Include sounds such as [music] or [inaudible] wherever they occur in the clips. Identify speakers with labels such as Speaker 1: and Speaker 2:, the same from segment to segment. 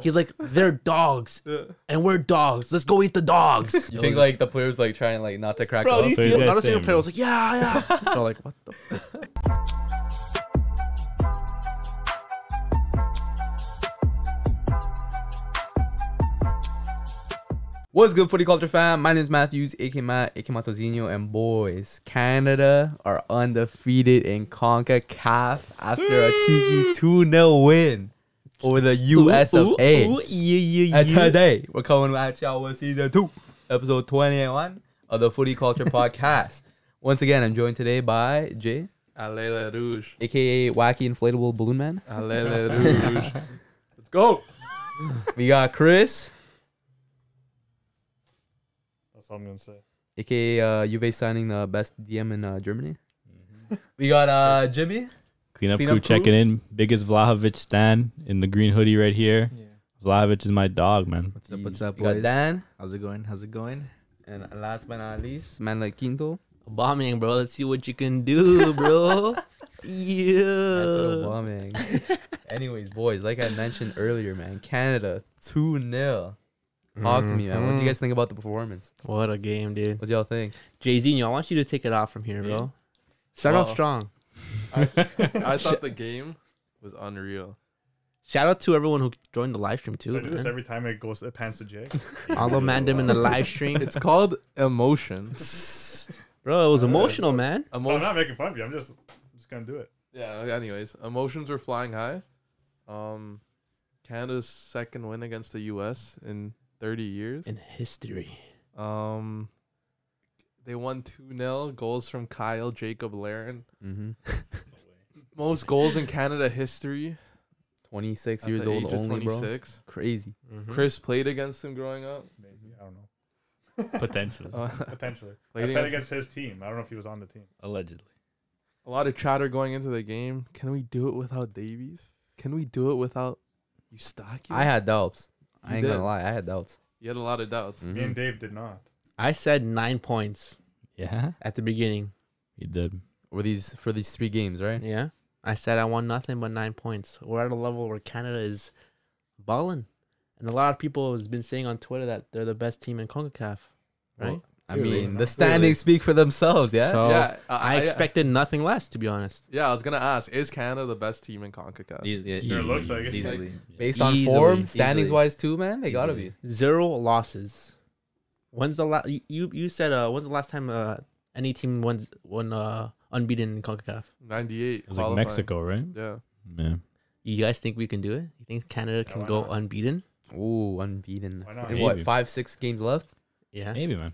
Speaker 1: He's like, they're dogs, and we're dogs. Let's go eat the dogs.
Speaker 2: [laughs] You think like the players like trying like not to crack up?
Speaker 1: do you see
Speaker 3: Very
Speaker 1: him? Not a single
Speaker 3: same.
Speaker 1: player was like, yeah, [laughs] yeah. They're like, what the?
Speaker 2: What's good, footy culture fam? My name is Matthews, aka Matt, aka Matosinho, and boys, Canada are undefeated in CONCACAF after a cheeky 2 0 win over the US of A. And today, we're coming at y'all with season 2, episode 21 of the Footy
Speaker 1: [laughs]
Speaker 2: Culture Podcast. Once again, I'm joined today by Jay,
Speaker 4: Allez les rouges.
Speaker 2: aka Wacky Inflatable Balloon Man.
Speaker 4: Allez les rouges.
Speaker 1: Let's go.
Speaker 2: We got Chris,
Speaker 3: That's all I'm gonna say.
Speaker 2: aka uh, Juve signing the best DM in uh, Germany. We got uh, Jimmy.
Speaker 3: Clean up
Speaker 2: Clean
Speaker 3: crew
Speaker 2: up crew.
Speaker 3: checking in. Biggest Vlahovic stan in the green hoodie right here. Vlahovic is my dog, man.
Speaker 1: What's up? What's up,
Speaker 2: We got
Speaker 1: boys?
Speaker 2: Dan.
Speaker 1: How's it going? How's it going?
Speaker 2: And last but not least, man like Quinto.
Speaker 1: Bombing, bro. Let's see what you can do, [laughs] bro.
Speaker 2: That's
Speaker 1: yeah. [laughs]
Speaker 2: bombing. Anyways, boys, like I mentioned earlier, man, Canada 2 0. Talk to me, man.
Speaker 1: Mm-hmm.
Speaker 2: What do you guys think about the performance?
Speaker 1: What a game, dude.
Speaker 2: What do y'all think?
Speaker 1: Jay Z, I want you to take it off from here, bro. Start off
Speaker 4: Wow.
Speaker 1: strong.
Speaker 4: I
Speaker 2: [laughs]
Speaker 4: thought the game was unreal.
Speaker 1: Shout out to everyone who joined the live stream too.
Speaker 3: I do this
Speaker 1: Man.
Speaker 3: every time it goes it pans to
Speaker 1: [laughs]
Speaker 3: Jay.
Speaker 1: All the mandem in the live stream,
Speaker 4: It's called emotion.
Speaker 2: [laughs]
Speaker 1: bro. It was emotional, man.
Speaker 3: Oh, I'm
Speaker 4: Emotion.
Speaker 3: not making fun of you. I'm just I'm just gonna do it.
Speaker 4: Yeah. Anyways, emotions were flying high. Um, Canada's second win against the U.S. in 30 years.
Speaker 1: In history,
Speaker 4: Um, they won two 0 Goals from Kyle Jacob Laren.
Speaker 1: [laughs]
Speaker 2: Mm-hmm.
Speaker 4: Most goals in Canada history.
Speaker 2: 26
Speaker 4: at
Speaker 2: years
Speaker 4: the
Speaker 2: old
Speaker 4: age of
Speaker 2: only, bro. Mm-hmm.
Speaker 4: 26.
Speaker 2: Crazy.
Speaker 4: Chris played against him
Speaker 2: [laughs]
Speaker 4: growing up.
Speaker 1: Mm-hmm.
Speaker 3: Maybe I don't know. Potentially. [laughs]
Speaker 4: Uh,
Speaker 3: Potentially. I
Speaker 4: played
Speaker 3: played against
Speaker 4: against
Speaker 3: his team. I don't know if he was on the team.
Speaker 1: Mm-hmm.
Speaker 3: Allegedly.
Speaker 4: a lot of chatter going into the game. Can we do it without Davies? Can we do it without Eustachius?
Speaker 2: I had doubts. I
Speaker 4: You
Speaker 2: ain't
Speaker 4: did.
Speaker 2: gonna lie. I had doubts.
Speaker 4: you had a lot of doubts.
Speaker 3: Me and
Speaker 2: Mhm.
Speaker 3: Dave did not.
Speaker 1: I said nine points
Speaker 5: Yeah,
Speaker 1: at the beginning.
Speaker 5: you did.
Speaker 2: For these for these three games, right?
Speaker 1: Yeah, I said I want nothing but nine points. We're at a level where Canada is balling, and a lot of people has been saying on Twitter that they're the best team in Concacaf. Right?
Speaker 2: I
Speaker 4: Clearly.
Speaker 2: mean, the standings speak for themselves. Yeah.
Speaker 1: So
Speaker 4: yeah, I, uh,
Speaker 1: I expected nothing less, to be honest.
Speaker 4: Yeah, I was gonna ask: Is Canada the best team in Concacaf?
Speaker 5: Easily,
Speaker 3: Sure looks like it.
Speaker 5: Easily.
Speaker 2: Based on
Speaker 1: Easily,
Speaker 2: form,
Speaker 1: easily.
Speaker 2: standings wise, too, man, they gotta
Speaker 5: Easily.
Speaker 2: be.
Speaker 1: Zero losses. When's the last you, you you said uh when's the last time uh any team won won uh unbeaten in Concacaf?
Speaker 4: Ninety-eight.
Speaker 5: It was like
Speaker 4: qualifying.
Speaker 5: Mexico, right?
Speaker 4: Yeah,
Speaker 5: Yeah.
Speaker 1: You guys think we can do it? You think Canada
Speaker 3: Yeah,
Speaker 1: can
Speaker 3: why
Speaker 1: go
Speaker 3: not?
Speaker 1: unbeaten?
Speaker 2: Ooh, unbeaten.
Speaker 3: Why not?
Speaker 2: In what
Speaker 5: Maybe.
Speaker 2: five, six games left?
Speaker 1: Yeah.
Speaker 5: Maybe, man.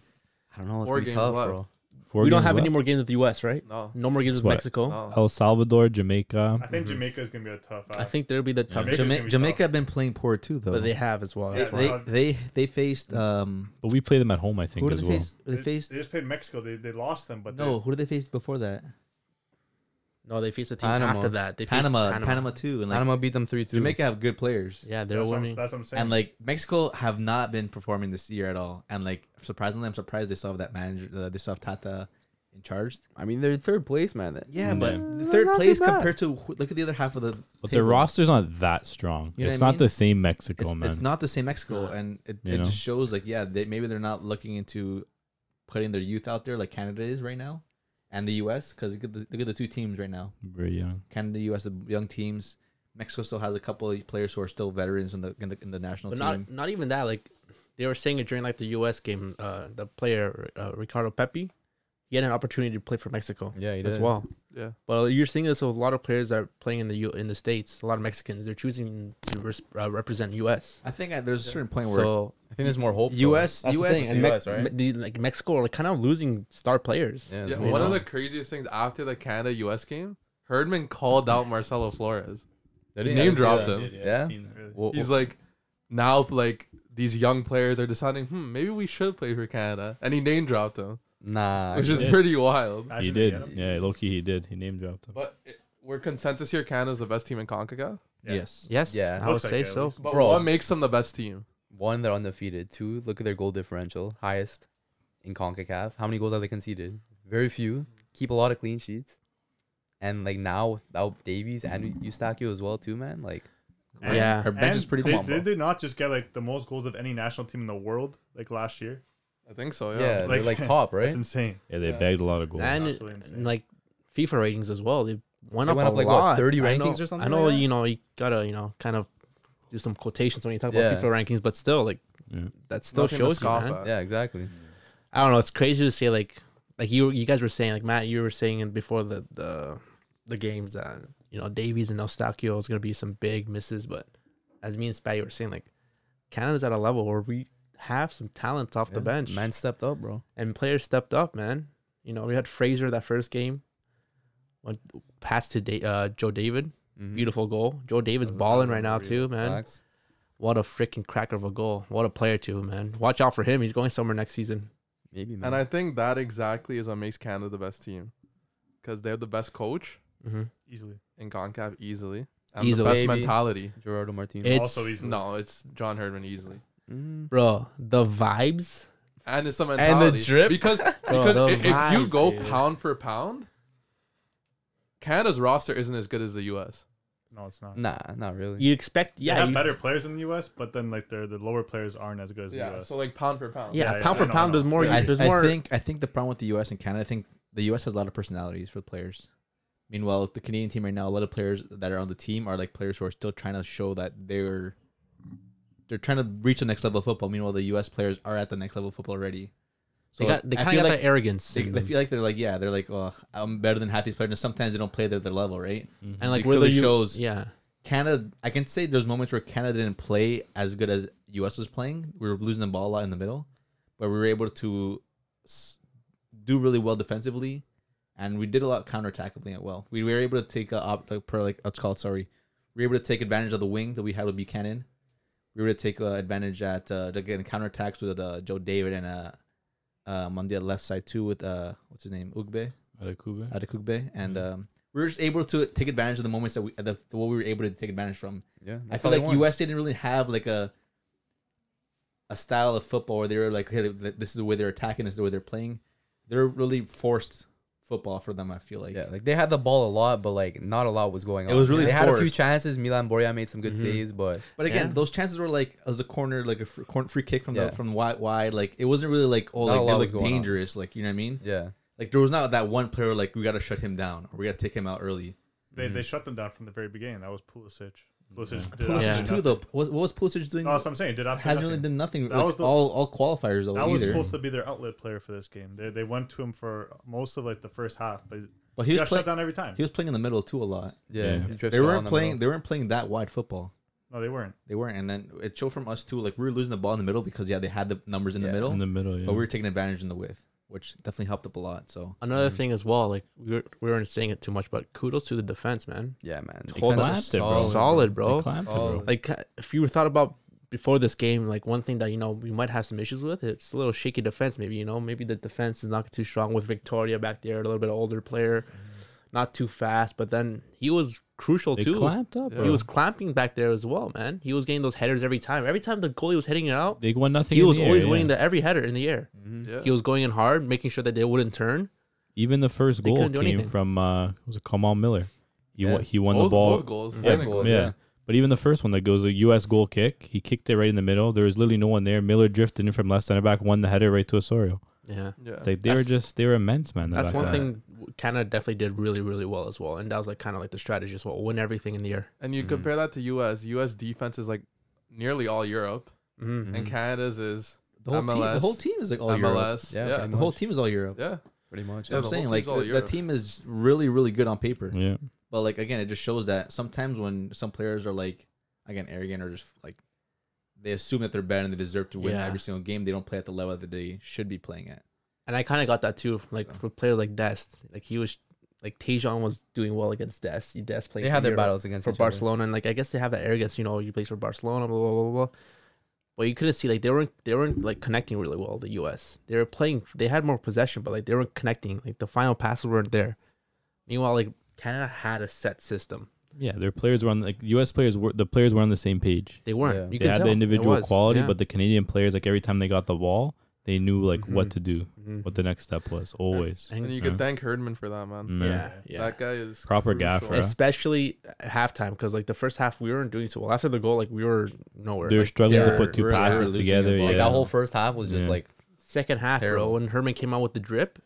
Speaker 2: I don't know. It's
Speaker 4: Four
Speaker 2: gonna be
Speaker 4: games
Speaker 2: tough,
Speaker 4: left.
Speaker 2: bro.
Speaker 5: Four
Speaker 1: we don't
Speaker 5: games
Speaker 1: have any
Speaker 5: left.
Speaker 1: more games with the U.S. Right?
Speaker 4: no,
Speaker 1: No more games
Speaker 5: That's
Speaker 1: with
Speaker 5: what-
Speaker 1: Mexico.
Speaker 4: no.
Speaker 5: El Salvador, Jamaica.
Speaker 3: I think Jamaica is gonna be a tough.
Speaker 1: Mm-hmm.
Speaker 3: uh,
Speaker 1: I think there'll be the
Speaker 5: Yeah.
Speaker 1: toughest,
Speaker 3: Jamaica's gonna
Speaker 5: Jama-
Speaker 3: be tough.
Speaker 5: Jamaica
Speaker 6: have been playing poor too, though.
Speaker 1: but they have as well.
Speaker 3: Yeah. uh,
Speaker 1: Yeah.
Speaker 6: they they they faced um.
Speaker 5: But we play them at home, I think,
Speaker 6: Who did
Speaker 5: as
Speaker 6: they
Speaker 5: well.
Speaker 6: face? They faced
Speaker 3: just played Mexico. They, they lost them, but
Speaker 6: no. Who did they face before that?
Speaker 1: No, they face a team
Speaker 2: Panama.
Speaker 1: after that. They face
Speaker 6: Panama, Panama, too, and like
Speaker 2: Panama beat them three two.
Speaker 6: Jamaica have good players,
Speaker 1: Yeah,
Speaker 3: they,
Speaker 1: they're
Speaker 3: that's, what I'm,
Speaker 1: winning.
Speaker 3: that's what I'm saying.
Speaker 6: and like Mexico have not been performing this year at all. And like surprisingly, I'm surprised they still have that manager. Uh, they still have Tata in charge.
Speaker 2: I mean, they're third place, man.
Speaker 6: Yeah,
Speaker 5: Mm.
Speaker 6: but
Speaker 5: Yeah.
Speaker 6: the third
Speaker 2: Not too
Speaker 6: place
Speaker 2: bad.
Speaker 6: compared to who- look at the other half of the.
Speaker 5: But their
Speaker 6: table.
Speaker 5: roster's not that strong.
Speaker 6: You know
Speaker 5: it's
Speaker 6: what I
Speaker 5: not
Speaker 6: mean?
Speaker 5: the same Mexico,
Speaker 6: It's,
Speaker 5: man.
Speaker 6: it's not the same Mexico, and it,
Speaker 5: You
Speaker 6: it
Speaker 5: know?
Speaker 6: just shows like yeah, they, maybe they're not looking into putting their youth out there like Canada is right now, and the U.S. Because look, at the- look at the two teams right now.
Speaker 5: Very young.
Speaker 6: Canada, U.S. the young teams. Mexico still has a couple of players who are still veterans in the in the, in the national
Speaker 1: But
Speaker 6: team.
Speaker 1: not not even that. Like they were saying it during like the U.S. game. Uh, the player uh, Ricardo Pepi, he had an opportunity to play for Mexico
Speaker 2: yeah, he
Speaker 1: as well.
Speaker 4: yeah.
Speaker 1: But you're seeing this with a lot of players that are playing in the U- in the states. A lot of Mexicans they're choosing to res- uh, represent U.S.
Speaker 6: I think I, there's a certain point where
Speaker 1: So
Speaker 2: I think there's more hope. though.
Speaker 6: U.S.
Speaker 2: That's the
Speaker 6: U.S.
Speaker 2: thing, and Mex-
Speaker 6: Mex-
Speaker 2: right?
Speaker 1: me- the, like Mexico are kind of losing star players.
Speaker 2: Yeah,
Speaker 4: yeah
Speaker 2: there's
Speaker 1: you
Speaker 2: more
Speaker 4: one of
Speaker 1: know.
Speaker 4: the craziest things after the Canada U.S. game, Herdman called out Marcelo Flores.
Speaker 2: hope.
Speaker 4: Name dropped them.
Speaker 2: Yeah. Well,
Speaker 4: He's like, now like these young players are deciding, hmm, maybe we should play for Canada, and he name dropped him,
Speaker 2: nah.
Speaker 4: [laughs] which is
Speaker 5: did.
Speaker 4: pretty wild.
Speaker 5: He did. Yeah, Loki, he did. He name dropped them.
Speaker 4: But it, we're consensus here: Canada's the best team in Concacaf.
Speaker 6: yes,
Speaker 1: Yes.
Speaker 2: Yeah.
Speaker 1: I would
Speaker 3: Looks like
Speaker 1: say
Speaker 3: it, at
Speaker 1: so.
Speaker 3: least.
Speaker 4: But
Speaker 2: Bro.
Speaker 4: what makes them the best team?
Speaker 2: One, they're undefeated. Two, look at their goal differential, highest in Concacaf. How many goals have they conceded? Very few. Keep a lot of clean sheets. And like now without Davies and Eustachio as well, too, man. Like
Speaker 7: And-
Speaker 1: Yeah.
Speaker 6: Her bench is
Speaker 7: and
Speaker 6: pretty
Speaker 7: They,
Speaker 6: come on, bro.
Speaker 7: did they not just get like the most goals of any national team in the world like last year?
Speaker 4: I think so. Oh, Yeah.
Speaker 2: yeah, they're
Speaker 7: Like-
Speaker 2: like top,
Speaker 7: That's
Speaker 2: right?
Speaker 7: insane.
Speaker 5: Yeah, they
Speaker 4: Yeah.
Speaker 5: bagged a lot of goals.
Speaker 1: and
Speaker 7: absolutely
Speaker 1: and,
Speaker 7: insane.
Speaker 1: like FIFA ratings as well. They went
Speaker 2: They
Speaker 1: up
Speaker 2: went
Speaker 1: a
Speaker 2: up, like, what,
Speaker 1: lot.
Speaker 2: 30
Speaker 1: I know-
Speaker 2: rankings or something
Speaker 1: I know
Speaker 2: like that?
Speaker 1: you know you gotta you know kind of do some quotations when you talk
Speaker 2: Yeah.
Speaker 1: about FIFA rankings, but still like
Speaker 5: Yeah.
Speaker 1: that still
Speaker 4: Nothing to
Speaker 1: shows you,
Speaker 4: scoff
Speaker 1: man.
Speaker 4: at.
Speaker 2: Yeah, exactly.
Speaker 1: I don't know. It's crazy to say like like you you guys were saying like Matt you were saying it before the the the games that you know Davies and Eustachio is gonna be some big misses, but as me and Spatty were saying like Canada's at a level where we have some talent off the
Speaker 2: Yeah.
Speaker 1: bench
Speaker 2: man stepped up, bro.
Speaker 1: and players stepped up, man. You know we had Fraser that first game, went pass to da- uh, Joe David,
Speaker 2: Mhm.
Speaker 1: beautiful goal. Joe David's
Speaker 4: That was- that
Speaker 1: balling
Speaker 4: was
Speaker 1: right now
Speaker 4: unreal.
Speaker 1: too, man.
Speaker 2: Facts.
Speaker 1: What a freaking cracker of a goal! What a player too, man. Watch out for him. He's going somewhere next season.
Speaker 2: Maybe, man.
Speaker 4: And I think that exactly is what makes Canada the best team, because they have the best coach
Speaker 1: Mm-hmm.
Speaker 7: Easily.
Speaker 4: in Concacaf easily, and
Speaker 1: Easily.
Speaker 4: the best
Speaker 2: Maybe.
Speaker 4: mentality.
Speaker 2: Gerardo Martinez.
Speaker 1: It's
Speaker 7: also easily.
Speaker 4: No, it's John Herdman easily,
Speaker 2: Mm.
Speaker 1: bro the vibes
Speaker 4: and it's the
Speaker 2: the
Speaker 4: mentality
Speaker 2: drip.
Speaker 4: because
Speaker 1: Bro,
Speaker 4: because
Speaker 1: the
Speaker 4: i- if, you
Speaker 1: Oh, vibes,
Speaker 4: go
Speaker 1: dude.
Speaker 4: pound for pound, Canada's roster isn't as good as the U.S.
Speaker 7: No, it's not.
Speaker 2: Nah, not really.
Speaker 1: you expect
Speaker 7: Yeah, they
Speaker 1: yeah
Speaker 7: have
Speaker 1: you-
Speaker 7: better players in the U.S., but then like their the lower players aren't as good as the
Speaker 4: Yeah,
Speaker 7: U.S.
Speaker 4: so like pound for pound.
Speaker 1: yeah,
Speaker 7: Yeah,
Speaker 1: pound
Speaker 7: yeah,
Speaker 1: for
Speaker 7: I know,
Speaker 1: pound
Speaker 7: I
Speaker 1: there's
Speaker 7: know.
Speaker 1: more
Speaker 7: Yeah,
Speaker 6: I,
Speaker 1: there's
Speaker 6: I
Speaker 1: more
Speaker 6: think I think the problem with the U.S. and Canada, I think the U.S. has a lot of personalities for players. Meanwhile, the Canadian team right now, a lot of players that are on the team are like players who are still trying to show that they're they're trying to reach the next level of football. Meanwhile, the U.S. players are at the next level of football already.
Speaker 1: they got they
Speaker 6: I
Speaker 1: kind of
Speaker 6: feel
Speaker 1: got
Speaker 6: like
Speaker 1: that arrogance
Speaker 6: they,
Speaker 1: in
Speaker 6: they
Speaker 1: them.
Speaker 6: feel like they're like yeah, they're like oh, I'm better than half these players. And sometimes they don't play to their level, right?
Speaker 5: Mm-hmm.
Speaker 1: and like
Speaker 6: it
Speaker 1: where the
Speaker 6: clearly
Speaker 1: U-
Speaker 6: shows-
Speaker 1: yeah
Speaker 6: Canada, I can say there's moments where Canada didn't play as good as US was playing. We were losing the ball a lot in the middle, but we were able to s- do really well defensively, and we did a lot counterattackingly as well. We were able to take a op, like, per like let's call it sorry, we were able to take advantage of the wing that we had with Buchanan. We were able to take uh, advantage at uh, again counterattacks with uh, Joe David and uh, um, on the left side too with uh, what's his name Ugbe
Speaker 5: Adekube.
Speaker 6: uh, Adekugbe, and
Speaker 2: Mm-hmm.
Speaker 6: um, we were just able to take advantage of the moments that we, the, what we were able to take advantage from.
Speaker 2: Yeah,
Speaker 6: I
Speaker 2: that's
Speaker 6: feel
Speaker 2: how they
Speaker 6: like
Speaker 2: won.
Speaker 6: US didn't really have like a a style of football where they were like, hey, th- this is the way they're attacking, this is the way they're playing. They're really forced football for them. I feel like
Speaker 2: Yeah, like they had the ball a lot, but like not a lot was going
Speaker 6: It
Speaker 2: on.
Speaker 6: was really
Speaker 2: They had a few
Speaker 6: forced.
Speaker 2: chances. Milan Borja made some good
Speaker 1: Mhm.
Speaker 2: saves, but
Speaker 6: But again,
Speaker 1: Yeah.
Speaker 6: those chances were like as a corner, like a fr- corner free kick from
Speaker 2: Yeah.
Speaker 6: the from wide, wide. Like it wasn't really like oh,
Speaker 2: Not a
Speaker 6: like
Speaker 2: lot
Speaker 6: they
Speaker 2: was
Speaker 6: look
Speaker 2: going on.
Speaker 6: dangerous. Like you know what I mean?
Speaker 2: yeah,
Speaker 6: Like there was not that one player like we got to shut him down or we got to take him out early.
Speaker 7: They,
Speaker 2: Mm.
Speaker 7: they shut them down from the very beginning. That was Pulisic. Pulisic did
Speaker 6: Pulisic
Speaker 1: Yeah.
Speaker 7: absolutely
Speaker 6: too,
Speaker 7: nothing.
Speaker 6: though. What, what was Pulisic doing?
Speaker 7: No, that's what I'm saying. Did
Speaker 6: Hasn't
Speaker 7: absolutely
Speaker 6: really
Speaker 7: nothing.
Speaker 6: done nothing.
Speaker 7: That
Speaker 6: like,
Speaker 7: was the-
Speaker 6: all all qualifiers though
Speaker 7: That was
Speaker 6: either.
Speaker 7: supposed to be their outlet player for this game. They, they went to him for most of like the first half, but
Speaker 6: but
Speaker 7: he,
Speaker 6: he was
Speaker 7: got
Speaker 6: playing.
Speaker 7: shut down every time.
Speaker 6: He was playing in the middle too a lot.
Speaker 2: yeah.
Speaker 5: Yeah.
Speaker 2: he drifted
Speaker 6: They
Speaker 2: on
Speaker 6: weren't
Speaker 2: the
Speaker 6: playing.
Speaker 2: middle.
Speaker 6: They weren't playing that wide football.
Speaker 7: no, they weren't.
Speaker 6: They weren't, and then it showed from us too. Like we were losing the ball in the middle because yeah, they had the numbers in
Speaker 2: Yeah.
Speaker 6: the middle,
Speaker 5: In the middle, yeah.
Speaker 6: but we were taking advantage in the width, which definitely helped up a lot. So
Speaker 1: another
Speaker 2: Mhm.
Speaker 1: thing as well like we, were, we weren't saying it too much but kudos to the defense man
Speaker 2: Yeah, man.
Speaker 1: They hold
Speaker 2: Defense
Speaker 5: up.
Speaker 2: was
Speaker 5: They
Speaker 1: solid,
Speaker 5: Solid,
Speaker 1: bro
Speaker 5: They clamped it,
Speaker 2: Solid.
Speaker 5: bro.
Speaker 1: like uh, if you thought about before this game like one thing that you know we might have some issues with it's a little shaky defense maybe you know maybe the defense is not too strong with Victoria back there a little bit older player not too fast but then he was crucial
Speaker 5: Mm-hmm. They
Speaker 1: too
Speaker 5: clamped up,
Speaker 4: Yeah.
Speaker 5: bro.
Speaker 1: Oh, He was clamping back there as well, man. He was getting those headers every time. Every time the goalie was heading it out,
Speaker 5: they won nothing.
Speaker 1: he
Speaker 5: in
Speaker 1: was
Speaker 5: the air,
Speaker 1: always
Speaker 5: yeah.
Speaker 1: winning the every header in the air.
Speaker 2: Mhm.
Speaker 4: Yeah.
Speaker 1: He was going in hard, making sure that they wouldn't turn.
Speaker 5: Even the first
Speaker 1: They
Speaker 5: goal
Speaker 1: couldn't do
Speaker 5: came
Speaker 1: anything.
Speaker 5: from uh, it was it Kamal Miller? He
Speaker 2: Yeah.
Speaker 5: won, he won
Speaker 4: both,
Speaker 5: the ball.
Speaker 4: both goals.
Speaker 2: Yeah,
Speaker 4: technically.
Speaker 2: goals,
Speaker 5: yeah.
Speaker 2: yeah.
Speaker 5: But even the first one that goes a U.S. goal kick, he kicked it right in the middle. There was literally no one there. Miller drifted in from left center back, won the header right to Osorio.
Speaker 1: Yeah.
Speaker 4: Yeah.
Speaker 5: It's like they
Speaker 1: That's-
Speaker 5: were just they were immense, man. the
Speaker 1: That's
Speaker 5: back
Speaker 1: one
Speaker 5: line.
Speaker 1: thing Canada definitely did really, really well as well. And that was like kind of like the strategy as well. Win everything in the air.
Speaker 4: And you
Speaker 2: Mhm.
Speaker 4: compare that to U.S. U.S. defense is like nearly all Europe,
Speaker 1: Mm-hmm.
Speaker 4: and
Speaker 2: Mhm.
Speaker 4: Canada's is
Speaker 6: the whole team, the
Speaker 4: MLS.
Speaker 6: whole team is like all Europe.
Speaker 4: MLS.
Speaker 2: Yeah,
Speaker 4: Yeah, yeah.
Speaker 2: pretty
Speaker 6: The whole team is all Europe.
Speaker 2: Pretty much.
Speaker 6: So
Speaker 4: Yeah,
Speaker 6: I'm
Speaker 4: the
Speaker 6: saying
Speaker 4: whole
Speaker 6: like
Speaker 4: team's all
Speaker 6: the, the
Speaker 4: Europe.
Speaker 6: team is really really good on paper,
Speaker 5: Yeah,
Speaker 6: but like again, it just shows that sometimes when some players are like again arrogant or just like they assume that they're bad and they deserve to win
Speaker 1: Yeah.
Speaker 6: every single game, they don't play at the level that they should be playing at.
Speaker 1: And I kind of got that too. Like
Speaker 6: So.
Speaker 1: with players like Dest, like he was, like Tejan was doing well against Dest. Dest played
Speaker 2: They
Speaker 1: for
Speaker 2: had their
Speaker 1: Europe.
Speaker 2: battles against
Speaker 1: for
Speaker 2: each other.
Speaker 1: Barcelona, and like I guess they have that arrogance, you know, you play for Barcelona, blah blah blah blah. But you couldn't see like they weren't they weren't like connecting really well. The U.S. They were playing, they had more possession, but like they weren't connecting. Like the final passes weren't there. Meanwhile, like Canada had a set system.
Speaker 5: yeah. Their players were on like U.S. players were the players were on the same page.
Speaker 1: They weren't.
Speaker 2: Yeah.
Speaker 1: You
Speaker 5: they
Speaker 1: could
Speaker 5: had
Speaker 1: tell.
Speaker 5: the
Speaker 1: It
Speaker 5: individual
Speaker 1: was,
Speaker 5: quality,
Speaker 1: yeah.
Speaker 5: but the Canadian players like every time they got the ball, they knew like
Speaker 1: Mhm.
Speaker 5: what to do,
Speaker 2: Mm-hmm.
Speaker 1: Mhm.
Speaker 5: what the next step was always.
Speaker 1: I think-
Speaker 4: And you
Speaker 5: Yeah.
Speaker 4: could thank Herdman for that, man.
Speaker 5: Mm,
Speaker 1: yeah, yeah.
Speaker 4: That guy is
Speaker 5: Proper guy
Speaker 4: crucial.
Speaker 5: for us.
Speaker 1: Especially at halftime, because like the first half we weren't doing so well. After the goal, like we were nowhere.
Speaker 5: They're
Speaker 1: Like,
Speaker 5: struggling to
Speaker 1: they're-
Speaker 5: put two
Speaker 6: we're- we're
Speaker 5: passes
Speaker 6: losing
Speaker 5: together.
Speaker 6: the ball.
Speaker 5: Yeah.
Speaker 2: Like that whole first half was just
Speaker 5: Yeah.
Speaker 2: like
Speaker 1: second half,
Speaker 2: Terrible.
Speaker 1: bro. When Herman came out with the drip,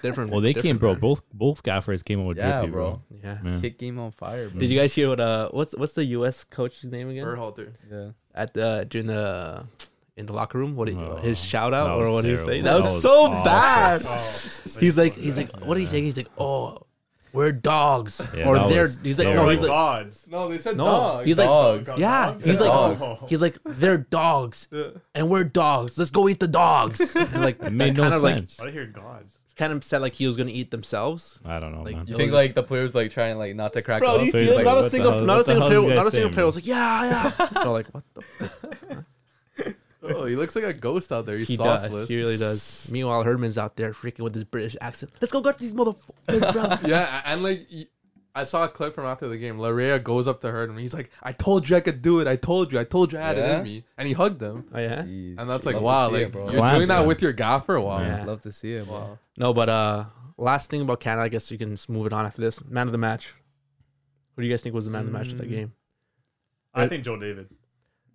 Speaker 1: different.
Speaker 5: well, they came,
Speaker 1: different,
Speaker 5: bro.
Speaker 1: man.
Speaker 5: Both both gaffers came out with
Speaker 2: Yeah,
Speaker 5: drippy,
Speaker 2: bro.
Speaker 5: bro.
Speaker 1: Yeah.
Speaker 5: Yeah.
Speaker 2: kick game on fire, bro.
Speaker 1: Did you guys hear what? Uh, what's what's the U.S. coach's name again?
Speaker 4: Berhalter.
Speaker 2: Yeah.
Speaker 1: At the during the in the locker room, what he,
Speaker 5: Oh,
Speaker 1: his shout out
Speaker 5: that
Speaker 1: or
Speaker 5: was
Speaker 1: what he
Speaker 5: terrible.
Speaker 1: say?
Speaker 5: That
Speaker 1: That was,
Speaker 5: was
Speaker 1: so
Speaker 5: awful.
Speaker 1: bad.
Speaker 7: Oh,
Speaker 1: He's like,
Speaker 7: so
Speaker 1: he's
Speaker 7: bad.
Speaker 1: like, what are you saying? He's like, oh, we're dogs,
Speaker 5: Yeah,
Speaker 1: or
Speaker 5: that
Speaker 1: they're.
Speaker 5: was-
Speaker 1: he's
Speaker 5: that
Speaker 1: like,
Speaker 7: They're
Speaker 1: no,
Speaker 5: was
Speaker 1: he's
Speaker 7: like
Speaker 1: like,
Speaker 7: gods.
Speaker 4: No, they said
Speaker 1: No,
Speaker 4: dog.
Speaker 1: he's like,
Speaker 2: Dogs.
Speaker 7: Got
Speaker 1: yeah,
Speaker 7: dogs?
Speaker 1: he's like,
Speaker 7: Oh.
Speaker 1: he's like, they're dogs, and we're dogs. Let's go eat the dogs. And like,
Speaker 5: [laughs] It made
Speaker 1: kind
Speaker 5: no
Speaker 1: of like,
Speaker 5: sense.
Speaker 7: I hear gods.
Speaker 1: kind of said like he was gonna eat themselves.
Speaker 5: I don't know,
Speaker 1: Like,
Speaker 5: Oh, man.
Speaker 2: You
Speaker 1: It
Speaker 2: think
Speaker 1: was-
Speaker 2: like the players like trying like not to crack
Speaker 1: Bro,
Speaker 2: up?
Speaker 1: do you
Speaker 5: so
Speaker 1: see
Speaker 5: he's
Speaker 1: it?
Speaker 5: like,
Speaker 1: not a
Speaker 5: what the
Speaker 1: single,
Speaker 5: hell-
Speaker 1: not a
Speaker 5: what the
Speaker 1: single
Speaker 5: hell is
Speaker 1: player,
Speaker 5: you
Speaker 1: not a
Speaker 5: guys
Speaker 1: single
Speaker 5: saying,
Speaker 1: player
Speaker 5: bro?
Speaker 1: was like, yeah, yeah. [laughs] They're like, what the?
Speaker 4: oh, he looks like a ghost out there. He's
Speaker 1: He does.
Speaker 4: sauceless.
Speaker 1: He really does. Meanwhile, Herdman's out there freaking with his British accent. Let's go get these motherfuckers, bro.
Speaker 4: yeah, a- and like y- I saw a clip from after the game. Larea goes up to her and he's like, "I told you I could do it. I told you. I told you I had it
Speaker 2: Yeah?
Speaker 4: in me." And he hugged them,
Speaker 1: Oh yeah.
Speaker 2: Jeez,
Speaker 4: and that's like,
Speaker 2: love to
Speaker 4: "Wow,
Speaker 2: see
Speaker 4: like
Speaker 2: it, bro.
Speaker 4: you're doing
Speaker 5: Clams,
Speaker 4: that
Speaker 5: man.
Speaker 4: with your gaffer? Wow,
Speaker 1: Yeah.
Speaker 2: love to see it, bro.
Speaker 4: wow."
Speaker 1: No, but uh, last thing about Canada, I guess we can just move it on after this. Man of the match. Who do you guys think was the man of the match of that
Speaker 4: Mm.
Speaker 1: game?
Speaker 7: I think Joe David.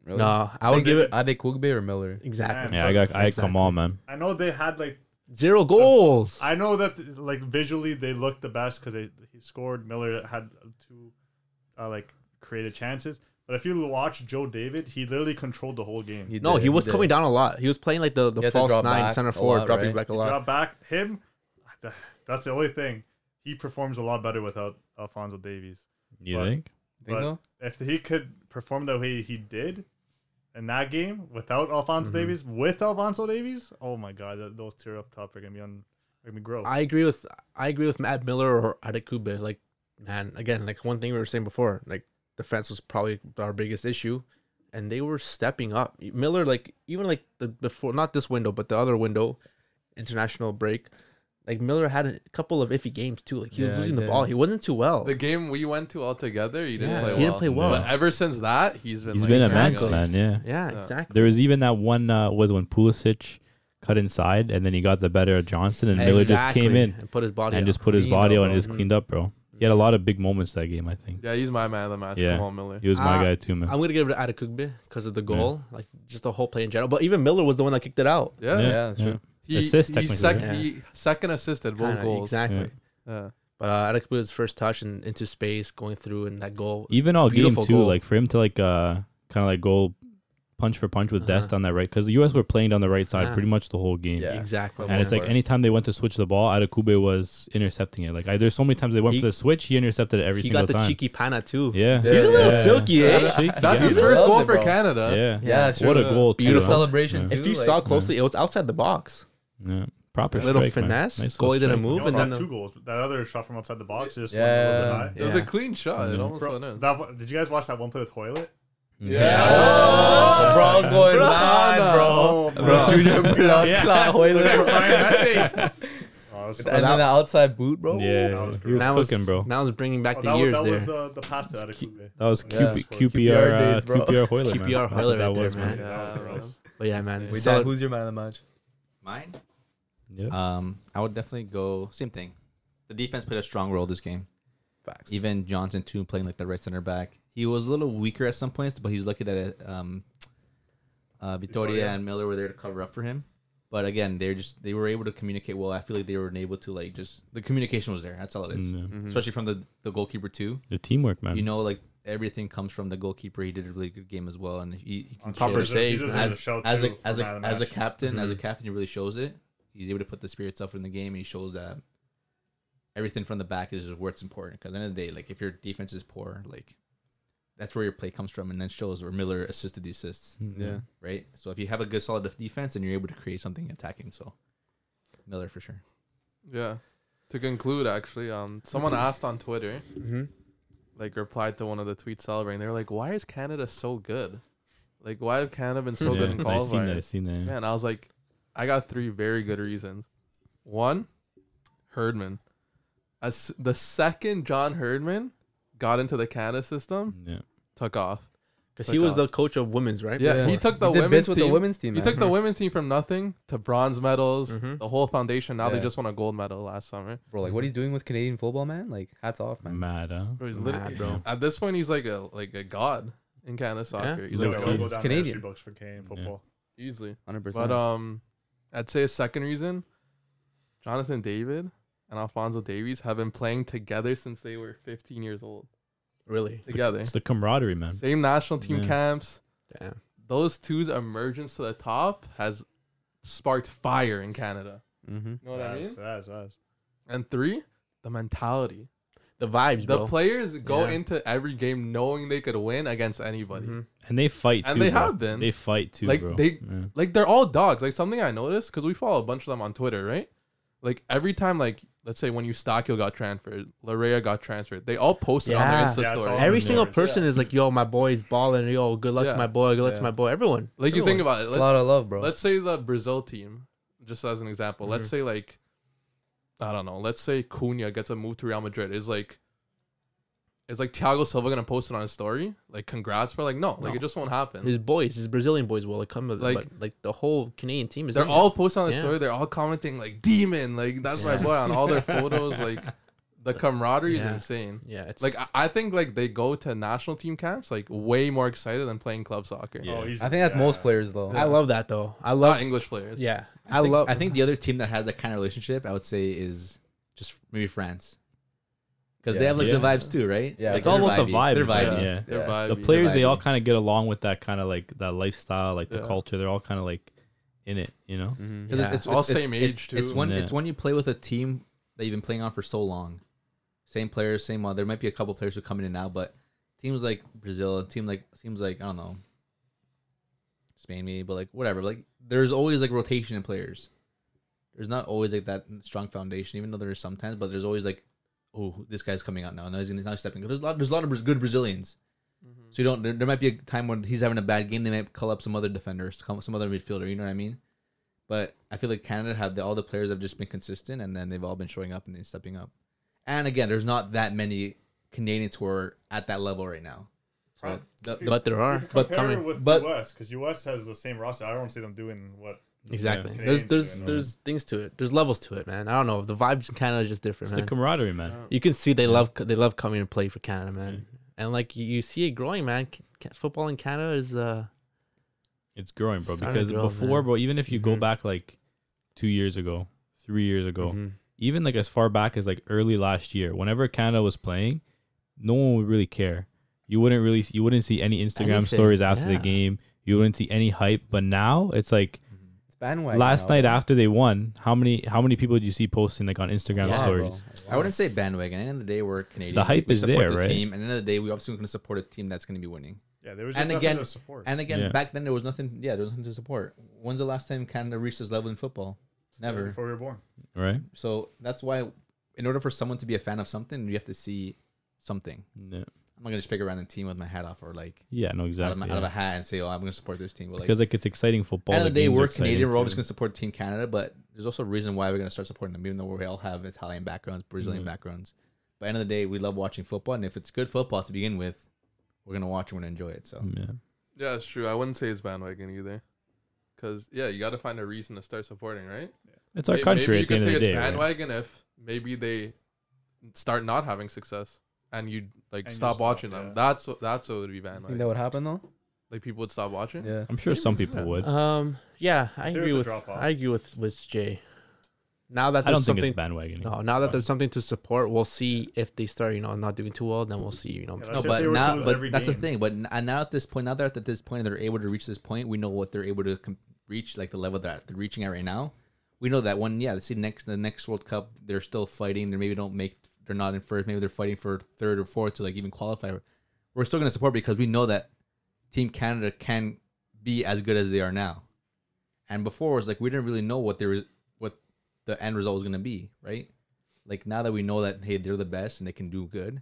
Speaker 2: Really?
Speaker 1: No, I would
Speaker 7: Think
Speaker 1: give it
Speaker 2: Ade Kugbe or Miller?
Speaker 1: exactly
Speaker 5: Yeah, I got. I come on, man.
Speaker 7: I know they had like
Speaker 1: zero goals.
Speaker 7: I know that like visually they looked the best because they he scored. Miller had two uh, like created chances, but if you watch Joe David, he literally controlled the whole game. He
Speaker 1: no,
Speaker 2: did,
Speaker 1: he was
Speaker 2: did.
Speaker 1: coming down a lot. He was playing like the,
Speaker 2: You
Speaker 1: the
Speaker 2: have to
Speaker 1: false
Speaker 2: drop
Speaker 1: nine
Speaker 2: back
Speaker 1: center
Speaker 2: a
Speaker 1: forward,
Speaker 2: lot,
Speaker 1: dropping
Speaker 2: right?
Speaker 1: back a lot.
Speaker 7: dropped back him. That's the only thing. He performs a lot better without Alfonso Davies.
Speaker 5: You
Speaker 7: But-
Speaker 5: think?
Speaker 2: Think
Speaker 7: But-
Speaker 2: so?
Speaker 7: If he could perform the way he did in that game without Alfonso Davies, with Alfonso Davies, oh my god, th- those two up top are gonna be on, are gonna be gross.
Speaker 1: I agree with I agree with Matt Miller or Adekube. Like, man, again, like one thing we were saying before, like defense was probably our biggest issue, and they were stepping up. Miller, like even like the before, not this window, but the other window, international break. Like Miller had a couple of iffy games too. Like he
Speaker 2: Yeah,
Speaker 1: was
Speaker 2: he
Speaker 1: losing the
Speaker 2: did.
Speaker 1: ball. He wasn't too well.
Speaker 4: The game we went to all together, he didn't
Speaker 1: Yeah,
Speaker 4: play
Speaker 1: he
Speaker 4: well.
Speaker 1: didn't play well.
Speaker 4: But ever since that, he's been
Speaker 5: He's
Speaker 4: like,
Speaker 5: been
Speaker 4: hanging
Speaker 5: immense,
Speaker 1: Exactly.
Speaker 4: on.
Speaker 5: man. Yeah.
Speaker 1: yeah,
Speaker 4: Yeah.
Speaker 1: exactly.
Speaker 5: There was even that one uh, was when Pulisic cut inside, and then he got the better of Johnson, and Miller just came
Speaker 1: Exactly,
Speaker 5: in
Speaker 1: and put his body
Speaker 5: and
Speaker 1: up. Mm-hmm.
Speaker 5: just put his
Speaker 2: Clean
Speaker 5: body
Speaker 2: up,
Speaker 5: on and
Speaker 1: bro. Mm.
Speaker 5: just cleaned up, bro. He had a lot of big moments that game, I think.
Speaker 4: Yeah, he's my man of the match.
Speaker 5: Yeah.
Speaker 4: Yeah. Jamal Miller.
Speaker 5: He was my
Speaker 1: Uh,
Speaker 5: guy too, man.
Speaker 1: I'm gonna give it to Adekugbe because of the goal, like just the whole play in general. But even Miller was the one that kicked it out.
Speaker 4: Yeah,
Speaker 2: Yeah, that's true.
Speaker 4: He,
Speaker 5: Assist,
Speaker 4: he
Speaker 5: technically,
Speaker 4: sec-
Speaker 1: right?
Speaker 4: he second assisted both
Speaker 1: Kinda,
Speaker 4: goals.
Speaker 1: Exactly.
Speaker 5: Yeah.
Speaker 4: Yeah.
Speaker 1: But uh, Adekugbe's first touch and into space, going through, and that goal.
Speaker 5: Even all game
Speaker 1: Beautiful
Speaker 5: too,
Speaker 1: goal.
Speaker 5: like for him to like uh kind of like go punch for punch with
Speaker 1: Uh-huh.
Speaker 5: Dest on that right, because the US were playing down the right side
Speaker 1: Yeah.
Speaker 5: pretty much the whole game.
Speaker 2: Yeah.
Speaker 1: Exactly.
Speaker 5: And it's like
Speaker 2: Whatever.
Speaker 5: anytime they went to switch the ball, Adekube was intercepting it. Like I, there's so many times they went
Speaker 1: He-
Speaker 5: for the switch, he intercepted it every
Speaker 1: he
Speaker 5: single
Speaker 1: got the
Speaker 5: time.
Speaker 1: cheeky pana too.
Speaker 5: Yeah,
Speaker 2: He's a little Yeah.
Speaker 1: silky, eh?
Speaker 5: Cheeky,
Speaker 4: That's
Speaker 5: yeah.
Speaker 2: He
Speaker 4: his first
Speaker 2: loves
Speaker 4: goal
Speaker 2: it,
Speaker 4: for
Speaker 2: bro.
Speaker 4: Canada.
Speaker 5: Yeah.
Speaker 2: Yeah,
Speaker 5: What
Speaker 2: sure.
Speaker 5: a goal! too,
Speaker 2: Beautiful
Speaker 5: huh?
Speaker 2: celebration.
Speaker 1: If
Speaker 5: Yeah.
Speaker 1: you
Speaker 2: Dude, like-
Speaker 1: saw closely, it was outside the box.
Speaker 5: Yeah. Proper
Speaker 1: Little
Speaker 5: strike, man.
Speaker 1: finesse.
Speaker 5: Nice
Speaker 1: Goalie
Speaker 5: little
Speaker 1: didn't
Speaker 5: strike.
Speaker 7: He
Speaker 1: move,
Speaker 7: also
Speaker 1: and
Speaker 7: had
Speaker 1: then
Speaker 7: two
Speaker 1: the-
Speaker 7: goals. That other shot from outside the box just
Speaker 2: Yeah.
Speaker 7: went a little bit
Speaker 4: It
Speaker 7: high.
Speaker 4: was
Speaker 1: Yeah.
Speaker 4: a clean shot.
Speaker 5: Mm-hmm.
Speaker 4: It almost
Speaker 7: Bro,
Speaker 4: went in.
Speaker 7: that one- did you guys watch that one play with Hoylet?
Speaker 5: Mm.
Speaker 2: Oh, bro's going
Speaker 4: Bro,
Speaker 2: mad, bro.
Speaker 7: Oh, bro.
Speaker 2: [laughs] Junior blood clot Hoyler.
Speaker 7: Look at Ryan Messi. Oh, so-
Speaker 2: And then the outside boot, bro.
Speaker 7: That
Speaker 5: Yeah,
Speaker 7: was
Speaker 5: he was
Speaker 1: now it's
Speaker 5: cooking, bro.
Speaker 1: now it's bringing back
Speaker 7: Oh,
Speaker 1: the
Speaker 7: that
Speaker 1: years
Speaker 7: was, that
Speaker 1: there.
Speaker 7: was the, the pass to Adekube.
Speaker 5: That was
Speaker 2: Yeah.
Speaker 5: QP,
Speaker 2: QPR
Speaker 5: QPR, uh,
Speaker 2: days, bro.
Speaker 5: QPR Hoyler. man.
Speaker 1: QPR
Speaker 5: That's what
Speaker 1: Hoyler
Speaker 5: that
Speaker 1: right there,
Speaker 5: was,
Speaker 1: man.
Speaker 7: Yeah,
Speaker 4: Yeah,
Speaker 7: that was
Speaker 4: bro.
Speaker 7: gross.
Speaker 1: but yeah, man.
Speaker 2: Wait,
Speaker 1: solid-
Speaker 2: Dan, who's your man of the match?
Speaker 6: Mine?
Speaker 5: Yeah.
Speaker 6: Um, I would definitely go same thing. The defense played a strong role this game.
Speaker 2: Facts.
Speaker 6: Even Johnson too playing like the right center back. He was a little weaker at some points, but he was lucky that uh, um, uh, Vittoria
Speaker 7: Vittoria.
Speaker 6: and Miller were there to cover up for him. But again, they're just they were able to communicate well. I feel like they were able to like just the communication was there. That's all it is.
Speaker 5: Mm, Yeah.
Speaker 6: Especially from the the goalkeeper too.
Speaker 5: The teamwork, man.
Speaker 6: You know, like everything comes from the goalkeeper. He did a really good game as well, and he, he can
Speaker 7: On
Speaker 1: Proper
Speaker 6: show it
Speaker 7: Twitter, he
Speaker 1: save,
Speaker 7: deserves
Speaker 6: as
Speaker 7: shout
Speaker 6: as
Speaker 7: too
Speaker 6: a
Speaker 7: for
Speaker 6: as
Speaker 7: man
Speaker 6: a
Speaker 7: of the
Speaker 6: as a
Speaker 7: match.
Speaker 6: captain, as a
Speaker 1: Mhm.
Speaker 6: captain, he really shows it. He's able to put the spirits up in the game. and He shows that everything from the back is where it's important. Because at the end of the day, like if your defense is poor, like that's where your play comes from, and then shows where Miller assisted the assists,
Speaker 5: Mm,
Speaker 2: Yeah.
Speaker 1: Mm-hmm.
Speaker 6: right? So if you have a good solid def- defense, and you're able to create something attacking, so Miller for sure.
Speaker 4: Yeah. To conclude, actually, um, someone
Speaker 2: Mm-hmm.
Speaker 4: asked on Twitter,
Speaker 1: Mhm.
Speaker 4: like, replied to one of the tweets celebrating. They were like, "Why is Canada so good? Like, why have Canada been so
Speaker 5: yeah.
Speaker 4: good
Speaker 5: I
Speaker 4: in
Speaker 5: seen that. I
Speaker 4: qualifying?"
Speaker 5: seen that.
Speaker 4: Yeah, and I was like, I got three very good reasons. One, Herdman. As the second John Herdman got into the Canada system,
Speaker 5: Yeah.
Speaker 4: took off.
Speaker 1: because
Speaker 4: took
Speaker 1: he was
Speaker 4: out.
Speaker 1: the coach of women's, right?
Speaker 4: Yeah, he took the
Speaker 2: He did
Speaker 4: women's
Speaker 2: bits with
Speaker 4: team.
Speaker 2: the women's team.
Speaker 4: He
Speaker 2: man.
Speaker 4: took the women's team from nothing to bronze medals,
Speaker 1: Mhm.
Speaker 4: the whole foundation. Now they
Speaker 2: Yeah.
Speaker 4: just won a gold medal last summer.
Speaker 2: bro. Like what he's doing with Canadian football, man. Like hats off, man.
Speaker 5: Mad, huh?
Speaker 4: Bro, he's
Speaker 1: Mad,
Speaker 4: literally,
Speaker 1: bro.
Speaker 4: At this point, he's like a like a god in Canada soccer. He's
Speaker 7: Yo, yo,
Speaker 4: like a
Speaker 7: go down
Speaker 4: legend,
Speaker 7: to
Speaker 2: Canadian.
Speaker 7: history Books for Canadian football.
Speaker 4: easily.
Speaker 2: Hundred
Speaker 4: But
Speaker 2: percent.
Speaker 4: um, I'd say a second reason, Jonathan David and Alfonso Davies have been playing together since they were 15 years old.
Speaker 1: Really?
Speaker 4: Together,
Speaker 5: It's the camaraderie, man.
Speaker 4: same national team
Speaker 5: Yeah.
Speaker 4: camps.
Speaker 1: Damn.
Speaker 4: Those two's emergence to the top has sparked fire in Canada.
Speaker 2: mm-hmm.
Speaker 4: You know what I mean?
Speaker 7: That's- that's- that's-
Speaker 4: And three, the mentality.
Speaker 1: The vibes,
Speaker 4: The
Speaker 1: bro.
Speaker 4: players go
Speaker 1: Yeah.
Speaker 4: into every game knowing they could win against anybody.
Speaker 7: Mm-hmm.
Speaker 1: Mhm.
Speaker 5: And they fight
Speaker 4: And
Speaker 5: too.
Speaker 4: they
Speaker 5: bro.
Speaker 4: have been.
Speaker 5: They fight too,
Speaker 4: Like,
Speaker 5: bro.
Speaker 4: they-
Speaker 5: Yeah.
Speaker 4: Like they're all dogs. Like something I noticed because we follow a bunch of them on Twitter, right? Like every time, like let's say when Eustaquio got transferred, Larea got transferred, they all posted on their
Speaker 1: Yeah.
Speaker 4: Insta
Speaker 7: Yeah, it's
Speaker 4: story.
Speaker 7: all-
Speaker 1: Every
Speaker 7: Yeah.
Speaker 1: single person is like, "Yo, my boy's balling. Yo, good luck
Speaker 4: Yeah.
Speaker 1: to my boy. Good luck
Speaker 2: Yeah.
Speaker 1: to my boy." Everyone.
Speaker 4: like you think about it.
Speaker 2: It's a
Speaker 4: Let,
Speaker 2: lot of love, bro.
Speaker 4: let's say the Brazil team, just as an example. Let's
Speaker 7: Mm-hmm.
Speaker 4: say like, I don't know. Let's say Cunha gets a move to Real Madrid. Is like. Is like Thiago Silva gonna post it on his story? Like, congrats, bro. Like, no,
Speaker 1: No.
Speaker 4: like it just won't happen.
Speaker 1: His boys, his Brazilian boys, will like come. With,
Speaker 4: Like-
Speaker 1: like, but, like the whole Canadian team is.
Speaker 4: they're
Speaker 1: in
Speaker 4: all posting on the
Speaker 1: Yeah.
Speaker 4: story. They're all commenting like "demon," like that's my boy on
Speaker 5: [laughs]
Speaker 4: all their photos. Like the camaraderie
Speaker 1: Yeah.
Speaker 4: is insane.
Speaker 1: it. Yeah, it's
Speaker 4: Like I, I think like they go to national team camps like way more excited than playing club soccer.
Speaker 5: Yeah.
Speaker 7: oh, he's-
Speaker 2: I think that's
Speaker 7: yeah.
Speaker 2: most players though.
Speaker 1: I love that though. I
Speaker 4: Not
Speaker 1: love.
Speaker 4: English players.
Speaker 1: Yeah,
Speaker 6: I,
Speaker 1: I,
Speaker 6: think,
Speaker 1: love.
Speaker 6: I think the other team that has that kind of relationship, I would say, is just maybe France, because they
Speaker 2: Yeah.
Speaker 6: have like
Speaker 5: Yeah.
Speaker 6: the vibes too, right?
Speaker 2: Yeah.
Speaker 6: like,
Speaker 5: It's all
Speaker 6: they're
Speaker 5: about the
Speaker 6: vibey.
Speaker 5: vibe,
Speaker 6: They're
Speaker 5: man.
Speaker 6: vibey.
Speaker 5: Yeah.
Speaker 4: They're
Speaker 2: Yeah.
Speaker 4: vibey.
Speaker 5: the players they all
Speaker 6: vibey.
Speaker 5: kind of get along with that kind of like that lifestyle, like the
Speaker 4: Yeah.
Speaker 5: culture. They're all kind of like in it, you know.
Speaker 2: Mm-hmm.
Speaker 6: 'Cause
Speaker 1: Yeah.
Speaker 6: it's, it's,
Speaker 4: All
Speaker 6: it's-
Speaker 4: same
Speaker 6: it's-
Speaker 4: age,
Speaker 6: It's
Speaker 4: too.
Speaker 6: when
Speaker 5: Yeah.
Speaker 6: it's when you play with a team that you've been playing on for so long, same players, same. Uh, there might be a couple players who come in and out, but teams like Brazil, a team like seems like I don't know, Spain maybe, but like whatever. Like there's always like rotation in players. There's not always like that strong foundation, even though there is sometimes, but there's always like, oh, this guy's coming out now. Now he's gonna now he's stepping. There's a lot. There's a lot of good Brazilians. So you don't. There, there might be a time when he's having a bad game. They might call up some other defenders, call up some other midfielder. You know what I mean? But I feel like Canada had the, all the players have just been consistent, and then they've all been showing up and then stepping up. And again, there's not that many Canadians who are at that level right now. So the, the-
Speaker 1: but there are
Speaker 6: But
Speaker 7: Compare
Speaker 6: coming-
Speaker 7: it with
Speaker 6: but-
Speaker 7: US because US has the same roster. I don't see them doing what.
Speaker 1: exactly.
Speaker 7: Yeah.
Speaker 1: There's
Speaker 7: Canadians
Speaker 1: there's
Speaker 7: doing it.
Speaker 1: there's things to it. There's levels to it, man. I don't know. The vibes in Canada is just different,
Speaker 5: It's the
Speaker 1: man.
Speaker 5: camaraderie, man.
Speaker 1: you can see they love they love coming and play for Canada, man. And like you, you see it growing, man. Ca- ca- Football in Canada is uh
Speaker 5: It's growing, bro.
Speaker 1: Starting to
Speaker 5: Because
Speaker 1: grow,
Speaker 5: before,
Speaker 1: man.
Speaker 5: bro, even if you go
Speaker 1: Mhm.
Speaker 5: back like two years ago, three years ago,
Speaker 4: Mm-hmm.
Speaker 1: mhm.
Speaker 5: even like as far back as like early last year, whenever Canada was playing, no one would really care. You wouldn't really, you wouldn't see any Instagram
Speaker 1: Anything,
Speaker 5: stories after the
Speaker 1: yeah.
Speaker 5: game. You wouldn't see any hype. But now it's like
Speaker 2: It's bandwagon.
Speaker 5: last
Speaker 2: now,
Speaker 5: night
Speaker 2: bro.
Speaker 5: after they won, how many how many people did you see posting like on Instagram
Speaker 1: Yeah,
Speaker 2: Wow,
Speaker 5: stories?
Speaker 2: bro.
Speaker 6: I wouldn't say bandwagon. At the end of the day, we're Canadian.
Speaker 5: The hype
Speaker 6: we
Speaker 5: is
Speaker 6: support
Speaker 5: there,
Speaker 6: the
Speaker 5: right?
Speaker 6: Team. At the end of the day, we obviously going to support a team that's going to be winning.
Speaker 7: Yeah, there was just
Speaker 6: And
Speaker 7: and
Speaker 6: again-
Speaker 7: to support.
Speaker 6: And again,
Speaker 5: Yeah.
Speaker 6: back then there was nothing. Yeah, there was nothing to support. When's the last time Canada reached this level in football? Never.
Speaker 7: before we were born.
Speaker 5: Right?
Speaker 6: So that's why, in order for someone to be a fan of something, you have to see something.
Speaker 5: Yeah.
Speaker 6: I'm not gonna just pick a random team with my hat off or like
Speaker 5: Yeah. No.
Speaker 6: out, of,
Speaker 5: Exactly.
Speaker 6: my,
Speaker 5: yeah.
Speaker 6: out of a hat and say, "Oh, I'm gonna support this team." But like,
Speaker 5: because like it's exciting football.
Speaker 6: end of the day,
Speaker 5: games are
Speaker 6: we're
Speaker 5: exciting
Speaker 6: Canadian. We're always
Speaker 5: too.
Speaker 6: gonna support Team Canada, but there's also a reason why we're gonna start supporting them, even though we all have Italian backgrounds, Brazilian
Speaker 5: Mhm.
Speaker 6: backgrounds. But end of the day, we love watching football, and if it's good football to begin with, we're gonna watch and we're gonna enjoy it. So
Speaker 5: Yeah.
Speaker 4: Yeah, it's true. I wouldn't say it's bandwagon either. Cause yeah, you got to find a reason to start supporting, right?
Speaker 5: It's our
Speaker 4: May-
Speaker 5: country at the
Speaker 4: could
Speaker 5: end of the day. right?
Speaker 4: bandwagon if maybe they start not having success and you like
Speaker 7: And you
Speaker 4: stop
Speaker 7: stop,
Speaker 4: watching
Speaker 7: yeah.
Speaker 4: them. That's what that's what would be
Speaker 2: You think that
Speaker 4: bandwagon.
Speaker 2: would happen though?
Speaker 4: Like people would stop watching.
Speaker 2: Yeah.
Speaker 5: I'm sure some people
Speaker 4: Yeah.
Speaker 5: would.
Speaker 1: um yeah, I
Speaker 7: They're
Speaker 1: agree
Speaker 7: the
Speaker 1: with
Speaker 7: drop-off.
Speaker 1: I agree with with Jay. Now that
Speaker 5: I
Speaker 1: there's
Speaker 5: don't think it's
Speaker 1: something
Speaker 5: bandwagoning.
Speaker 1: no, now that there's something to support, we'll see if they start, you know, not doing too well, then we'll see, you know.
Speaker 7: Yeah,
Speaker 6: no,
Speaker 7: Let's say
Speaker 6: but
Speaker 7: they were to
Speaker 6: now,
Speaker 7: lose
Speaker 6: but
Speaker 7: every
Speaker 6: that's the
Speaker 7: game.
Speaker 6: thing. But n- and now at this point, now they're at this point, they're able to reach this point. We know what they're able to com- reach, like the level that they're reaching at right now. We know that one. Yeah, let's see next the next World Cup, they're still fighting. They maybe don't make. They're not in first. Maybe they're fighting for third or fourth to like even qualify. We're still gonna support because we know that Team Canada can be as good as they are now. And before it was like we didn't really know what they were, what the end result was gonna be, right? Like now that we know that hey, they're the best and they can do good,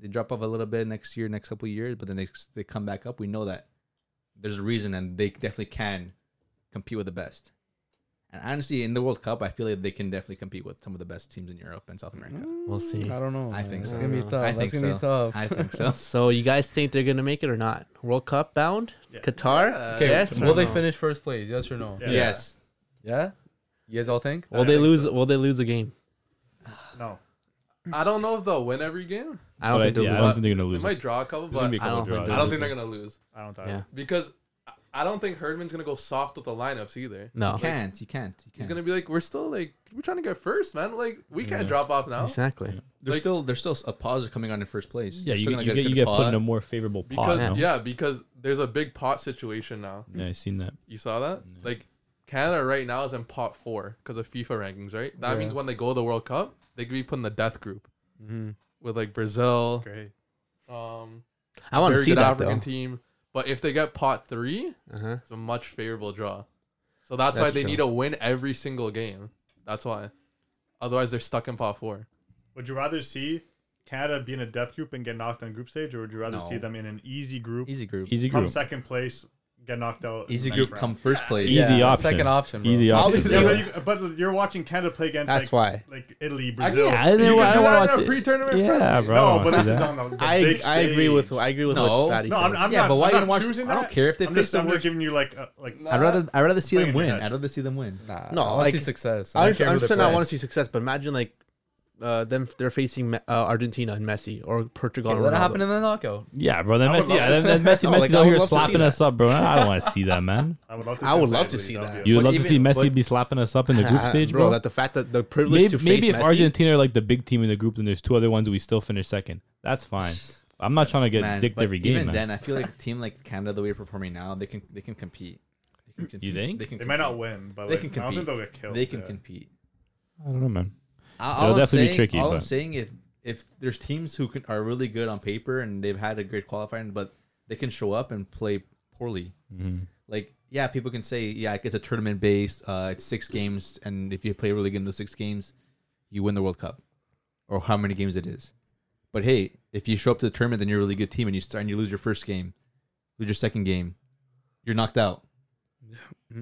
Speaker 6: they drop off a little bit next year, next couple of years, but then they they come back up. We know that there's a reason, and they definitely can compete with the best. And honestly, in the World Cup, I feel like they can definitely compete with some of the best teams in Europe and South America.
Speaker 1: We'll see.
Speaker 2: I don't know.
Speaker 6: I
Speaker 2: man.
Speaker 6: think
Speaker 2: it's
Speaker 6: so.
Speaker 2: gonna be
Speaker 1: I
Speaker 2: tough.
Speaker 6: I
Speaker 2: That's
Speaker 6: think
Speaker 2: gonna be
Speaker 6: so.
Speaker 2: tough.
Speaker 6: I think so.
Speaker 1: [laughs] So you guys think they're gonna make it or not? World Cup bound?
Speaker 7: Yeah.
Speaker 1: Qatar?
Speaker 4: Yeah.
Speaker 1: yes.
Speaker 2: Will
Speaker 1: Or
Speaker 2: they
Speaker 1: no?
Speaker 2: finish first place? Yes or no?
Speaker 7: Yeah.
Speaker 6: Yes.
Speaker 2: Yeah. You guys all think?
Speaker 1: Will
Speaker 4: I
Speaker 1: they
Speaker 4: think
Speaker 1: lose?
Speaker 4: so.
Speaker 1: Will they lose a game?
Speaker 7: No.
Speaker 4: I don't know if they'll win every game.
Speaker 1: I don't think
Speaker 5: But I-
Speaker 1: they'll
Speaker 5: yeah, I
Speaker 1: lose.
Speaker 5: don't
Speaker 4: but
Speaker 5: think they're gonna
Speaker 4: They
Speaker 5: lose.
Speaker 4: might draw a couple,
Speaker 5: There's gonna
Speaker 4: but
Speaker 5: be a
Speaker 1: I
Speaker 5: couple
Speaker 1: don't think
Speaker 5: draws.
Speaker 4: I don't think
Speaker 1: losing.
Speaker 4: they're gonna lose
Speaker 7: I don't
Speaker 1: Yeah.
Speaker 7: either.
Speaker 4: because I- I don't think Herdman's gonna go soft with the lineups either.
Speaker 1: No,
Speaker 6: You can't. You can't. You
Speaker 4: He's
Speaker 6: can't.
Speaker 4: gonna be like, we're still like, we're trying to get first, man. Like, we can't
Speaker 5: Yeah.
Speaker 4: drop off now
Speaker 1: exactly.
Speaker 6: There's
Speaker 4: like-
Speaker 6: still there's still a positive coming on in first place.
Speaker 5: Yeah,
Speaker 6: You're
Speaker 5: you
Speaker 6: still
Speaker 5: get,
Speaker 6: gonna
Speaker 5: you get
Speaker 6: a
Speaker 5: you
Speaker 6: good
Speaker 5: get put
Speaker 6: spot.
Speaker 5: in a more favorable pot.
Speaker 4: because
Speaker 5: no?
Speaker 4: yeah, because there's a big pot situation now.
Speaker 5: yeah, I seen that.
Speaker 4: You saw that?
Speaker 5: Yeah.
Speaker 4: Like Canada right now is in pot four because of FIFA rankings, right? That
Speaker 2: Yeah.
Speaker 4: means when they go to the World Cup, they could be put in the death group
Speaker 2: Mm-hmm.
Speaker 4: with like Brazil,
Speaker 7: Great.
Speaker 4: um,
Speaker 1: I want to
Speaker 4: very
Speaker 1: see
Speaker 4: good
Speaker 1: that
Speaker 4: African
Speaker 1: though.
Speaker 4: team. But if they get pot three,
Speaker 1: Uh-huh.
Speaker 4: it's a much favorable draw. So that's, why
Speaker 1: That's
Speaker 4: they
Speaker 1: true.
Speaker 4: need to win every single game. That's why. Otherwise, they're stuck in pot four.
Speaker 7: Would you rather see Canada be in a death group and get knocked on group stage, or would you rather see
Speaker 6: No.
Speaker 7: them in an easy group,
Speaker 6: Easy group.
Speaker 5: Easy
Speaker 7: come
Speaker 5: group,
Speaker 7: second place, get knocked out? in the
Speaker 6: Easy
Speaker 7: next
Speaker 6: group.
Speaker 5: [laughs]
Speaker 7: round?
Speaker 6: Come first place.
Speaker 5: Easy
Speaker 2: yeah,
Speaker 5: option.
Speaker 2: Second option. Bro.
Speaker 5: easy option.
Speaker 7: [laughs]
Speaker 5: [laughs] bro.
Speaker 7: Yeah, but, you, but you're watching Canada play against
Speaker 1: That's
Speaker 7: like,
Speaker 1: why.
Speaker 7: like Italy,
Speaker 4: I
Speaker 7: Brazil.
Speaker 5: yeah, I didn't
Speaker 4: You
Speaker 5: wa- I
Speaker 4: can do
Speaker 5: don't
Speaker 4: that
Speaker 5: wanna
Speaker 4: in a
Speaker 5: see-
Speaker 4: pre-tournament
Speaker 5: Yeah,
Speaker 4: friendly.
Speaker 5: bro. I
Speaker 7: no,
Speaker 5: wanna
Speaker 7: but
Speaker 5: see
Speaker 7: this
Speaker 5: that.
Speaker 7: is on the, the
Speaker 1: I
Speaker 7: big
Speaker 1: I agree with
Speaker 7: stage.
Speaker 1: I agree with
Speaker 6: No.
Speaker 1: what Scotty
Speaker 7: No,
Speaker 1: says.
Speaker 7: I'm, I'm
Speaker 6: yeah,
Speaker 7: not,
Speaker 6: but why
Speaker 7: I'm
Speaker 6: you
Speaker 7: not
Speaker 6: didn't watch?
Speaker 7: choosing
Speaker 6: I don't
Speaker 7: that.
Speaker 6: care if they
Speaker 7: I'm
Speaker 6: face
Speaker 7: just,
Speaker 6: them.
Speaker 7: I'm just giving you like uh, like
Speaker 6: I'd rather I'd rather see
Speaker 7: Wait,
Speaker 6: them
Speaker 7: no,
Speaker 6: win.
Speaker 7: that-
Speaker 6: I'd rather see them win.
Speaker 2: Nah,
Speaker 1: No,
Speaker 2: I want to see
Speaker 1: like-
Speaker 2: success.
Speaker 1: I
Speaker 2: don't
Speaker 1: understand.
Speaker 2: care
Speaker 1: I
Speaker 2: who they
Speaker 1: understand. I
Speaker 2: play.
Speaker 1: want to see success, but imagine like uh, them they're facing Me- uh, Argentina and Messi or Portugal.
Speaker 2: Okay,
Speaker 1: and
Speaker 2: Let it
Speaker 1: Ronaldo.
Speaker 2: happen in the knockout.
Speaker 5: Yeah, bro. Then
Speaker 7: I would
Speaker 5: Messi,
Speaker 7: love
Speaker 5: yeah,
Speaker 7: to
Speaker 5: then, then Messi,
Speaker 1: No,
Speaker 5: Messi
Speaker 1: like, I
Speaker 5: out
Speaker 1: would
Speaker 5: here
Speaker 1: love to see
Speaker 5: slapping
Speaker 1: that.
Speaker 5: us up, bro. I don't want to see that, man.
Speaker 7: I would love to
Speaker 1: I would
Speaker 7: them
Speaker 1: love to
Speaker 7: play Italy.
Speaker 1: see
Speaker 7: That'd
Speaker 1: that.
Speaker 7: be
Speaker 5: You
Speaker 7: a-
Speaker 5: would
Speaker 6: But
Speaker 5: love to
Speaker 6: even-
Speaker 5: see Messi
Speaker 6: but-
Speaker 5: be slapping us up in the group stage, bro.
Speaker 1: That the fact that the privilege
Speaker 5: Maybe,
Speaker 1: to face
Speaker 5: maybe if
Speaker 1: Messi,
Speaker 5: Argentina are like the big team in the group, then there's two other ones we still finish second. That's fine. I'm not trying to get
Speaker 6: Man,
Speaker 5: dicked
Speaker 6: but
Speaker 5: every game,
Speaker 6: Even
Speaker 5: man.
Speaker 6: then, I feel
Speaker 5: [laughs]
Speaker 6: like a team like Canada, the way they're performing now, they can they can compete. They can compete.
Speaker 5: think?
Speaker 6: they can?
Speaker 7: They might not
Speaker 6: compete.
Speaker 7: win, but
Speaker 6: They
Speaker 7: like,
Speaker 6: can
Speaker 7: I don't
Speaker 6: compete.
Speaker 7: think they'll get killed.
Speaker 6: They can
Speaker 7: yeah.
Speaker 6: compete.
Speaker 5: I don't know, man.
Speaker 6: I-
Speaker 5: It'll
Speaker 6: all I'm
Speaker 5: definitely be
Speaker 6: saying-
Speaker 5: tricky,
Speaker 6: All I'm
Speaker 5: but-
Speaker 6: saying if if there's teams who can, are really good on paper and they've had a great qualifying, but they can show up and play poorly.
Speaker 5: Mm-hmm.
Speaker 6: Like yeah, people can say yeah, it's a tournament based. Uh, it's six games, and if you play really good in those six games, you win the World Cup, or how many games it is. But hey, if you show up to the tournament, then you're a really good team, and you start and you lose your first game, lose your second game, you're knocked out.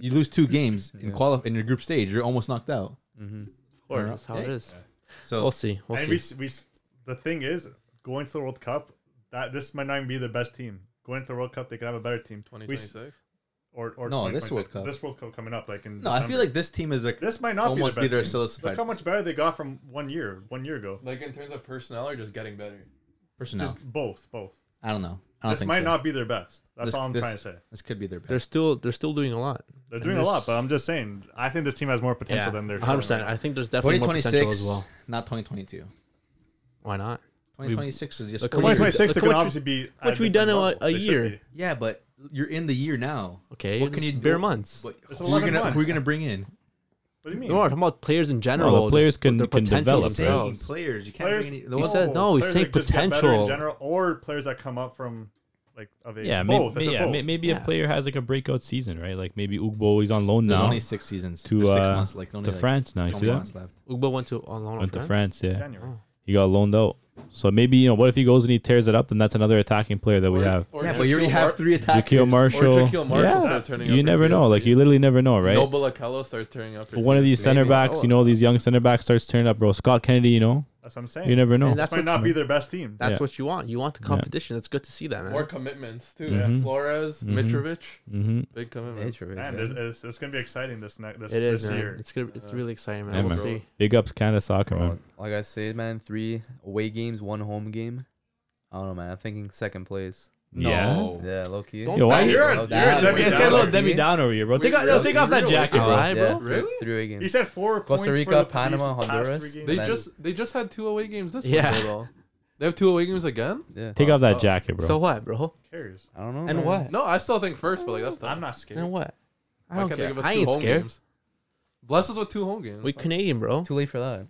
Speaker 6: You lose two games in
Speaker 2: Yeah.
Speaker 6: qualif in your group stage, you're almost knocked out.
Speaker 2: Mm-hmm.
Speaker 1: of course, that's how it is.
Speaker 6: So
Speaker 1: We'll see. We'll
Speaker 7: and
Speaker 1: see.
Speaker 7: we, s- we s- the thing is, going to the World Cup, that this might not even be their best team. Going to the World Cup, they could have a better team. We s-
Speaker 4: 2026.
Speaker 7: or or
Speaker 6: No, this
Speaker 7: 2026.
Speaker 6: World Cup.
Speaker 7: This World Cup coming up, like in
Speaker 6: no, I feel
Speaker 7: December.
Speaker 6: like this team is like
Speaker 7: this might not
Speaker 6: almost
Speaker 7: be
Speaker 6: be
Speaker 7: their
Speaker 6: their
Speaker 7: best. team. Look
Speaker 6: solidified
Speaker 7: how much better they got from one year, one year ago.
Speaker 4: Like in terms of personnel or just getting better.
Speaker 6: personnel.
Speaker 7: Just both, both.
Speaker 6: I don't know. I don't
Speaker 7: this
Speaker 6: think
Speaker 7: might
Speaker 6: so.
Speaker 7: not be their best. That's
Speaker 6: This-
Speaker 7: all I'm
Speaker 6: this-
Speaker 7: trying to say.
Speaker 6: This could be their
Speaker 1: They're
Speaker 6: best.
Speaker 1: still they're still doing a lot.
Speaker 7: They're
Speaker 1: And
Speaker 7: doing a
Speaker 1: there's-
Speaker 7: lot, but I'm just saying. I think this team has more potential than they're.
Speaker 1: yeah,
Speaker 7: showing
Speaker 1: hundred percent.
Speaker 7: right
Speaker 1: I
Speaker 7: now.
Speaker 1: think there's definitely more potential
Speaker 6: 2026,
Speaker 1: as well.
Speaker 6: not 2022.
Speaker 1: Why not?
Speaker 6: 2026 is just
Speaker 1: Look
Speaker 6: four
Speaker 1: how much-
Speaker 6: years.
Speaker 7: 2026 they
Speaker 1: look
Speaker 7: could
Speaker 1: what you-
Speaker 7: obviously be. at
Speaker 1: what we
Speaker 7: different
Speaker 1: done in a-
Speaker 7: level.
Speaker 1: a
Speaker 7: They should
Speaker 1: year.
Speaker 7: be.
Speaker 6: Yeah, but you're in the year now.
Speaker 1: Okay,
Speaker 6: What
Speaker 1: what
Speaker 6: can you do-
Speaker 1: bare months.
Speaker 6: But
Speaker 7: It's 11
Speaker 6: who are you gonna,
Speaker 7: months.
Speaker 6: who are you gonna bring in?
Speaker 7: What do you mean?
Speaker 1: No, I'm talking about players in general.
Speaker 5: No, the players
Speaker 1: just
Speaker 5: can-
Speaker 1: their
Speaker 5: can
Speaker 1: potential
Speaker 5: develop.
Speaker 6: Saying
Speaker 1: themselves.
Speaker 6: players, you can't
Speaker 7: Players,
Speaker 6: bring any.
Speaker 1: He
Speaker 6: The ones-
Speaker 1: said no, he's
Speaker 7: players
Speaker 1: saying
Speaker 7: that just get better
Speaker 1: potential.
Speaker 7: in general, or players that come up from like of age.
Speaker 5: Yeah, may-
Speaker 7: both.
Speaker 5: may-
Speaker 7: it's a
Speaker 5: yeah,
Speaker 7: both.
Speaker 5: may- maybe
Speaker 1: Yeah.
Speaker 5: a player has like a breakout season, right? Like maybe Ugbo he's on loan
Speaker 6: There's
Speaker 5: now
Speaker 6: only six seasons
Speaker 5: To,
Speaker 6: to six
Speaker 5: uh,
Speaker 6: months. Like only
Speaker 5: to
Speaker 6: like,
Speaker 5: France now.
Speaker 6: so
Speaker 5: You see
Speaker 6: many
Speaker 5: that?
Speaker 6: months left.
Speaker 1: Ugbo went to on loan.
Speaker 5: Went to
Speaker 1: France?
Speaker 5: France, yeah.
Speaker 7: January.
Speaker 1: Oh.
Speaker 5: He got loaned out. So maybe you know, what if he goes and he tears it up? Then that's another attacking player that we
Speaker 4: Or-
Speaker 5: have.
Speaker 4: or
Speaker 6: yeah, but you already
Speaker 4: Jaquil
Speaker 6: have
Speaker 4: Mar-
Speaker 6: three attackers.
Speaker 5: Jaquil Marshall.
Speaker 4: Jaquil Marshall starts
Speaker 5: yeah.
Speaker 4: turning up
Speaker 5: You
Speaker 4: for
Speaker 5: never know.
Speaker 4: TFC.
Speaker 5: Like you literally never know, right?
Speaker 4: Noble Akello starts turning up. for
Speaker 5: One of
Speaker 4: TFC.
Speaker 5: these center
Speaker 1: maybe.
Speaker 5: backs,
Speaker 1: Oh.
Speaker 5: you know, these young center backs starts turning up, bro. Scott Kennedy, you know,
Speaker 7: That's what I'm saying.
Speaker 5: you never know.
Speaker 1: And that's
Speaker 7: this might
Speaker 1: what
Speaker 7: not be their best team.
Speaker 1: that's
Speaker 5: Yeah.
Speaker 1: what you want. You want the
Speaker 5: Yeah.
Speaker 1: competition. It's good to see that, man.
Speaker 4: More commitments too.
Speaker 5: Yeah. Mhm.
Speaker 4: Flores,
Speaker 5: Mhm.
Speaker 4: Mitrovic,
Speaker 5: Mm-hmm.
Speaker 4: big commitments.
Speaker 1: Nature is
Speaker 7: Man,
Speaker 1: good.
Speaker 7: it's, it's, it's gonna be exciting this next this,
Speaker 1: It is,
Speaker 7: this
Speaker 1: man.
Speaker 7: year.
Speaker 1: It's good. It's
Speaker 4: Yeah.
Speaker 1: really exciting,
Speaker 5: Yeah,
Speaker 1: man. We'll
Speaker 5: man.
Speaker 1: see.
Speaker 5: Big ups Canada soccer,
Speaker 2: Bro,
Speaker 5: man.
Speaker 2: like I said, man, three away games, one home game. I don't know, man. I'm thinking second place.
Speaker 5: Yeah.
Speaker 2: Yeah, low key.
Speaker 4: Don't
Speaker 5: Yo, why-
Speaker 4: die. You're
Speaker 2: Low
Speaker 4: a- you're a
Speaker 2: key.
Speaker 4: That's
Speaker 5: Let
Speaker 4: way
Speaker 5: me
Speaker 4: down.
Speaker 5: get a little
Speaker 2: Low
Speaker 5: Debbie
Speaker 2: key.
Speaker 5: down over here, bro.
Speaker 4: We
Speaker 5: Take, off-
Speaker 4: really-
Speaker 5: take off
Speaker 4: we
Speaker 5: that
Speaker 4: really-
Speaker 5: jacket,
Speaker 1: All
Speaker 5: bro.
Speaker 1: right, bro.
Speaker 2: Yeah,
Speaker 4: Really?
Speaker 2: Three away
Speaker 7: He
Speaker 2: games.
Speaker 7: said four
Speaker 2: Costa
Speaker 7: points
Speaker 2: Rica,
Speaker 7: for the
Speaker 2: Panama,
Speaker 7: these past
Speaker 2: Honduras.
Speaker 7: three games.
Speaker 4: They
Speaker 2: Man.
Speaker 4: just they just had two away games this
Speaker 1: Yeah.
Speaker 4: week.
Speaker 2: Bro.
Speaker 4: [laughs] They have two away games again.
Speaker 2: Yeah.
Speaker 5: Take off that
Speaker 4: Oh.
Speaker 5: jacket,
Speaker 1: [laughs]
Speaker 5: bro.
Speaker 1: So what, bro?
Speaker 7: Who cares?
Speaker 2: I don't know.
Speaker 1: And
Speaker 2: man.
Speaker 1: what?
Speaker 4: No, I still think first, but like that's
Speaker 7: I'm
Speaker 4: tough.
Speaker 7: not scared.
Speaker 1: And what? I
Speaker 4: Why
Speaker 1: don't
Speaker 4: can't
Speaker 1: care.
Speaker 4: They give us
Speaker 1: I
Speaker 4: two
Speaker 1: ain't
Speaker 4: home
Speaker 1: scared.
Speaker 4: Games? Bless us with two home games.
Speaker 1: We Canadian, bro.
Speaker 2: Too late for that.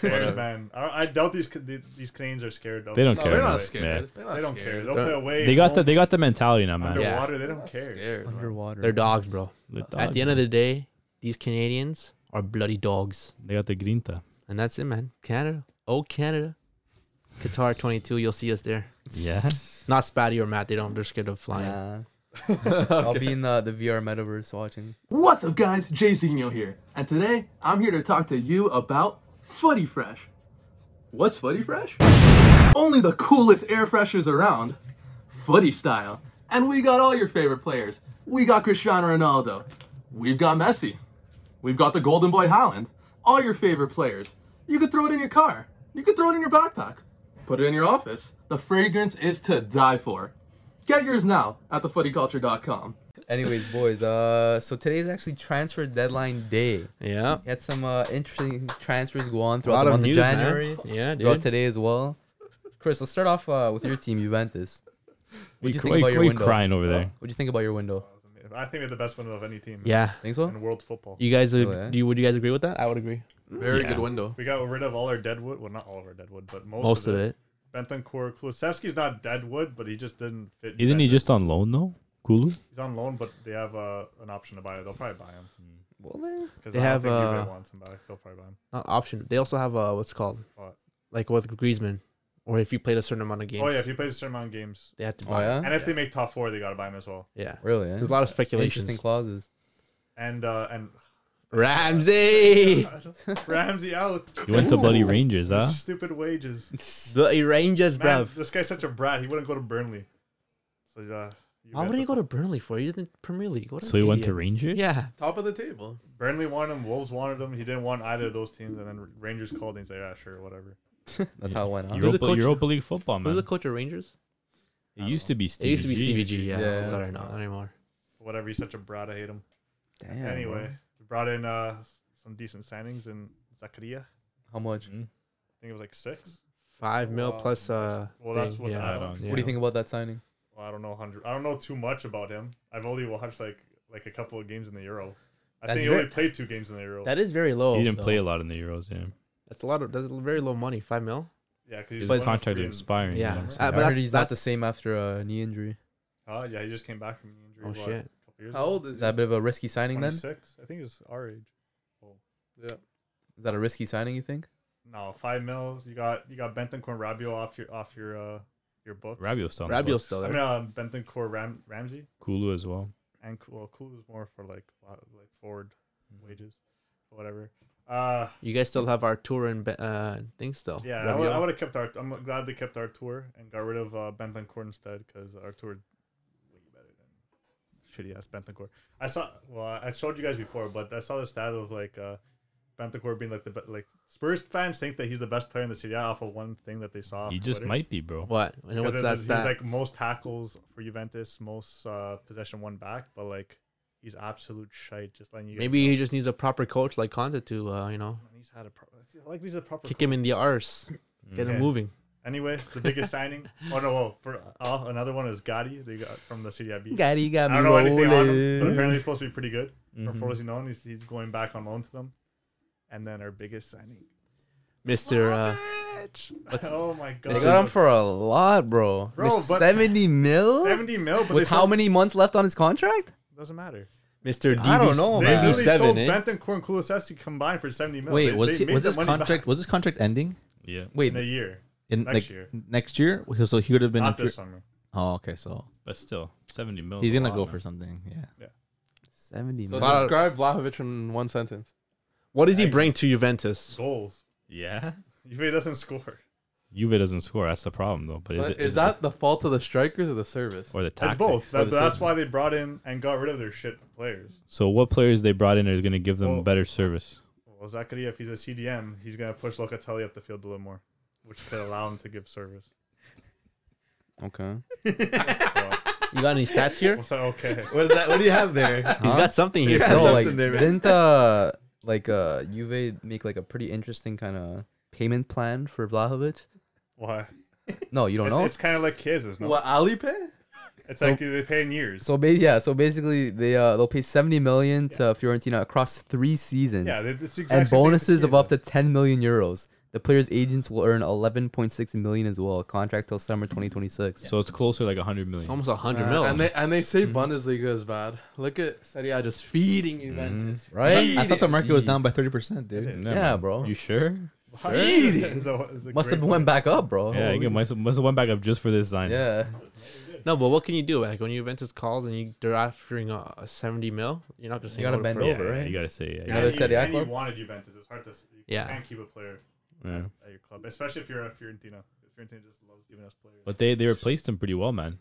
Speaker 7: Who cares,
Speaker 4: Whatever.
Speaker 7: man. I, I doubt these the- these Canadians are scared. Though.
Speaker 5: They don't
Speaker 4: No,
Speaker 5: care,
Speaker 4: they're
Speaker 5: man.
Speaker 4: not scared. They're not
Speaker 7: They don't care.
Speaker 4: scared.
Speaker 7: They'll
Speaker 4: They're
Speaker 7: play away.
Speaker 5: They got the
Speaker 7: home,
Speaker 5: they got the mentality now, man.
Speaker 1: Yeah.
Speaker 7: underwater. They don't
Speaker 4: not
Speaker 7: care.
Speaker 4: scared, man.
Speaker 2: Underwater.
Speaker 1: They're dogs, bro.
Speaker 5: The
Speaker 1: At
Speaker 5: dog,
Speaker 1: the end of
Speaker 5: man.
Speaker 1: the day, these Canadians are bloody dogs,
Speaker 5: they got the grinta.
Speaker 1: and that's it, man. Canada, oh Canada, Qatar 22. You'll see us there.
Speaker 5: Yeah. [laughs]
Speaker 1: Not Spatty or Matt. They don't. They're scared of flying.
Speaker 2: Nah.
Speaker 1: [laughs]
Speaker 2: I'll be in uh, the, the VR metaverse watching.
Speaker 8: What's up, guys? Jay Zeno here, and today I'm here to talk to you about Footy Fresh. What's Footy Fresh? Only the coolest air freshers around, footy style. And we got all your favorite players. We got Cristiano Ronaldo. We've got Messi. We've got the Golden Boy Holland. All your favorite players. You could throw it in your car. You could throw it in your backpack. Put it in your office. The fragrance is to die for. Get yours now at thefootyculture.com.
Speaker 2: Anyways, boys, uh, so today's actually transfer deadline day.
Speaker 1: Yeah.
Speaker 2: We had some uh, interesting transfers go on
Speaker 1: A
Speaker 2: throughout
Speaker 1: lot
Speaker 2: the
Speaker 1: of
Speaker 2: month
Speaker 1: news,
Speaker 2: of January,
Speaker 1: man. Yeah,
Speaker 2: throughout
Speaker 1: dude.
Speaker 2: today as well. Chris, let's start off uh, with your team, Juventus. What do you
Speaker 5: cr-
Speaker 2: think about
Speaker 5: you-
Speaker 2: your
Speaker 5: you
Speaker 2: window?
Speaker 5: crying over there?
Speaker 2: What do you think about your window?
Speaker 7: I think we had the best window of any team
Speaker 1: Yeah.
Speaker 2: Think so?
Speaker 7: in world football.
Speaker 1: You guys,
Speaker 2: Oh, yeah?
Speaker 1: do you, would you guys agree with that? I would agree.
Speaker 4: Very
Speaker 5: Yeah.
Speaker 4: good window.
Speaker 7: We got rid of all our deadwood. Well, not all of our deadwood, but most,
Speaker 1: Most of it.
Speaker 7: Bentancur, Kulusevski's not deadwood, but he just didn't fit.
Speaker 5: Isn't he
Speaker 7: Juventus.
Speaker 5: just on loan though? Kulu?
Speaker 7: He's on loan, but they have uh, an option to buy him. They'll probably buy him. Because
Speaker 1: They
Speaker 7: I
Speaker 1: have,
Speaker 7: don't think
Speaker 1: uh,
Speaker 7: Juve wants him back. They'll probably buy him. Oh,
Speaker 1: Not option. They also have uh, what's called
Speaker 7: What?
Speaker 1: like with Griezmann, or if you played a certain amount of games,
Speaker 7: Oh yeah, if he plays a certain amount of games,
Speaker 1: they have to
Speaker 2: Oh
Speaker 1: buy.
Speaker 2: yeah,
Speaker 7: and if they make top four, they gotta buy him as well.
Speaker 1: yeah.
Speaker 2: really? Yeah?
Speaker 1: There's a lot of
Speaker 2: Interesting
Speaker 1: speculations.
Speaker 2: clauses.
Speaker 7: And uh, and
Speaker 1: [laughs] Ramsey,
Speaker 7: [laughs] Ramsey out.
Speaker 1: [laughs]
Speaker 5: You went to bloody Rangers, huh?
Speaker 7: Stupid wages.
Speaker 1: the Rangers,
Speaker 7: Man,
Speaker 1: bruv.
Speaker 7: this guy's such a brat. He wouldn't go to Burnley. So yeah.
Speaker 1: Why would he go to Burnley for? He didn't Premier League. What an
Speaker 5: So he went to
Speaker 1: idiot.
Speaker 5: Rangers?
Speaker 1: Yeah.
Speaker 4: Top of the table.
Speaker 7: Burnley wanted him. Wolves wanted him. He didn't want either of those teams. And then Rangers called and he's like, yeah, sure, whatever.
Speaker 2: That's how it went. Huh?
Speaker 1: Who's the
Speaker 5: Europa,
Speaker 1: coach?
Speaker 5: Europa League football,
Speaker 1: Who's
Speaker 5: man.
Speaker 1: the coach of Rangers?
Speaker 5: it used to be Stevie
Speaker 1: It used to be
Speaker 5: G.
Speaker 1: Stevie G. Yeah.
Speaker 2: Yeah.
Speaker 1: Sorry, not anymore.
Speaker 7: Whatever. He's such a brat. I hate him.
Speaker 2: Damn.
Speaker 7: anyway,
Speaker 2: bro.
Speaker 7: we brought in uh, some decent signings in Zakaria. I
Speaker 2: how much?
Speaker 1: Mm-hmm.
Speaker 7: think it was like six.
Speaker 1: Five mil plus. Uh,
Speaker 7: Well, that's
Speaker 1: thing,
Speaker 7: what
Speaker 1: yeah.
Speaker 7: I don't.
Speaker 1: Yeah.
Speaker 2: What do you think about that signing?
Speaker 7: Well, I don't know hundred. I don't know too much about him. I've only watched like like a couple of games in the Euro. I
Speaker 1: That's
Speaker 7: think he
Speaker 1: very-
Speaker 7: only played two games in the Euro.
Speaker 1: That is very low.
Speaker 5: He didn't
Speaker 1: though.
Speaker 5: play a lot in the Euros, yeah.
Speaker 1: That's a lot of. That's very low money. Five mil.
Speaker 7: yeah, because
Speaker 5: His contract is expiring.
Speaker 1: Yeah.
Speaker 5: you know what I'm
Speaker 1: Uh,
Speaker 5: saying?
Speaker 1: but
Speaker 2: I
Speaker 1: that's-
Speaker 2: heard he's not the
Speaker 1: that's-
Speaker 2: same after a knee injury.
Speaker 7: Oh yeah, he just came back from the injury.
Speaker 1: Oh,
Speaker 7: what,
Speaker 1: shit.
Speaker 7: a couple years
Speaker 4: How old is
Speaker 2: Is
Speaker 4: he?
Speaker 2: that a bit of a risky signing then?
Speaker 7: Twenty
Speaker 2: Is
Speaker 7: six. I think it's our age.
Speaker 4: Yeah.
Speaker 2: that a risky signing? You think?
Speaker 7: No, five mils. You got you got Bentancur Rabio off your off your uh your book.
Speaker 5: Rabiot's still on the
Speaker 1: Rabiot's
Speaker 5: books.
Speaker 1: still
Speaker 7: I
Speaker 1: there.
Speaker 7: mean, uh, Bentancur Ram- Ramsey
Speaker 5: Kulu as well.
Speaker 7: and Kul- well, Kulu is more for like wa- like forward wages, or whatever. Uh,
Speaker 1: You guys still have our tour and uh, thing still.
Speaker 7: yeah, I would, I would have kept our. I'm glad they kept our tour and got rid of uh, Bentancur instead because our tour way better than shitty ass Bentancur. I saw. Well, I showed you guys before, but I saw the stat of like uh, Bentancur being like the be- like Spurs fans think that he's the best player in the city off of one thing that they saw. off
Speaker 5: He just
Speaker 7: Twitter.
Speaker 5: might be, bro.
Speaker 1: What? You know, what's
Speaker 7: Because
Speaker 1: that?
Speaker 7: he's
Speaker 1: stat?
Speaker 7: like most tackles for Juventus, most uh, possession one back, but like he's absolute shite. Just letting you. guys
Speaker 1: Maybe
Speaker 7: know.
Speaker 1: he just needs a proper coach like Conte to, uh, you know,
Speaker 7: And he's had a pro- like he's a proper.
Speaker 1: kick him in the arse, get
Speaker 7: Okay.
Speaker 1: him moving.
Speaker 7: Anyway, the biggest signing. Oh no! Well, for uh, another one is Gotti. They got from the CDIB.
Speaker 2: Gotti got
Speaker 7: I don't know anything on him, but apparently he's supposed to be pretty good. For Frosinone, he's, he's going back on loan to them. And then our biggest signing.
Speaker 1: Mister, uh,
Speaker 7: [laughs] oh my god!
Speaker 2: They got him for a lot, bro.
Speaker 7: Bro,
Speaker 2: For
Speaker 7: but-
Speaker 2: seventy mil
Speaker 7: seventy mil, but
Speaker 2: with
Speaker 7: they
Speaker 2: how
Speaker 7: sold-
Speaker 2: many months left on his contract?
Speaker 7: Doesn't matter.
Speaker 1: Mister,
Speaker 2: I don't know,
Speaker 6: Oh,
Speaker 7: They
Speaker 2: man.
Speaker 7: literally sold
Speaker 1: DB7, eh?
Speaker 7: Bentancur and Kulusevski combined for seventy mil.
Speaker 6: Wait,
Speaker 7: They-
Speaker 6: was
Speaker 7: they
Speaker 6: he,
Speaker 7: made
Speaker 6: was
Speaker 7: that
Speaker 6: his
Speaker 7: money
Speaker 6: contract
Speaker 7: back
Speaker 6: was his contract ending
Speaker 5: Yeah.
Speaker 2: Wait,
Speaker 7: in a year?
Speaker 6: in
Speaker 7: Next
Speaker 6: like
Speaker 7: year.
Speaker 6: next year? So he would have been.
Speaker 7: Not
Speaker 6: if you're-
Speaker 7: this summer.
Speaker 6: oh, okay. So
Speaker 5: But still, 70 mil.
Speaker 6: he's
Speaker 5: is a
Speaker 6: gonna
Speaker 5: lot,
Speaker 6: go
Speaker 5: man.
Speaker 6: for something. Yeah.
Speaker 2: seventy
Speaker 4: So
Speaker 2: mil.
Speaker 1: Vlahovic-
Speaker 4: describe Vlahovic in one sentence.
Speaker 1: what does he bring to Juventus?
Speaker 7: Goals.
Speaker 5: Yeah.
Speaker 7: Juve doesn't score.
Speaker 5: Juve doesn't score. That's the problem, though. But is,
Speaker 4: But
Speaker 5: it,
Speaker 4: is that the fault of the strikers or the service?
Speaker 5: or the
Speaker 7: It's
Speaker 5: tactics?
Speaker 7: both.
Speaker 4: for
Speaker 7: That,
Speaker 4: the
Speaker 7: that's
Speaker 4: season.
Speaker 7: why they brought in and got rid of their shit players.
Speaker 5: So what players they brought in are going to give them
Speaker 7: Well-
Speaker 5: better service?
Speaker 7: Well, Zakaria, if he's a CDM, he's gonna push Locatelli up the field a little more, which could allow him to give service.
Speaker 2: Okay.
Speaker 1: You got any stats here?
Speaker 7: What's that? Okay.
Speaker 6: What is that? What do you have there?
Speaker 1: He's got something here.
Speaker 2: Bro,
Speaker 1: Bro,
Speaker 2: like,
Speaker 6: there, man.
Speaker 2: didn't uh like uh Juve make like a pretty interesting kind of payment plan for Vlahovic?
Speaker 7: Why?
Speaker 2: No, you don't
Speaker 7: It's,
Speaker 2: know.
Speaker 7: it's kind of like Kiz's. No?
Speaker 4: What Alipay?
Speaker 7: It's like they pay in years.
Speaker 2: so ba- yeah, so basically they uh they'll pay seventy million to Fiorentina across three seasons.
Speaker 7: yeah, they- it's the
Speaker 2: and
Speaker 7: exact same thing with
Speaker 2: bonuses of
Speaker 7: Chiesa.
Speaker 2: up to 10 million euros. The player's agents will earn 11.6 million as well. Contract till summer 2026.
Speaker 5: So it's closer like 100 million.
Speaker 1: it's almost a hundred
Speaker 4: Uh,
Speaker 1: mil.
Speaker 4: and they and they say Bundesliga is bad. Look at Serie A just
Speaker 5: Hmm.
Speaker 4: feeding Juventus.
Speaker 2: Right?
Speaker 6: I thought the market was down by thirty percent, dude.
Speaker 5: yeah,
Speaker 2: Yeah,
Speaker 5: man.
Speaker 2: bro.
Speaker 5: You sure?
Speaker 7: [laughs] It's a- it's a
Speaker 2: Must have
Speaker 7: great
Speaker 2: went back up, bro.
Speaker 5: Yeah, I
Speaker 2: Holy-
Speaker 5: get must, must have went back up just for this sign.
Speaker 2: Oh, yeah.
Speaker 1: No, but what can you do? Like when Juventus calls and you they're offering a, a seventy mil, you're not gonna say
Speaker 2: gotta
Speaker 1: no
Speaker 2: bend
Speaker 1: for it.
Speaker 2: it.
Speaker 5: Yeah,
Speaker 2: over,
Speaker 5: yeah,
Speaker 2: right?
Speaker 5: You gotta say yeah,
Speaker 2: Yeah. Another
Speaker 7: and
Speaker 2: Serie
Speaker 7: you,
Speaker 2: A
Speaker 7: and you
Speaker 2: club?
Speaker 7: wanted Juventus. It's hard to. s- You
Speaker 1: Yeah.
Speaker 7: can't keep a player
Speaker 5: yeah.
Speaker 7: at your club, especially if you're a Fiorentina. Fiorentina just loves giving us players.
Speaker 5: But they they replaced him pretty well, man.